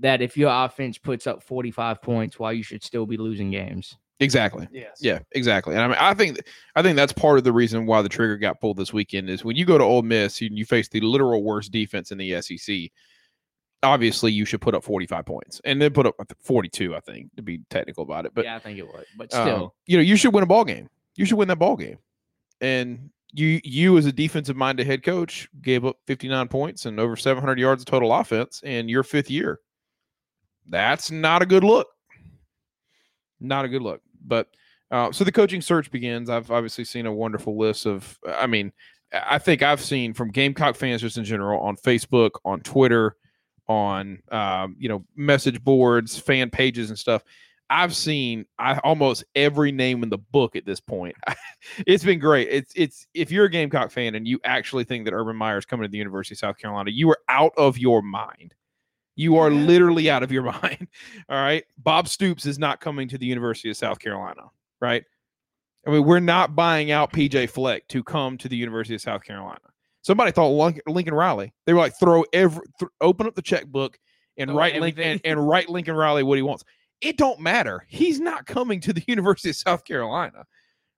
that if your offense puts up 45 points, why you should still be losing games.
exactly,
Yes.
yeah, exactly. And I mean I think I think that's part of the reason why the trigger got pulled this weekend is when you go to Ole Miss and you face the literal worst defense in the SEC. Obviously, you should put up 45 points and then put up 42, I think, to be technical about it. But
yeah, I think it would, but
Um,
still.
you know, you should win a ball game. You should win that ball game. And you, you as a defensive minded head coach, gave up 59 points and over 700 yards of total offense in your fifth year. That's not a good look. Not a good look. But uh, so the coaching search begins. I've obviously seen a wonderful list of, I mean, I think I've seen from Gamecock fans just in general on Facebook, on Twitter, on um, you know message boards, fan pages, and stuff. I've seen I, almost every name in the book at this point. it's been great. It's it's if you're a Gamecock fan and you actually think that Urban Meyer is coming to the University of South Carolina, you are out of your mind. You are literally out of your mind. All right, Bob Stoops is not coming to the University of South Carolina. Right? I mean, we're not buying out PJ Fleck to come to the University of South Carolina. Somebody thought Link- Lincoln Riley. They were like, throw every, th- open up the checkbook and
Throw
write Lincoln and,
everything.
and write Lincoln Riley what he wants it don't matter. He's not coming to the University of South Carolina,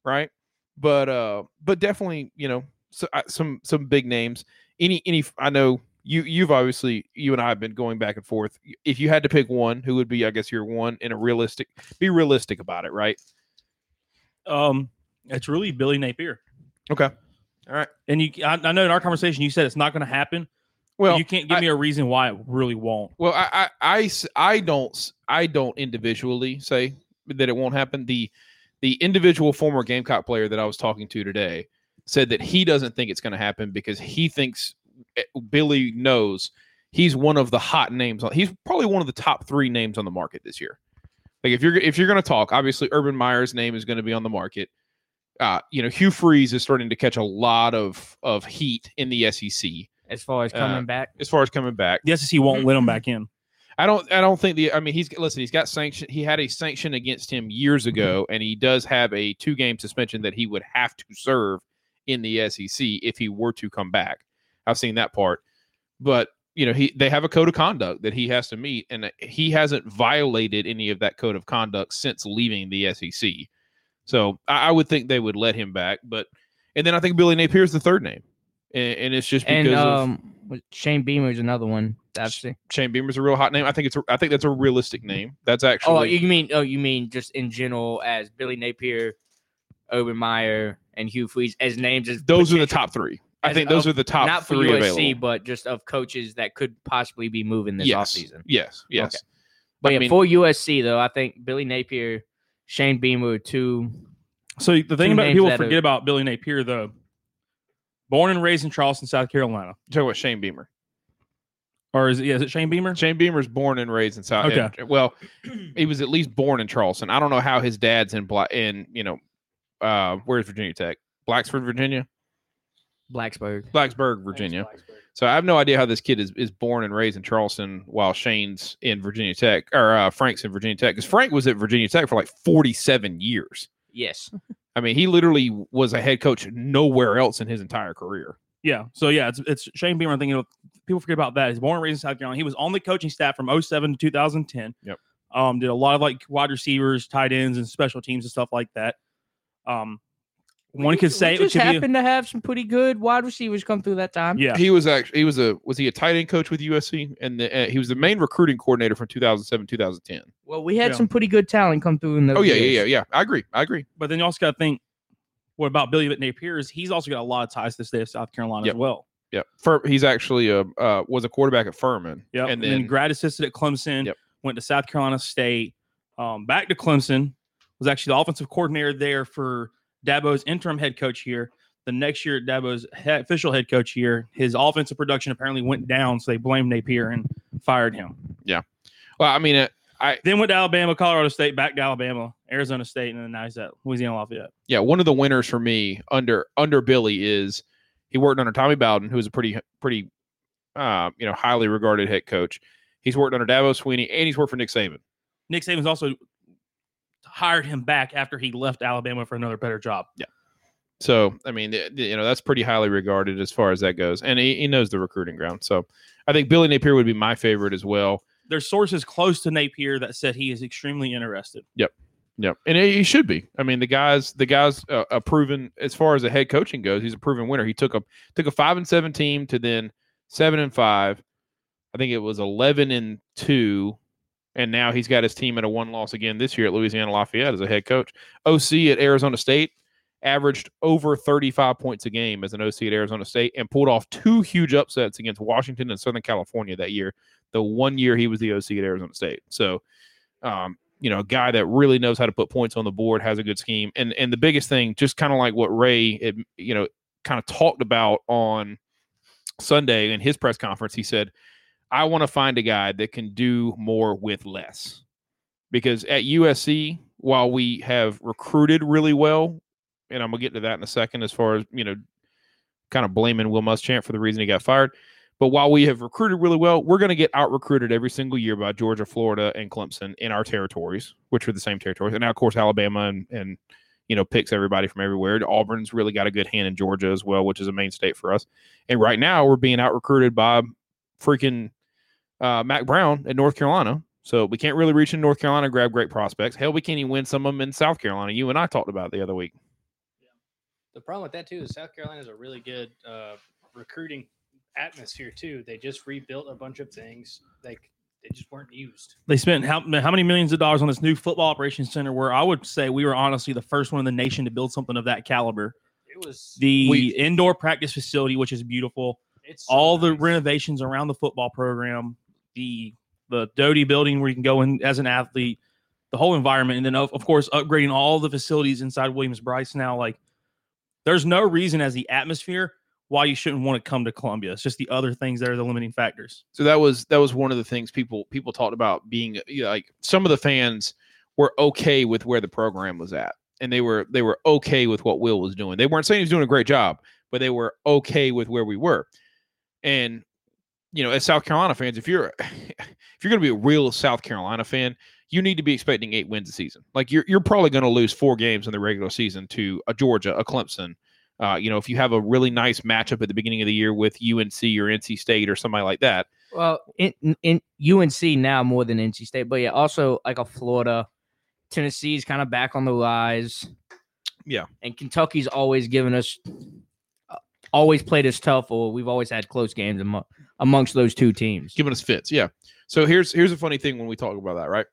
right? But uh, but definitely, you know, so, uh, some some big names. Any any, I know you you've obviously you and I have been going back and forth. If you had to pick one, who would be? I guess your one in a realistic. Be realistic about it, right?
Um, it's really Billy Napier.
Okay. All right.
And you, I, I know in our conversation you said it's not going to happen. Well,
Well,
you can't give
I-
me a reason why it really won't.
Well, I, I, I s- I don't, s- I don't individually say that it won't happen. The, the individual former Gamecock player that I was talking to today said that he doesn't think it's going to happen because he thinks eh, Billy knows he's one of the hot names. on- He's probably one of the top three names on the market this year. Like if you're if you're going to talk, obviously Urban Meyer's name is going to be on the market. Uh, you know, Hugh Freeze is starting to catch a lot of of heat in the SEC
as far as
Uh,
coming back.
as far as coming back.
The SEC won't
Mm-hmm.
let him back in.
I don't. I don't think the. I mean, he's listen. He's got sanction. He had a sanction against him
Mm-hmm.
years ago, and he does have a two-game suspension that he would have to serve in the SEC if he were to come back. I've seen that part, but you know, he they have a code of conduct that he has to meet, and he hasn't violated any of that code of conduct since leaving the SEC. So I, I would think they would let him back, but and then I think Billy Napier is the third name, and, and it's just because
And
of,
um, Shane Beamer's another one. That's the,
Shane Beamer's a real hot name. I think it's. A, I think that's a realistic name. That's
oh,
actually.
you mean oh, you mean just in general as Billy Napier, Urban Meyer, and Hugh Freeze as names as
those are the
potential-
top three. I
as
think those
of-
are the top
not for
three
USC,
available.
but just of coaches that could possibly be moving this
yes.
offseason.
Yes. Yes.
Okay. But
I
yeah,
mean-
for USC though, I think Billy Napier, Shane Beamer, are two.
So the
Two
thing about
names
people
that are-
forget about Billy Napier though born and raised in Charleston, South Carolina.
Talk about Shane Beamer.
Or is it, yeah, is it Shane Beamer?
Shane Beamer's born and raised in South.
Okay.
in- well, he was at least born in Charleston. I don't know how his dad's in Bla- in you know, uh, where's Virginia Tech? Blacksburg, Virginia.
Blacksburg.
Blacksburg, Virginia. So I have no idea how this kid is, is born and raised in Charleston while Shane's in Virginia Tech or uh, Frank's in Virginia Tech because Frank was at Virginia Tech for like 47 years.
Yes.
I mean, he literally was a head coach nowhere else in his entire career.
Yeah. So yeah, it's, it's Shane Beamer. I think you know, people forget about that. He's born and raised in South Carolina. He was on the coaching staff from 07 to 2010.
Yep.
Um, did a lot of like wide receivers, tight ends, and special teams and stuff like that. Um, one could say it
just
should be.
happened to have some pretty good wide receivers come through that time.
Yeah.
He was actually he was a was he a tight end coach with USC and the, uh, he was the main recruiting coordinator from 2007 2010.
Well, we had
Yeah.
some pretty good talent come through in those.
Oh yeah,
years.
yeah, yeah, yeah. I agree. I agree.
But then you also got to think, what about Billy Napier? Pierce? He's also got a lot of ties to the state of South Carolina
Yep.
as well.
Yeah, Fur- he's actually a uh, was a quarterback at Furman.
Yeah,
and then,
grad assisted at Clemson.
Yep.
Went to South Carolina State. Um, back to Clemson. Was actually the offensive coordinator there for Dabo's interim head coach here. The next year, Dabo's he- official head coach here, his offensive production apparently went down, so they blamed Napier and fired him.
well, I mean, uh,
Then went to Alabama, Colorado State, back to Alabama, Arizona State, and then now he's at Louisiana Lafayette.
yeah, one of the winners for me under under Billy is he worked under Tommy Bowden, who was a pretty pretty uh, you know highly regarded head coach. He's worked under Dabo Sweeney and he's worked for Nick Saban.
Nick Saban's also hired him back after he left Alabama for another better job.
So I mean, th- th- you know that's pretty highly regarded as far as that goes, and he, he knows the recruiting ground. So I think Billy Napier would be my favorite as well.
There's sources close to Napier that said he is extremely interested.
Yep, and he he should be. I mean, the guys, the guys, uh, a proven as far as the head coaching goes, he's a proven winner. He took a took a five and seven team to then seven and five. I think it was eleven and two, and now he's got his team at a one loss again this year at Louisiana Lafayette as a head coach. OC at Arizona State averaged over thirty five points a game as an OC at Arizona State and pulled off two huge upsets against Washington and Southern California that year. The one year he was the OC at Arizona State, so. Um, you know, a guy that really knows how to put points on the board, has a good scheme. And and the biggest thing, just kind of like what Ray, it, you know, kind of talked about on Sunday in his press conference, he said, "I want to find a guy that can do more with less." Because at USC, while we have recruited really well, and I'm gonna get to that in a second, as far as you know, kind of blaming Will Muschamp for the reason he got fired. But while we have recruited really well, we're going to get out recruited every single year by Georgia, Florida, and Clemson in our territories, which are the same territories. And now, of course, Alabama and, and you know picks everybody from everywhere. Auburn's really got a good hand in Georgia as well, which is a main state for us. And right now, we're being out recruited by freaking uh, Mac Brown in North Carolina. So we can't really reach in North Carolina, and grab great prospects. Hell, we can't even win some of them in South Carolina. You and I talked about it the other week.
The problem with that too is South Carolina's a really good uh, recruiting atmosphere too. They just rebuilt a bunch of things like they just weren't used.
They spent how, how many millions of dollars on this new football operations center? Where I would say we were honestly the first one in the nation to build something of that caliber.
It was
The
We-
indoor practice facility, which is beautiful,
it's so
all the
nice.
renovations around the football program, the the Doty building where you can go in as an athlete, the whole environment, and then of, of course upgrading all the facilities inside Williams Bryce. Now, like, there's no reason as the atmosphere why you shouldn't want to come to Columbia. It's just the other things that are the limiting factors.
So that was that was one of the things people people talked about being you know, like some of the fans were okay with where the program was at, and they were they were okay with what Will was doing. They weren't saying he was doing a great job, but they were okay with where we were. And you know, as South Carolina fans, if you're if you're going to be a real South Carolina fan, you need to be expecting eight wins a season. Like you're you're probably going to lose four games in the regular season to a Georgia, a Clemson. Uh, you know, if you have a really nice matchup at the beginning of the year with UNC or NC State or somebody like that.
Well, in, in UNC now more than NC State, but yeah, also like a Florida, Tennessee's kind of back on the rise.
Yeah.
and Kentucky's always given us, uh, always played us tough, or we've always had close games among, amongst those two teams.
giving us fits. Yeah. So here's here's a funny thing when we talk about that, right?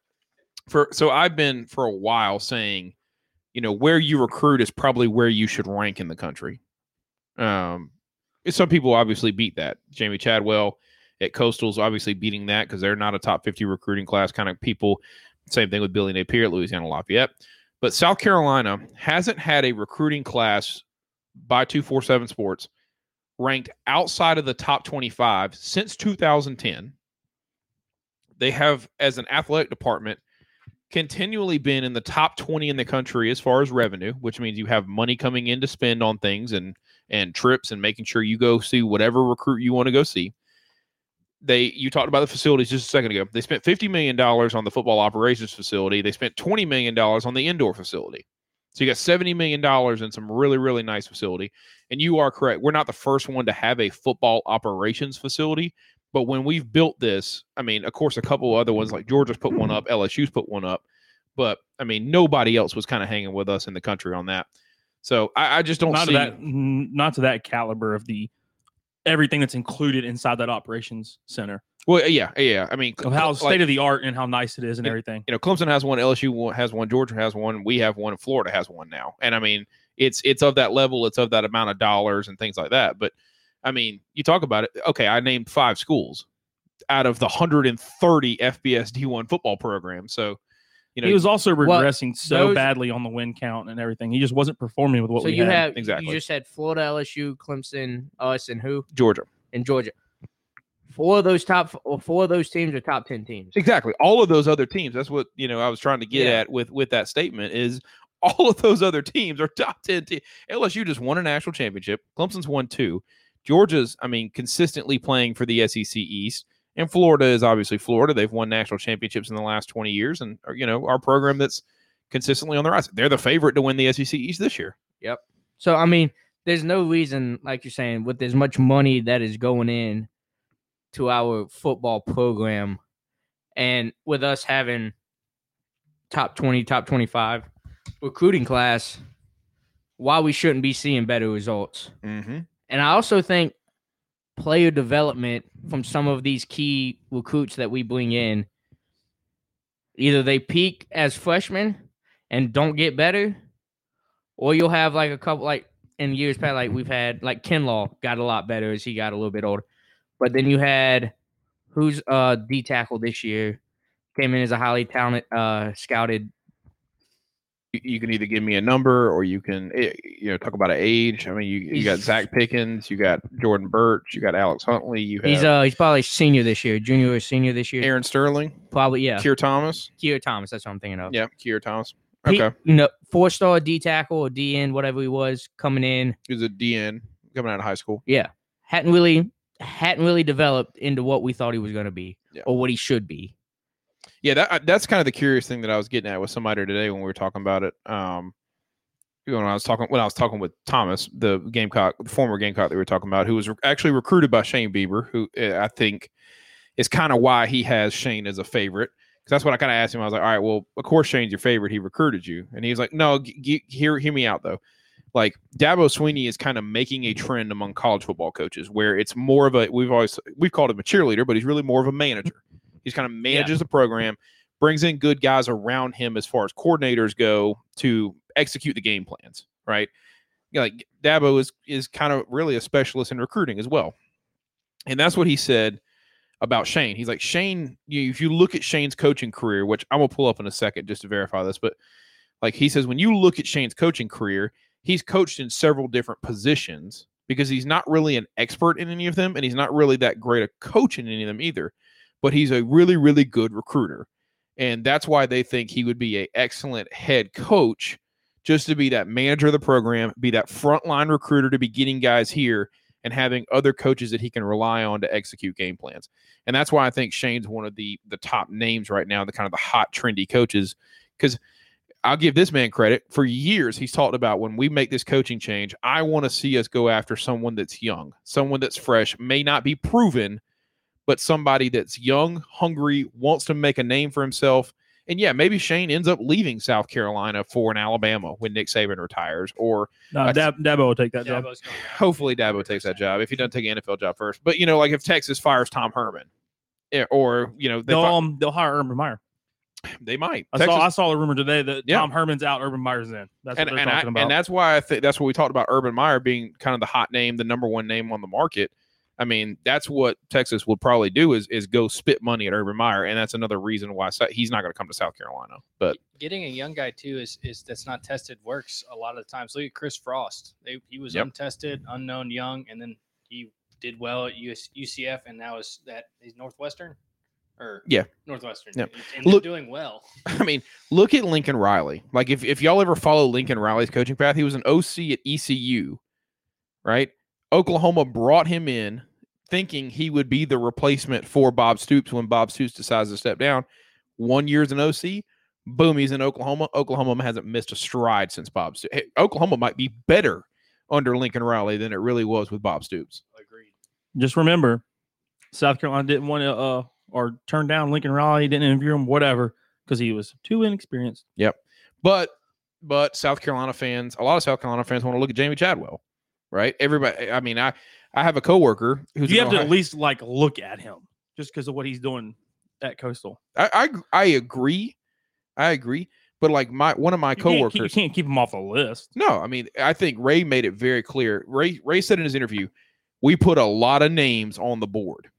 For so I've been for a while saying, you know, where you recruit is probably where you should rank in the country. Um, some people obviously beat that. Jamie Chadwell at Coastal's obviously beating that because they're not a top fifty recruiting class kind of people. Same thing with Billy Napier at Louisiana Lafayette. But South Carolina hasn't had a recruiting class by two four seven sports ranked outside of the top 25 since 2010. They have, as an athletic department, continually been in the top 20 in the country as far as revenue, which means you have money coming in to spend on things and and trips and making sure you go see whatever recruit you want to go see. They you talked about the facilities just a second ago. They spent 50 million dollars on the football operations facility. They spent 20 million dollars on the indoor facility. So you got 70 million dollars in some really really nice facility. And you are correct. We're not the first one to have a football operations facility, but when we've built this, I mean, of course, a couple other ones like Georgia's put one up, LSU's put one up, but I mean, nobody else was kind of hanging with us in the country on that. So I, I just don't
not
see
to that n- not to that caliber of the everything that's included inside that operations center
Well, yeah, yeah. I mean,
of how
like,
state of the art and how nice it is and
Yeah.
everything.
you know, Clemson has one, LSU wa- has one, Georgia has one, we have one, and Florida has one now. And I mean, it's it's of that level, it's of that amount of dollars and things like that. But I mean, you talk about it. Okay, I named five schools out of the 130 FBS D1 football programs. So, you know,
he was also
Well,
regressing so
those-
badly on the win count and everything. He just wasn't performing with what
so
we
you
had.
have
exactly.
You just had Florida, LSU, Clemson, us, and who?
Georgia.
And Georgia. Four of those top or four of those teams are top ten teams.
Exactly. All of those other teams. That's what you know. I was trying to get
Yeah.
at with with that statement is all of those other teams are top ten. Te- LSU just won a national championship. Clemson's won two. Georgia's, I mean, consistently playing for the SEC East, and Florida is obviously Florida. They've won national championships in the last twenty years, and are, you know our program that's consistently on the rise. They're the favorite to win the SEC East this year.
So I mean, there's no reason, like you're saying, with as much money that is going in to our football program, and with us having top twenty, top twenty five recruiting class, why we shouldn't be seeing better results.
Mm-hmm.
And I also think player development from some of these key recruits that we bring in, either they peak as freshmen and don't get better, or you'll have like a couple like in years past, like we've had like Kinlaw got a lot better as he got a little bit older. But then you had who's uh D tackle this year came in as a highly talented uh scouted
You, you can either give me a number or you can eh, you know talk about an age. I mean, you, you got
He's-
Zach Pickens, you got Jordan Birch, you got Alex Huntley, you have
he's uh he's probably senior this year, junior or senior this year.
Aaron Sterling,
Probably yeah.
Kier Thomas.
Kier Thomas, that's what I'm thinking of.
Yeah, Kier Thomas.
He-
Okay,
you know, four star D tackle or DN, whatever he was coming in,
he's a DN coming out of high school.
hadn't really hadn't really developed into what we thought he was going to be
Yeah.
or what he should be.
Yeah, that uh, that's kind of the curious thing that I was getting at with somebody today when we were talking about it. Um, you know, when I was talking when I was talking with Thomas, the Gamecock, the former Gamecock that we were talking about, who was re- actually recruited by Shane Bieber, who uh, I think is kind of why he has Shane as a favorite. Because that's what I kind of asked him. I was like, all right, well, of course Shane's your favorite. He recruited you, and he was like, no, g- g- hear hear me out though. Like Dabo Sweeney is kind of making a trend among college football coaches where it's more of a we've always we've called him a cheerleader, but he's really more of a manager. He's kind of manages the program, brings in good guys around him as far as coordinators go to execute the game plans, right? You know, like Dabo is is kind of really a specialist in recruiting as well. And that's what he said about Shane. He's like, Shane, you, if you look at Shane's coaching career, which I'm gonna pull up in a second just to verify this, but like he says, when you look at Shane's coaching career, he's coached in several different positions because he's not really an expert in any of them, and he's not really that great a coach in any of them either but he's a really really good recruiter and that's why they think he would be a excellent head coach just to be that manager of the program be that frontline recruiter to be getting guys here and having other coaches that he can rely on to execute game plans and that's why i think shane's one of the the top names right now the kind of the hot trendy coaches because i'll give this man credit for years he's talked about when we make this coaching change i want to see us go after someone that's young someone that's fresh may not be proven but somebody that's young, hungry, wants to make a name for himself. And yeah, maybe Shane ends up leaving South Carolina for an Alabama when Nick Saban retires, or
No,
I-
Dab- Dabo will take that job.
Dabo's going down.
hopefully Dabo takes that job if he doesn't take an NFL job first. But you know, like if Texas fires Tom Herman, eh, or you know, they,
They'll,
fi-
um, they'll hire Urban Meyer.
they might.
I
Texas-
saw I saw a rumor today that
Yeah.
Tom Herman's out, Urban Meyer's in. That's what
and,
they're
and, I,
talking about.
and that's why I think that's what we talked about Urban Meyer being kind of the hot name, the number one name on the market. I mean, that's what Texas would probably do is is go spit money at Urban Meyer, and that's another reason why Sa- he's not going to come to South Carolina. But
Getting a young guy too is is that's not tested works a lot of the times. Look at Chris Frost. They, he was
Yep.
untested, unknown, young, and then he he did well at US, UCF, and now is that he's Northwestern or
Yeah.
Northwestern.
Yep.
And they're
Look-
doing well.
I mean, look at Lincoln Riley. Like if, if y'all ever follow Lincoln Riley's coaching path, he was an OC at ECU, right? Oklahoma brought him in thinking he would be the replacement for Bob Stoops when Bob Stoops decides to step down. One year's an OC, boom, he's in Oklahoma. Oklahoma hasn't missed a stride since Bob Stoops. Hey, Oklahoma might be better under Lincoln Riley than it really was with Bob Stoops.
Agreed.
Just remember, South Carolina didn't want to uh or turn down Lincoln Riley, didn't interview him, whatever, because he was too inexperienced.
But but South Carolina fans, a lot of South Carolina fans want to look at Jamie Chadwell, right? Everybody, I mean, I I have a coworker who's
you
an
have to
Ohio-
at least like look at him just because of what he's doing at Coastal.
I, I gr- I agree, I agree. But like my one of my
You can't, keep, you
coworkers,
can't keep him off the list.
no, I mean, I think Ray made it very clear. Ray Ray said in his interview, we put a lot of names on the board,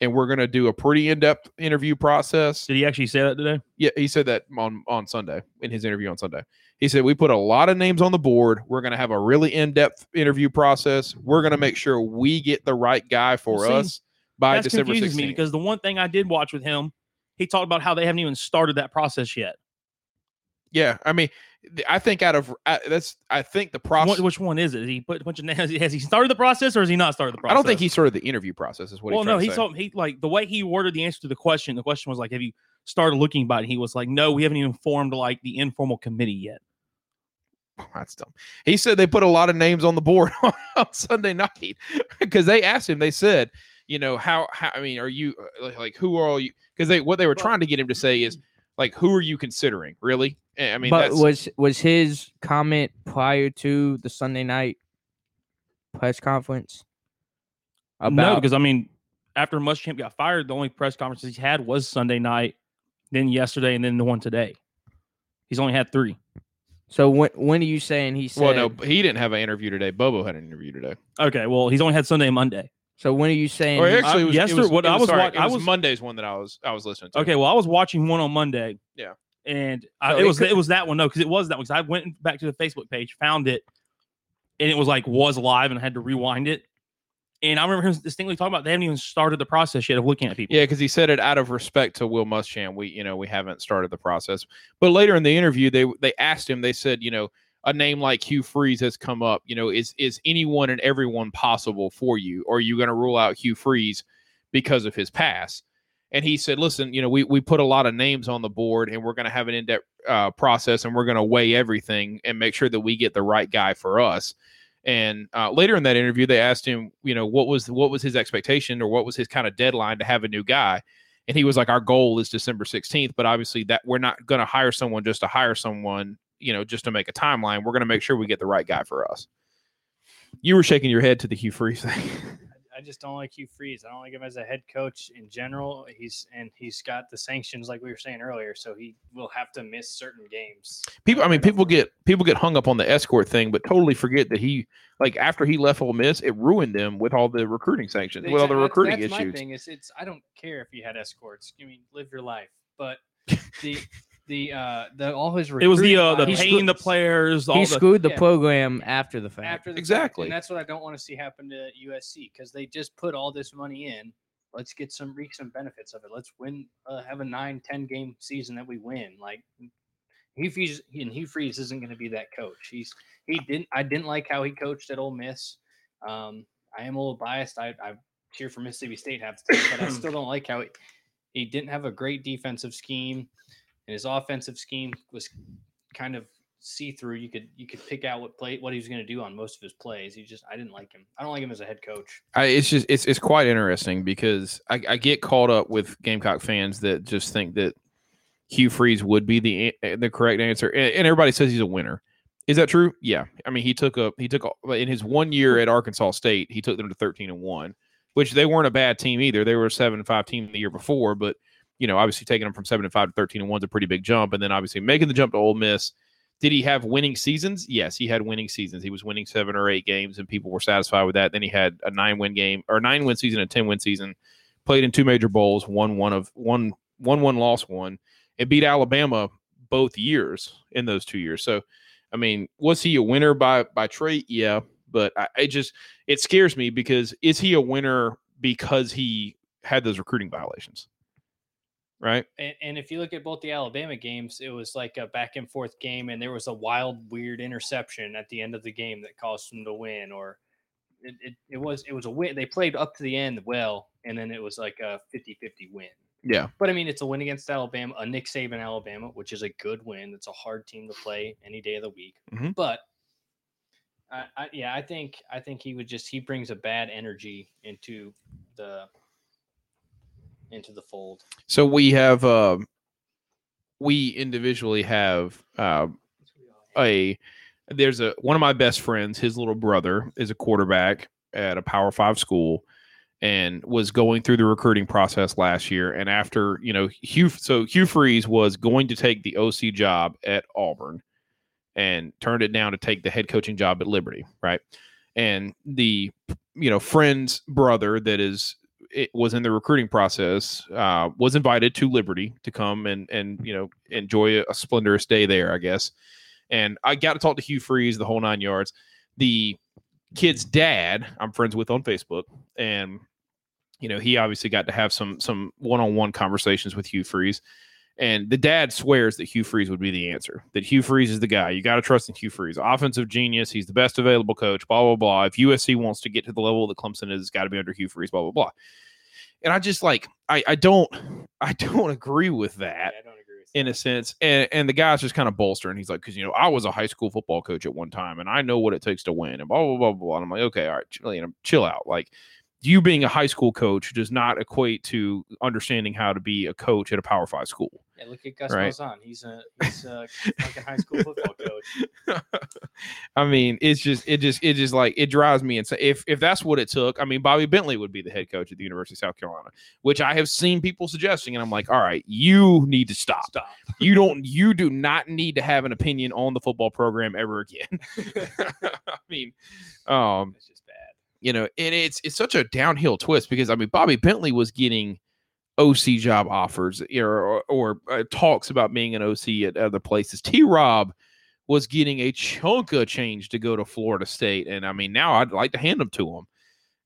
and we're gonna do a pretty in depth interview process.
Did he actually say that today?
Yeah, he said that on on Sunday in his interview on Sunday. He said we put a lot of names on the board. We're going to have a really in depth interview process. We're going to make sure we get the right guy for
Well, see,
us by
That
December
confuses
16th.
me because the one thing I did watch with him, he talked about how they haven't even started that process yet.
yeah, I mean, th- I think out of I, that's I think the
What-
process.
which one is it? Is he put a bunch of names? Has he started the process or has he not started the
I
process?
don't think he started the interview process. Is what?
well,
he's
no,
trying to
he
say.
told he like the way he worded the answer to the question. The question was like, "Have you started looking about it?" He was like, "No, we haven't even formed like the informal committee yet."
Oh, That's dumb. He said they put a lot of names on the board on, Sunday night because they asked him. They said, you know, how, how I mean, are you uh, like, like who are all you? Because they what they were trying to get him to say is like, who are you considering? Really? Eh, I mean,
but
that's,
was was his comment prior to the Sunday night press conference
no,
about
because I mean, after Muschamp got fired, the only press conferences he had was Sunday night, then yesterday, and then the one today. He's only had three.
so when when are you saying he said
well, no, he didn't have an interview today. Bobo had an interview today.
Okay, well, he's only had Sunday and Monday.
so when are you saying
Or
he-
I-
actually, it was,
yes,
it
sir,
was-
what
it
I
was-
was
sorry,
wa-
it
I
was
was-
Monday's one that I was I was listening to.
Okay, well, I was watching one on Monday.
Yeah.
and I,
So
it
it
was
could-
it was that one no, because it was that one. Because I went back to the Facebook page, found it, and it was like was live, and I had to rewind it. And I remember him distinctly talking about they haven't even started the process yet of looking at people.
Yeah, because he said it out of respect to Will Muschamp. We, you know, we haven't started the process. But later in the interview, they they asked him. They said, you know, a name like Hugh Freeze has come up. You know, is is anyone and everyone possible for you? Or are you going to rule out Hugh Freeze because of his past? And he said, listen, you know, we we put a lot of names on the board, and we're going to have an in depth uh, process, and we're going to weigh everything and make sure that we get the right guy for us. And uh, later in that interview, they asked him, you know, what was what was his expectation or what was his kind of deadline to have a new guy, and he was like, our goal is December sixteenth, but obviously that we're not going to hire someone just to hire someone, you know, just to make a timeline. We're going to make sure we get the right guy for us. You were shaking your head to the Hugh Freeze thing.
I- I just don't like Hugh Freeze. I don't like him as a head coach in general. He's and he's got the sanctions like we were saying earlier, so he will have to miss certain games.
people, I mean, people get people get hung up on the escort thing, but totally forget that he like after he left Ole Miss, it ruined them with all the recruiting sanctions, with all the
Exactly.
recruiting
That's- that's
issues.
My thing is, it's I don't care if you had escorts. I mean, live your life. But the the uh the all his
It was the
recruiting
uh, the
violations
paying the players, all
he
the
screwed the
yeah.
program after the fact
after the fact,
Exactly.
and that's what I don't want to see happen to USC because they just put all this money in. Let's get some reap some benefits of it. Let's win, uh, have a nine, 10 game season that we win. Like Hugh Freeze, and Hugh Freeze isn't going to be that coach. He's he didn't. I didn't like how he coached at Ole Miss. Um, I am a little biased. I, I cheer for Mississippi State half the time, but I still don't like how he, he didn't have a great defensive scheme, and his offensive scheme was kind of see through. You could you could pick out what play what he was going to do on most of his plays. He just I didn't like him. I don't like him as a head coach.
I, it's just it's it's quite interesting because I, I get caught up with Gamecock fans that just think that Hugh Freeze would be the a- the correct answer, and, and everybody says he's a winner. Is that true? Yeah, I mean he took a he took a, in his one year at Arkansas State, he took them to thirteen and one, which they weren't a bad team either. They were a seven and five team the year before, but you know obviously taking them from seven and five to thirteen and one is a pretty big jump, and then obviously making the jump to Ole Miss. Did he have winning seasons? Yes, he had winning seasons. He was winning seven or eight games, and people were satisfied with that. Then he had a nine win game or nine win season, and a ten win season. Played in two major bowls, won one of one one one lost one, and beat Alabama both years in those two years. So, I mean, was he a winner by by trade? Yeah, But I, I just it scares me because is he a winner because he had those recruiting violations? Right?
And, and if you look at both the Alabama games, it was like a back and forth game, and there was a wild, weird interception at the end of the game that caused them to win. Or it, it, it was it was a win. They played up to the end well, and then it was like a 50-50 win.
Yeah.
But I mean, it's a win against Alabama, a Nick Saban Alabama, which is a good win. It's a hard team to play any day of the week.
Mhm.
But I, I, yeah, I think I think he would just he brings a bad energy into the into the fold.
So we have um we individually have uh, a there's a one of my best friends, his little brother is a quarterback at a Power 5 school and was going through the recruiting process last year and after, you know, Hugh so Hugh Freeze was going to take the OC job at Auburn and turned it down to take the head coaching job at Liberty, right? And the you know, friend's brother that is it was in the recruiting process uh, was invited to liberty to come and and you know enjoy a, a splendorous day there i guess and i got to talk to hugh freeze the whole nine yards the kid's dad i'm friends with on facebook and you know he obviously got to have some some one-on-one conversations with hugh freeze and the dad swears that Hugh Freeze would be the answer. That Hugh Freeze is the guy. You got to trust in Hugh Freeze. Offensive genius. He's the best available coach. Blah blah blah. If USC wants to get to the level that Clemson is, it's got to be under Hugh Freeze. Blah blah blah. And I just like I I don't I don't agree with
Yeah,
that
I don't agree with
in a sense. And and the guy's just kind of bolstering. He's like, because you know I was a high school football coach at one time, and I know what it takes to win. And blah blah blah blah. blah. And I'm like, okay, all right, chill, you know, chill out. Like you being a high school coach does not equate to understanding how to be a coach at a Power Five school.
Yeah, look at Gus
Right.
Malzahn. He's a he's a fucking high school football coach.
I mean, it's just it just it just like it drives me insane. If if that's what it took, I mean, Bobby Bentley would be the head coach at the University of South Carolina, which I have seen people suggesting, and I'm like, all right, you need to stop.
Stop.
You don't you do not need to have an opinion on the football program ever again. I mean, um,
It's just bad.
you know, and it's it's such a downhill twist because I mean, Bobby Bentley was getting OC job offers you know, or or, uh, talks about being an OC at other places. T. Rob was getting a chunk of change to go to Florida State, and I mean, now I'd like to hand them to him.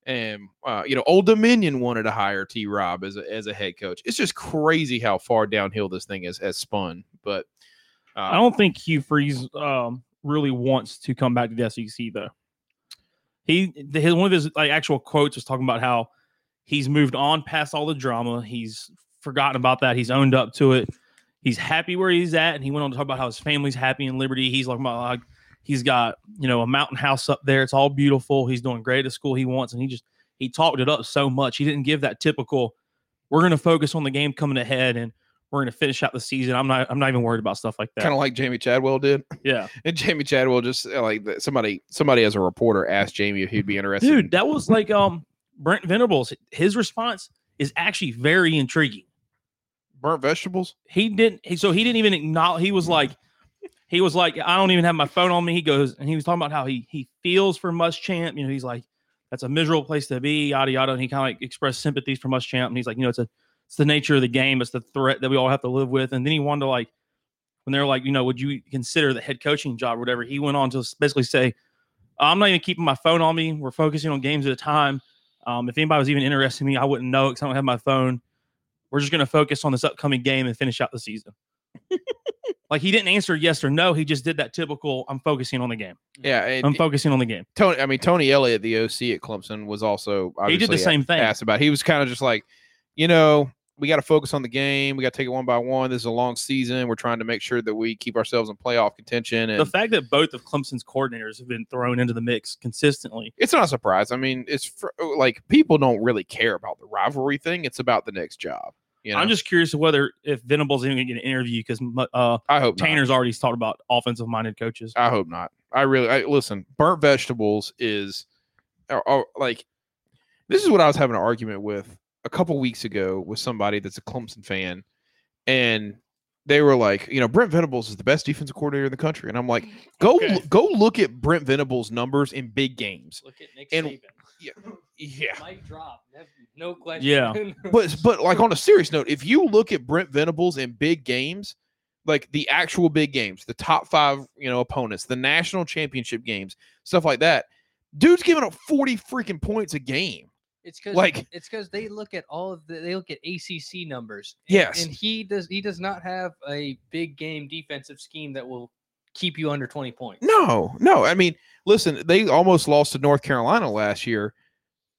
And uh, you know, Old Dominion wanted to hire T. Rob as a, as a head coach. It's just crazy how far downhill this thing has has spun. But uh,
I don't think Hugh Freeze um, really wants to come back to the SEC though. He the- his one of his like actual quotes was talking about how he's moved on past all the drama. He's forgotten about that. He's owned up to it. He's happy where he's at, and he went on to talk about how his family's happy in Liberty. He's like, my, like, he's got you know a mountain house up there. It's all beautiful. He's doing great at school he wants, and he just he talked it up so much. He didn't give that typical. We're going to focus on the game coming ahead, and we're going to finish out the season. I'm not. I'm not even worried about stuff like that.
kind of like Jamie Chadwell did.
Yeah,
And Jamie Chadwell just uh, like th- somebody somebody as a reporter asked Jamie if he'd be interested.
dude,
in-
that was like um Brent Venables. His response is actually very intriguing.
burnt vegetables.
He didn't. He, so he didn't even acknowledge. He was like, he was like, I don't even have my phone on me. He goes and he was talking about how he he feels for Muschamp. You know, he's like, that's a miserable place to be. Yada yada. And he kind of like expressed sympathies for Muschamp. And he's like, you know, it's a it's the nature of the game. It's the threat that we all have to live with. And then he wanted to like when they're like, you know, would you consider the head coaching job or whatever? He went on to basically say, I'm not even keeping my phone on me. We're focusing on games at a time. Um, if anybody was even interested in me, I wouldn't know because I don't have my phone. We're just going to focus on this upcoming game and finish out the season. like he didn't answer yes or no. He just did that typical. I'm focusing on the game.
Yeah, and
I'm focusing on the game.
Tony. I mean, Tony Elliott, the OC at Clemson, was also
He did the
obviously
same thing.
asked about. He was kind of just like, you know, we got to focus on the game. We got to take it one by one. This is a long season. We're trying to make sure that we keep ourselves in playoff contention. And
The fact that both of Clemson's coordinators have been thrown into the mix consistently.
it's not a surprise. I mean, it's fr- like people don't really care about the rivalry thing. It's about the next job. You know,
I'm just curious whether if Venables even going to get an interview because uh,
I hope not.
Tanner's already talked about offensive minded coaches.
I hope not. I really I, listen. Burnt vegetables is are, are, like this is what I was having an argument with a couple weeks ago with somebody that's a Clemson fan, and they were like, you know, Brent Venables is the best defensive coordinator in the country, and I'm like, go
Okay.
go look at Brent Venables' numbers in big games.
Look at Nick
And-
Saban.
Yeah,
Mic drop. Nev- No question.
Yeah.
but but like on a serious note, if you look at Brent Venables in big games, like the actual big games, the top five, you know, opponents, the national championship games, stuff like that, Dude's giving up 40 freaking points a game.
It's because
Like-
it's because they look at all of the, they look at ACC numbers. and-
Yes.
and he does he does not have a big game defensive scheme that will keep you under twenty points.
No, no. I mean, listen, they almost lost to North Carolina last year,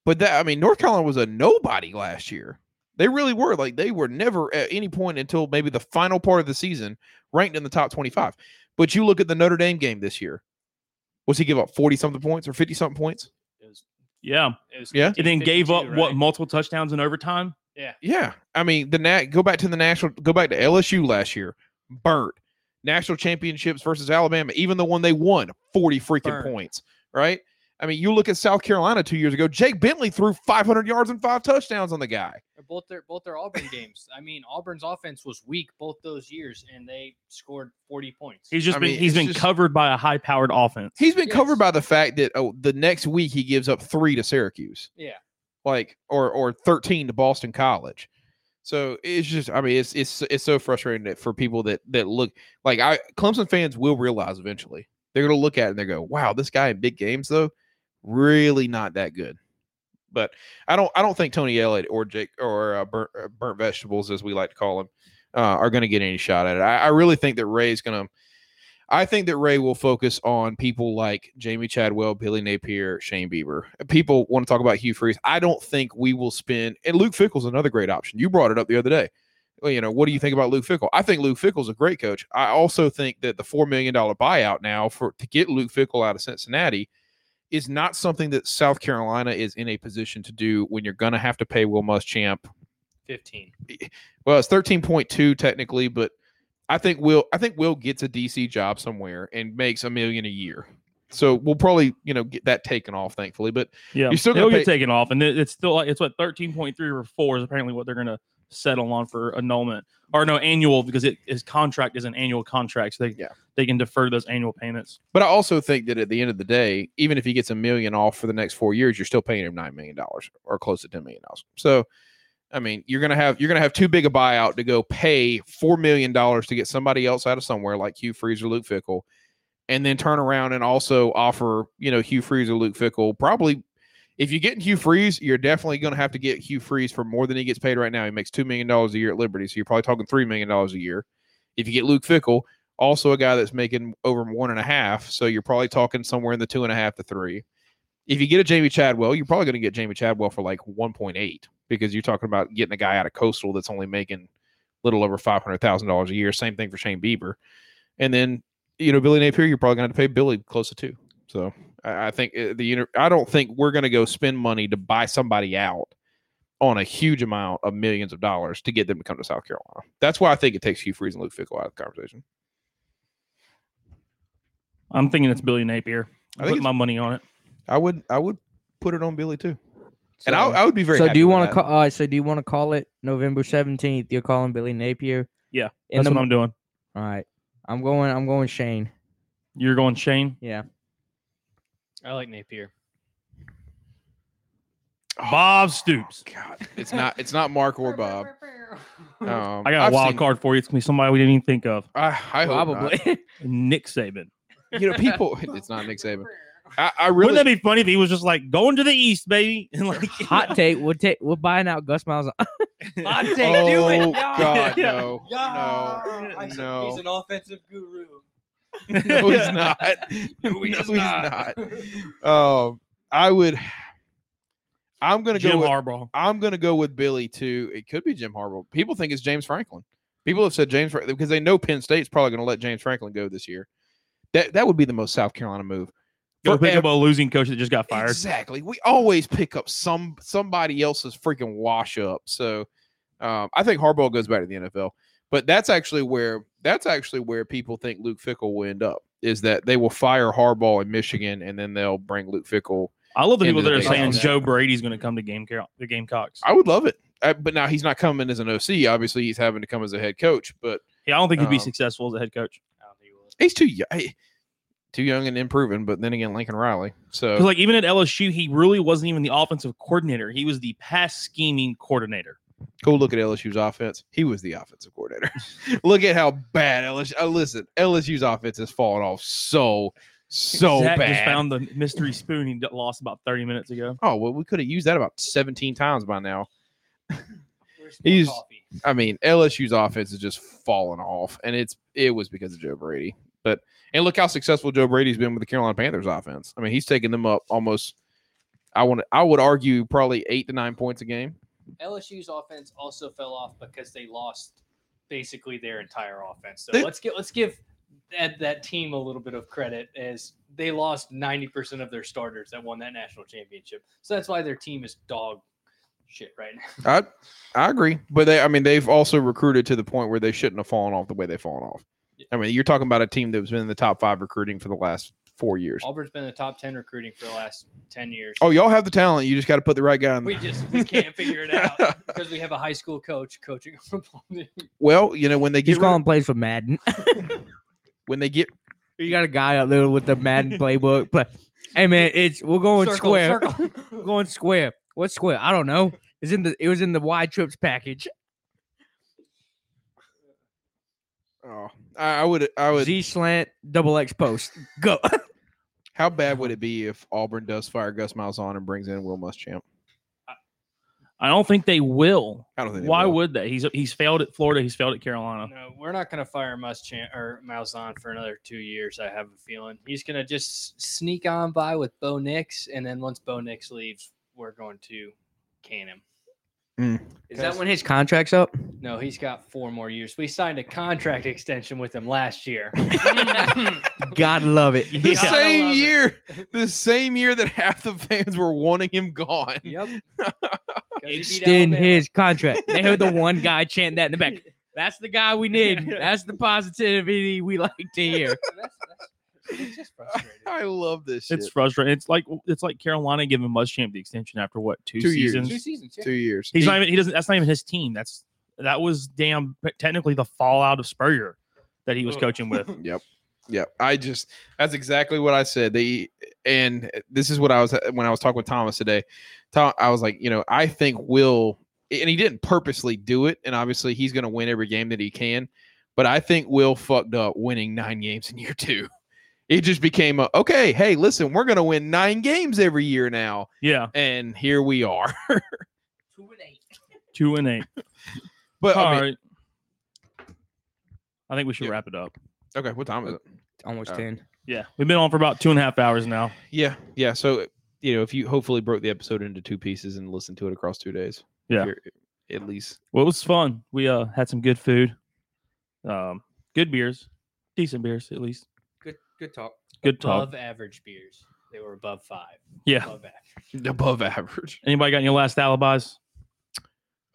but that I mean, North Carolina was a nobody last year. They really were. Like they were never at any point until maybe the final part of the season ranked in the top 25. But you look at the Notre Dame game this year. Was he give up 40 something points or 50 something points?
It was,
Yeah.
it was
Yeah.
And then gave up
52,
what
right?
multiple touchdowns in overtime.
Yeah. I mean, the nat go back to the national go back to LSU last year. Burnt. National championships versus Alabama, even the one they won, 40 freaking
Burnt.
points, right? I mean, you look at South Carolina 2 years ago, Jake Bentley threw 500 yards and 5 touchdowns on the guy.
both their both their Auburn games. I mean, Auburn's offense was weak both those years, and they scored forty points.
He's just
I
been
mean,
he's
it's
been
just-
covered by a high powered offense.
He's been covered
Yes.
by the fact that oh, the next week he gives up 3 to Syracuse.
Yeah.
Like or or 13 to Boston College. So it's just I mean, it's it's it's so frustrating that for people that that look like I Clemson fans will realize eventually they're gonna look at it and they go, wow, this guy in big games though, really not that good. But I don't I don't think Tony Elliott or Jake or uh, burnt, uh, burnt vegetables as we like to call him uh, are gonna get any shot at it. I, I really think that Ray's gonna. I think that Ray will focus on people like Jamie Chadwell, Billy Napier, Shane Bieber. People want to talk about Hugh Freeze. I don't think we will spend and Luke Fickle's another great option. You brought it up the other day well, you know, what do you think about Luke Fickle? I think Luke Fickle's a great coach. I also think that the four million dollar buyout now for to get Luke Fickle out of Cincinnati is not something that South Carolina is in a position to do when you're going to have to pay Will Muschamp.
Fifteen.
Well, it's thirteen point two technically, but I think Will I think Will gets a DC job somewhere and makes a million a year. So we'll probably you know get that taken off, thankfully. But
Yeah,
You're still gonna
they'll get
pay-
taken off, and it- it's still like it's what thirteen point three or four is apparently what they're gonna settle on for annulment or no annual because it his contract is an annual contract, so they
Yeah.
they can defer those annual payments.
But I also think that at the end of the day, even if he gets a million off for the next four years, you're still paying him nine million dollars or close to ten million dollars. So, I mean, you're gonna have you're gonna have too big a buyout to go pay four million dollars to get somebody else out of somewhere like Hugh Freeze or Luke Fickle, and then turn around and also offer you know Hugh Freeze or Luke Fickle probably. If you get Hugh Freeze, you're definitely going to have to get Hugh Freeze for more than he gets paid right now. He makes two million dollars a year at Liberty, so you're probably talking three million dollars a year. If you get Luke Fickle, also a guy that's making over one and a half. So you're probably talking somewhere in the two and a half to three. If you get a Jamie Chadwell, you're probably going to get Jamie Chadwell for like 1.8 because you're talking about getting a guy out of Coastal that's only making a little over $500,000 a year. Same thing for Shane Bieber. And then, you know, Billy Napier, you're probably going to pay Billy close to two. So I, I think uh, the, uni- I don't think we're going to go spend money to buy somebody out on a huge amount of millions of dollars to get them to come to South Carolina. That's why I think it takes Hugh Freeze and Luke Fickle out of the conversation.
I'm thinking it's Billy Napier.
I
I
think
put my money on it.
I would I would put it on Billy too,
So,
and I, I would be very.
so
happy
do you
with
want to
that.
call? All right, so do you want to call it November seventeenth? You're calling Billy Napier.
Yeah,
In
That's
the,
what
mo-
I'm doing.
all right, I'm going. I'm going Shane.
You're going Shane
Yeah.
I like Napier.
Bob Stoops.
Oh, God, it's not it's not Mark or Bob. Um,
I got a
I've
wild
seen- Uh,
card for you. It's gonna be somebody we didn't even think of.
I, I hope not.
Probably.
Nick Saban.
You know, people. It's not Nick Saban. I, I really.
Wouldn't that be funny if he was just like going to the East, baby, and like
Hot take. We're ta- we're buying out Gus Miles.
Hot take,
oh
do it.
God, no,
Yeah.
no,
I said
no.
He's an offensive guru.
no, he's not. No,
he
he's
is
not.
not.
Um, I would. I'm gonna go.
Jim
With,
Harbaugh.
I'm gonna go with Billy too. It could be Jim Harbaugh. People think it's James Franklin. People have said James Fra- because they know Penn State's probably gonna let James Franklin go this year. That that would be the most South Carolina move.
Go pick
Forever-
up a losing coach that just got fired.
Exactly. We always pick up some somebody else's freaking wash up. So um, I think Harbaugh goes back to the NFL. But that's actually where that's actually where people think Luke Fickle will end up is that they will fire Harbaugh in Michigan and then they'll bring Luke Fickle.
I love the people
Into
that
the
are
big
saying
house.
Joe Brady's going to come to Game Car- the Gamecocks.
I would love it. Uh, but now he's not coming as an OC. Obviously, he's having to come as a head coach. But
Yeah, I don't think he'd be
Um,
successful as a head coach.
he's too young, too young and improving. But then again, Lincoln Riley. So
Because like even at LSU, he really wasn't even the offensive coordinator. He was the pass scheming coordinator.
go look at LSU's offense. He was the offensive coordinator. look at how bad LSU. Uh, listen, LSU's offense has fallen off so so
Zach
bad.
just found the mystery spoon he d- lost about 30 minutes ago.
oh well, we could have used that about 17 times by now.
Where's
He's-
my coffee?
I mean, LSU's offense is just falling off, and it's it was because of Joe Brady. But and look how successful Joe Brady's been with the Carolina Panthers offense. I mean, he's taken them up almost. I want. I would argue probably eight to nine points a game.
LSU's offense also fell off because they lost basically their entire offense. So
They-
let's get let's give that that team a little bit of credit as they lost 90% of their starters that won that national championship. So that's why their team is dog shit right now.
I I agree, but they I mean they've also recruited to the point where they shouldn't have fallen off the way they've fallen off. I mean, you're talking about a team that's been in the top five recruiting for the last four years.
Auburn's been in the top 10 recruiting for the last 10 years.
Oh, y'all have the talent. You just got to put the right guy in.
We
there.
just we can't figure it out because we have a high school coach coaching from Plumbing.
Well, you know when they
He's
get rid,
calling plays for Madden.
when they get
you got a guy out there with the Madden playbook, but hey man, it's we're going
Circle,
square.
circle.
We're going square. What square? I don't know. It's in the it was in the wide trips package.
oh, I, I would I would.
Z slant double X post. Go.
How bad would it be if Auburn does fire Gus Miles on and brings in Will Muschamp?
I don't think they will.
I don't think. they
Why
will.
would they? He's he's failed at Florida. He's failed at Carolina.
No, we're not going to fire Muschamp or Malzahn for another two years. I have a feeling he's going to just sneak on by with Bo Nix, and then once Bo Nix leaves, we're going to can him.
Is that when his contract's up?
No, he's got four more years. We signed a contract extension with him last year.
God love it.
The
Yeah. I
same
love it.
year, the same year that half the fans were wanting him gone.
yep. 'Cause he beat
Extend
Alabama.
his contract. They heard the one guy chanting that in the back. That's the guy we need. That's the positivity we like to hear.
That's, that's, it's just frustrating.
I love this. Shit.
It's frustrating. It's like it's like Carolina giving Muschamp the extension after what two,
Two years.
seasons?
Two seasons. yeah.
two years.
He's
He-
not even. He doesn't. That's not even his team. That's that was damn technically the fallout of Spurrier that he was
Oh.
Ugh.
coaching with.
Yep. Yep. I just that's exactly what I said. They and this is what I was when I was talking with Thomas today. Tom, I was like, you know, I think Will and he didn't purposely do it, and obviously he's going to win every game that he can. But I think Will fucked up winning nine games in year two. It just became a okay. Hey, listen, we're going to win nine games every year now,
Yeah,
and here we are.
two and eight.
but
All
I mean,
right. I think we should
Yeah.
wrap it up.
okay, what time is it?
Almost
Oh.
10.
Yeah, we've been on for about two and a half hours now.
Yeah, yeah. So you know, if you hopefully broke the episode into two pieces and listened to it across two days, If
Yeah.
you're- at least
Well, it was fun. We uh had some good food, um, good beers, decent beers at least.
Good good talk.
Good talk.
Above average beers. They were above five.
yeah.
Above average.
above average.
Anybody got any last alibis?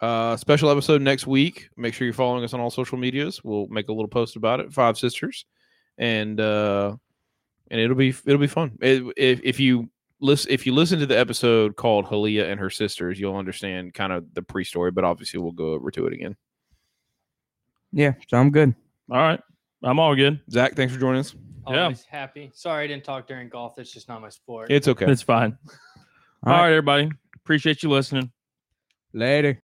Uh, special episode next week. Make sure you're following us on all social medias. We'll make a little post about it. Five sisters, and uh, and it'll be it'll be fun. It- if if you listen if you listen to the episode called Halia and her sisters, you'll understand kind of the pre-story. But obviously, we'll go over to it again.
Yeah, so I'm good.
All right, I'm all good.
Zach, thanks for joining us.
Yeah.
Always happy. Sorry I didn't talk during golf. That's just not my sport.
It's okay.
It's fine.
All
all
right.
right, everybody. Appreciate you listening.
Later.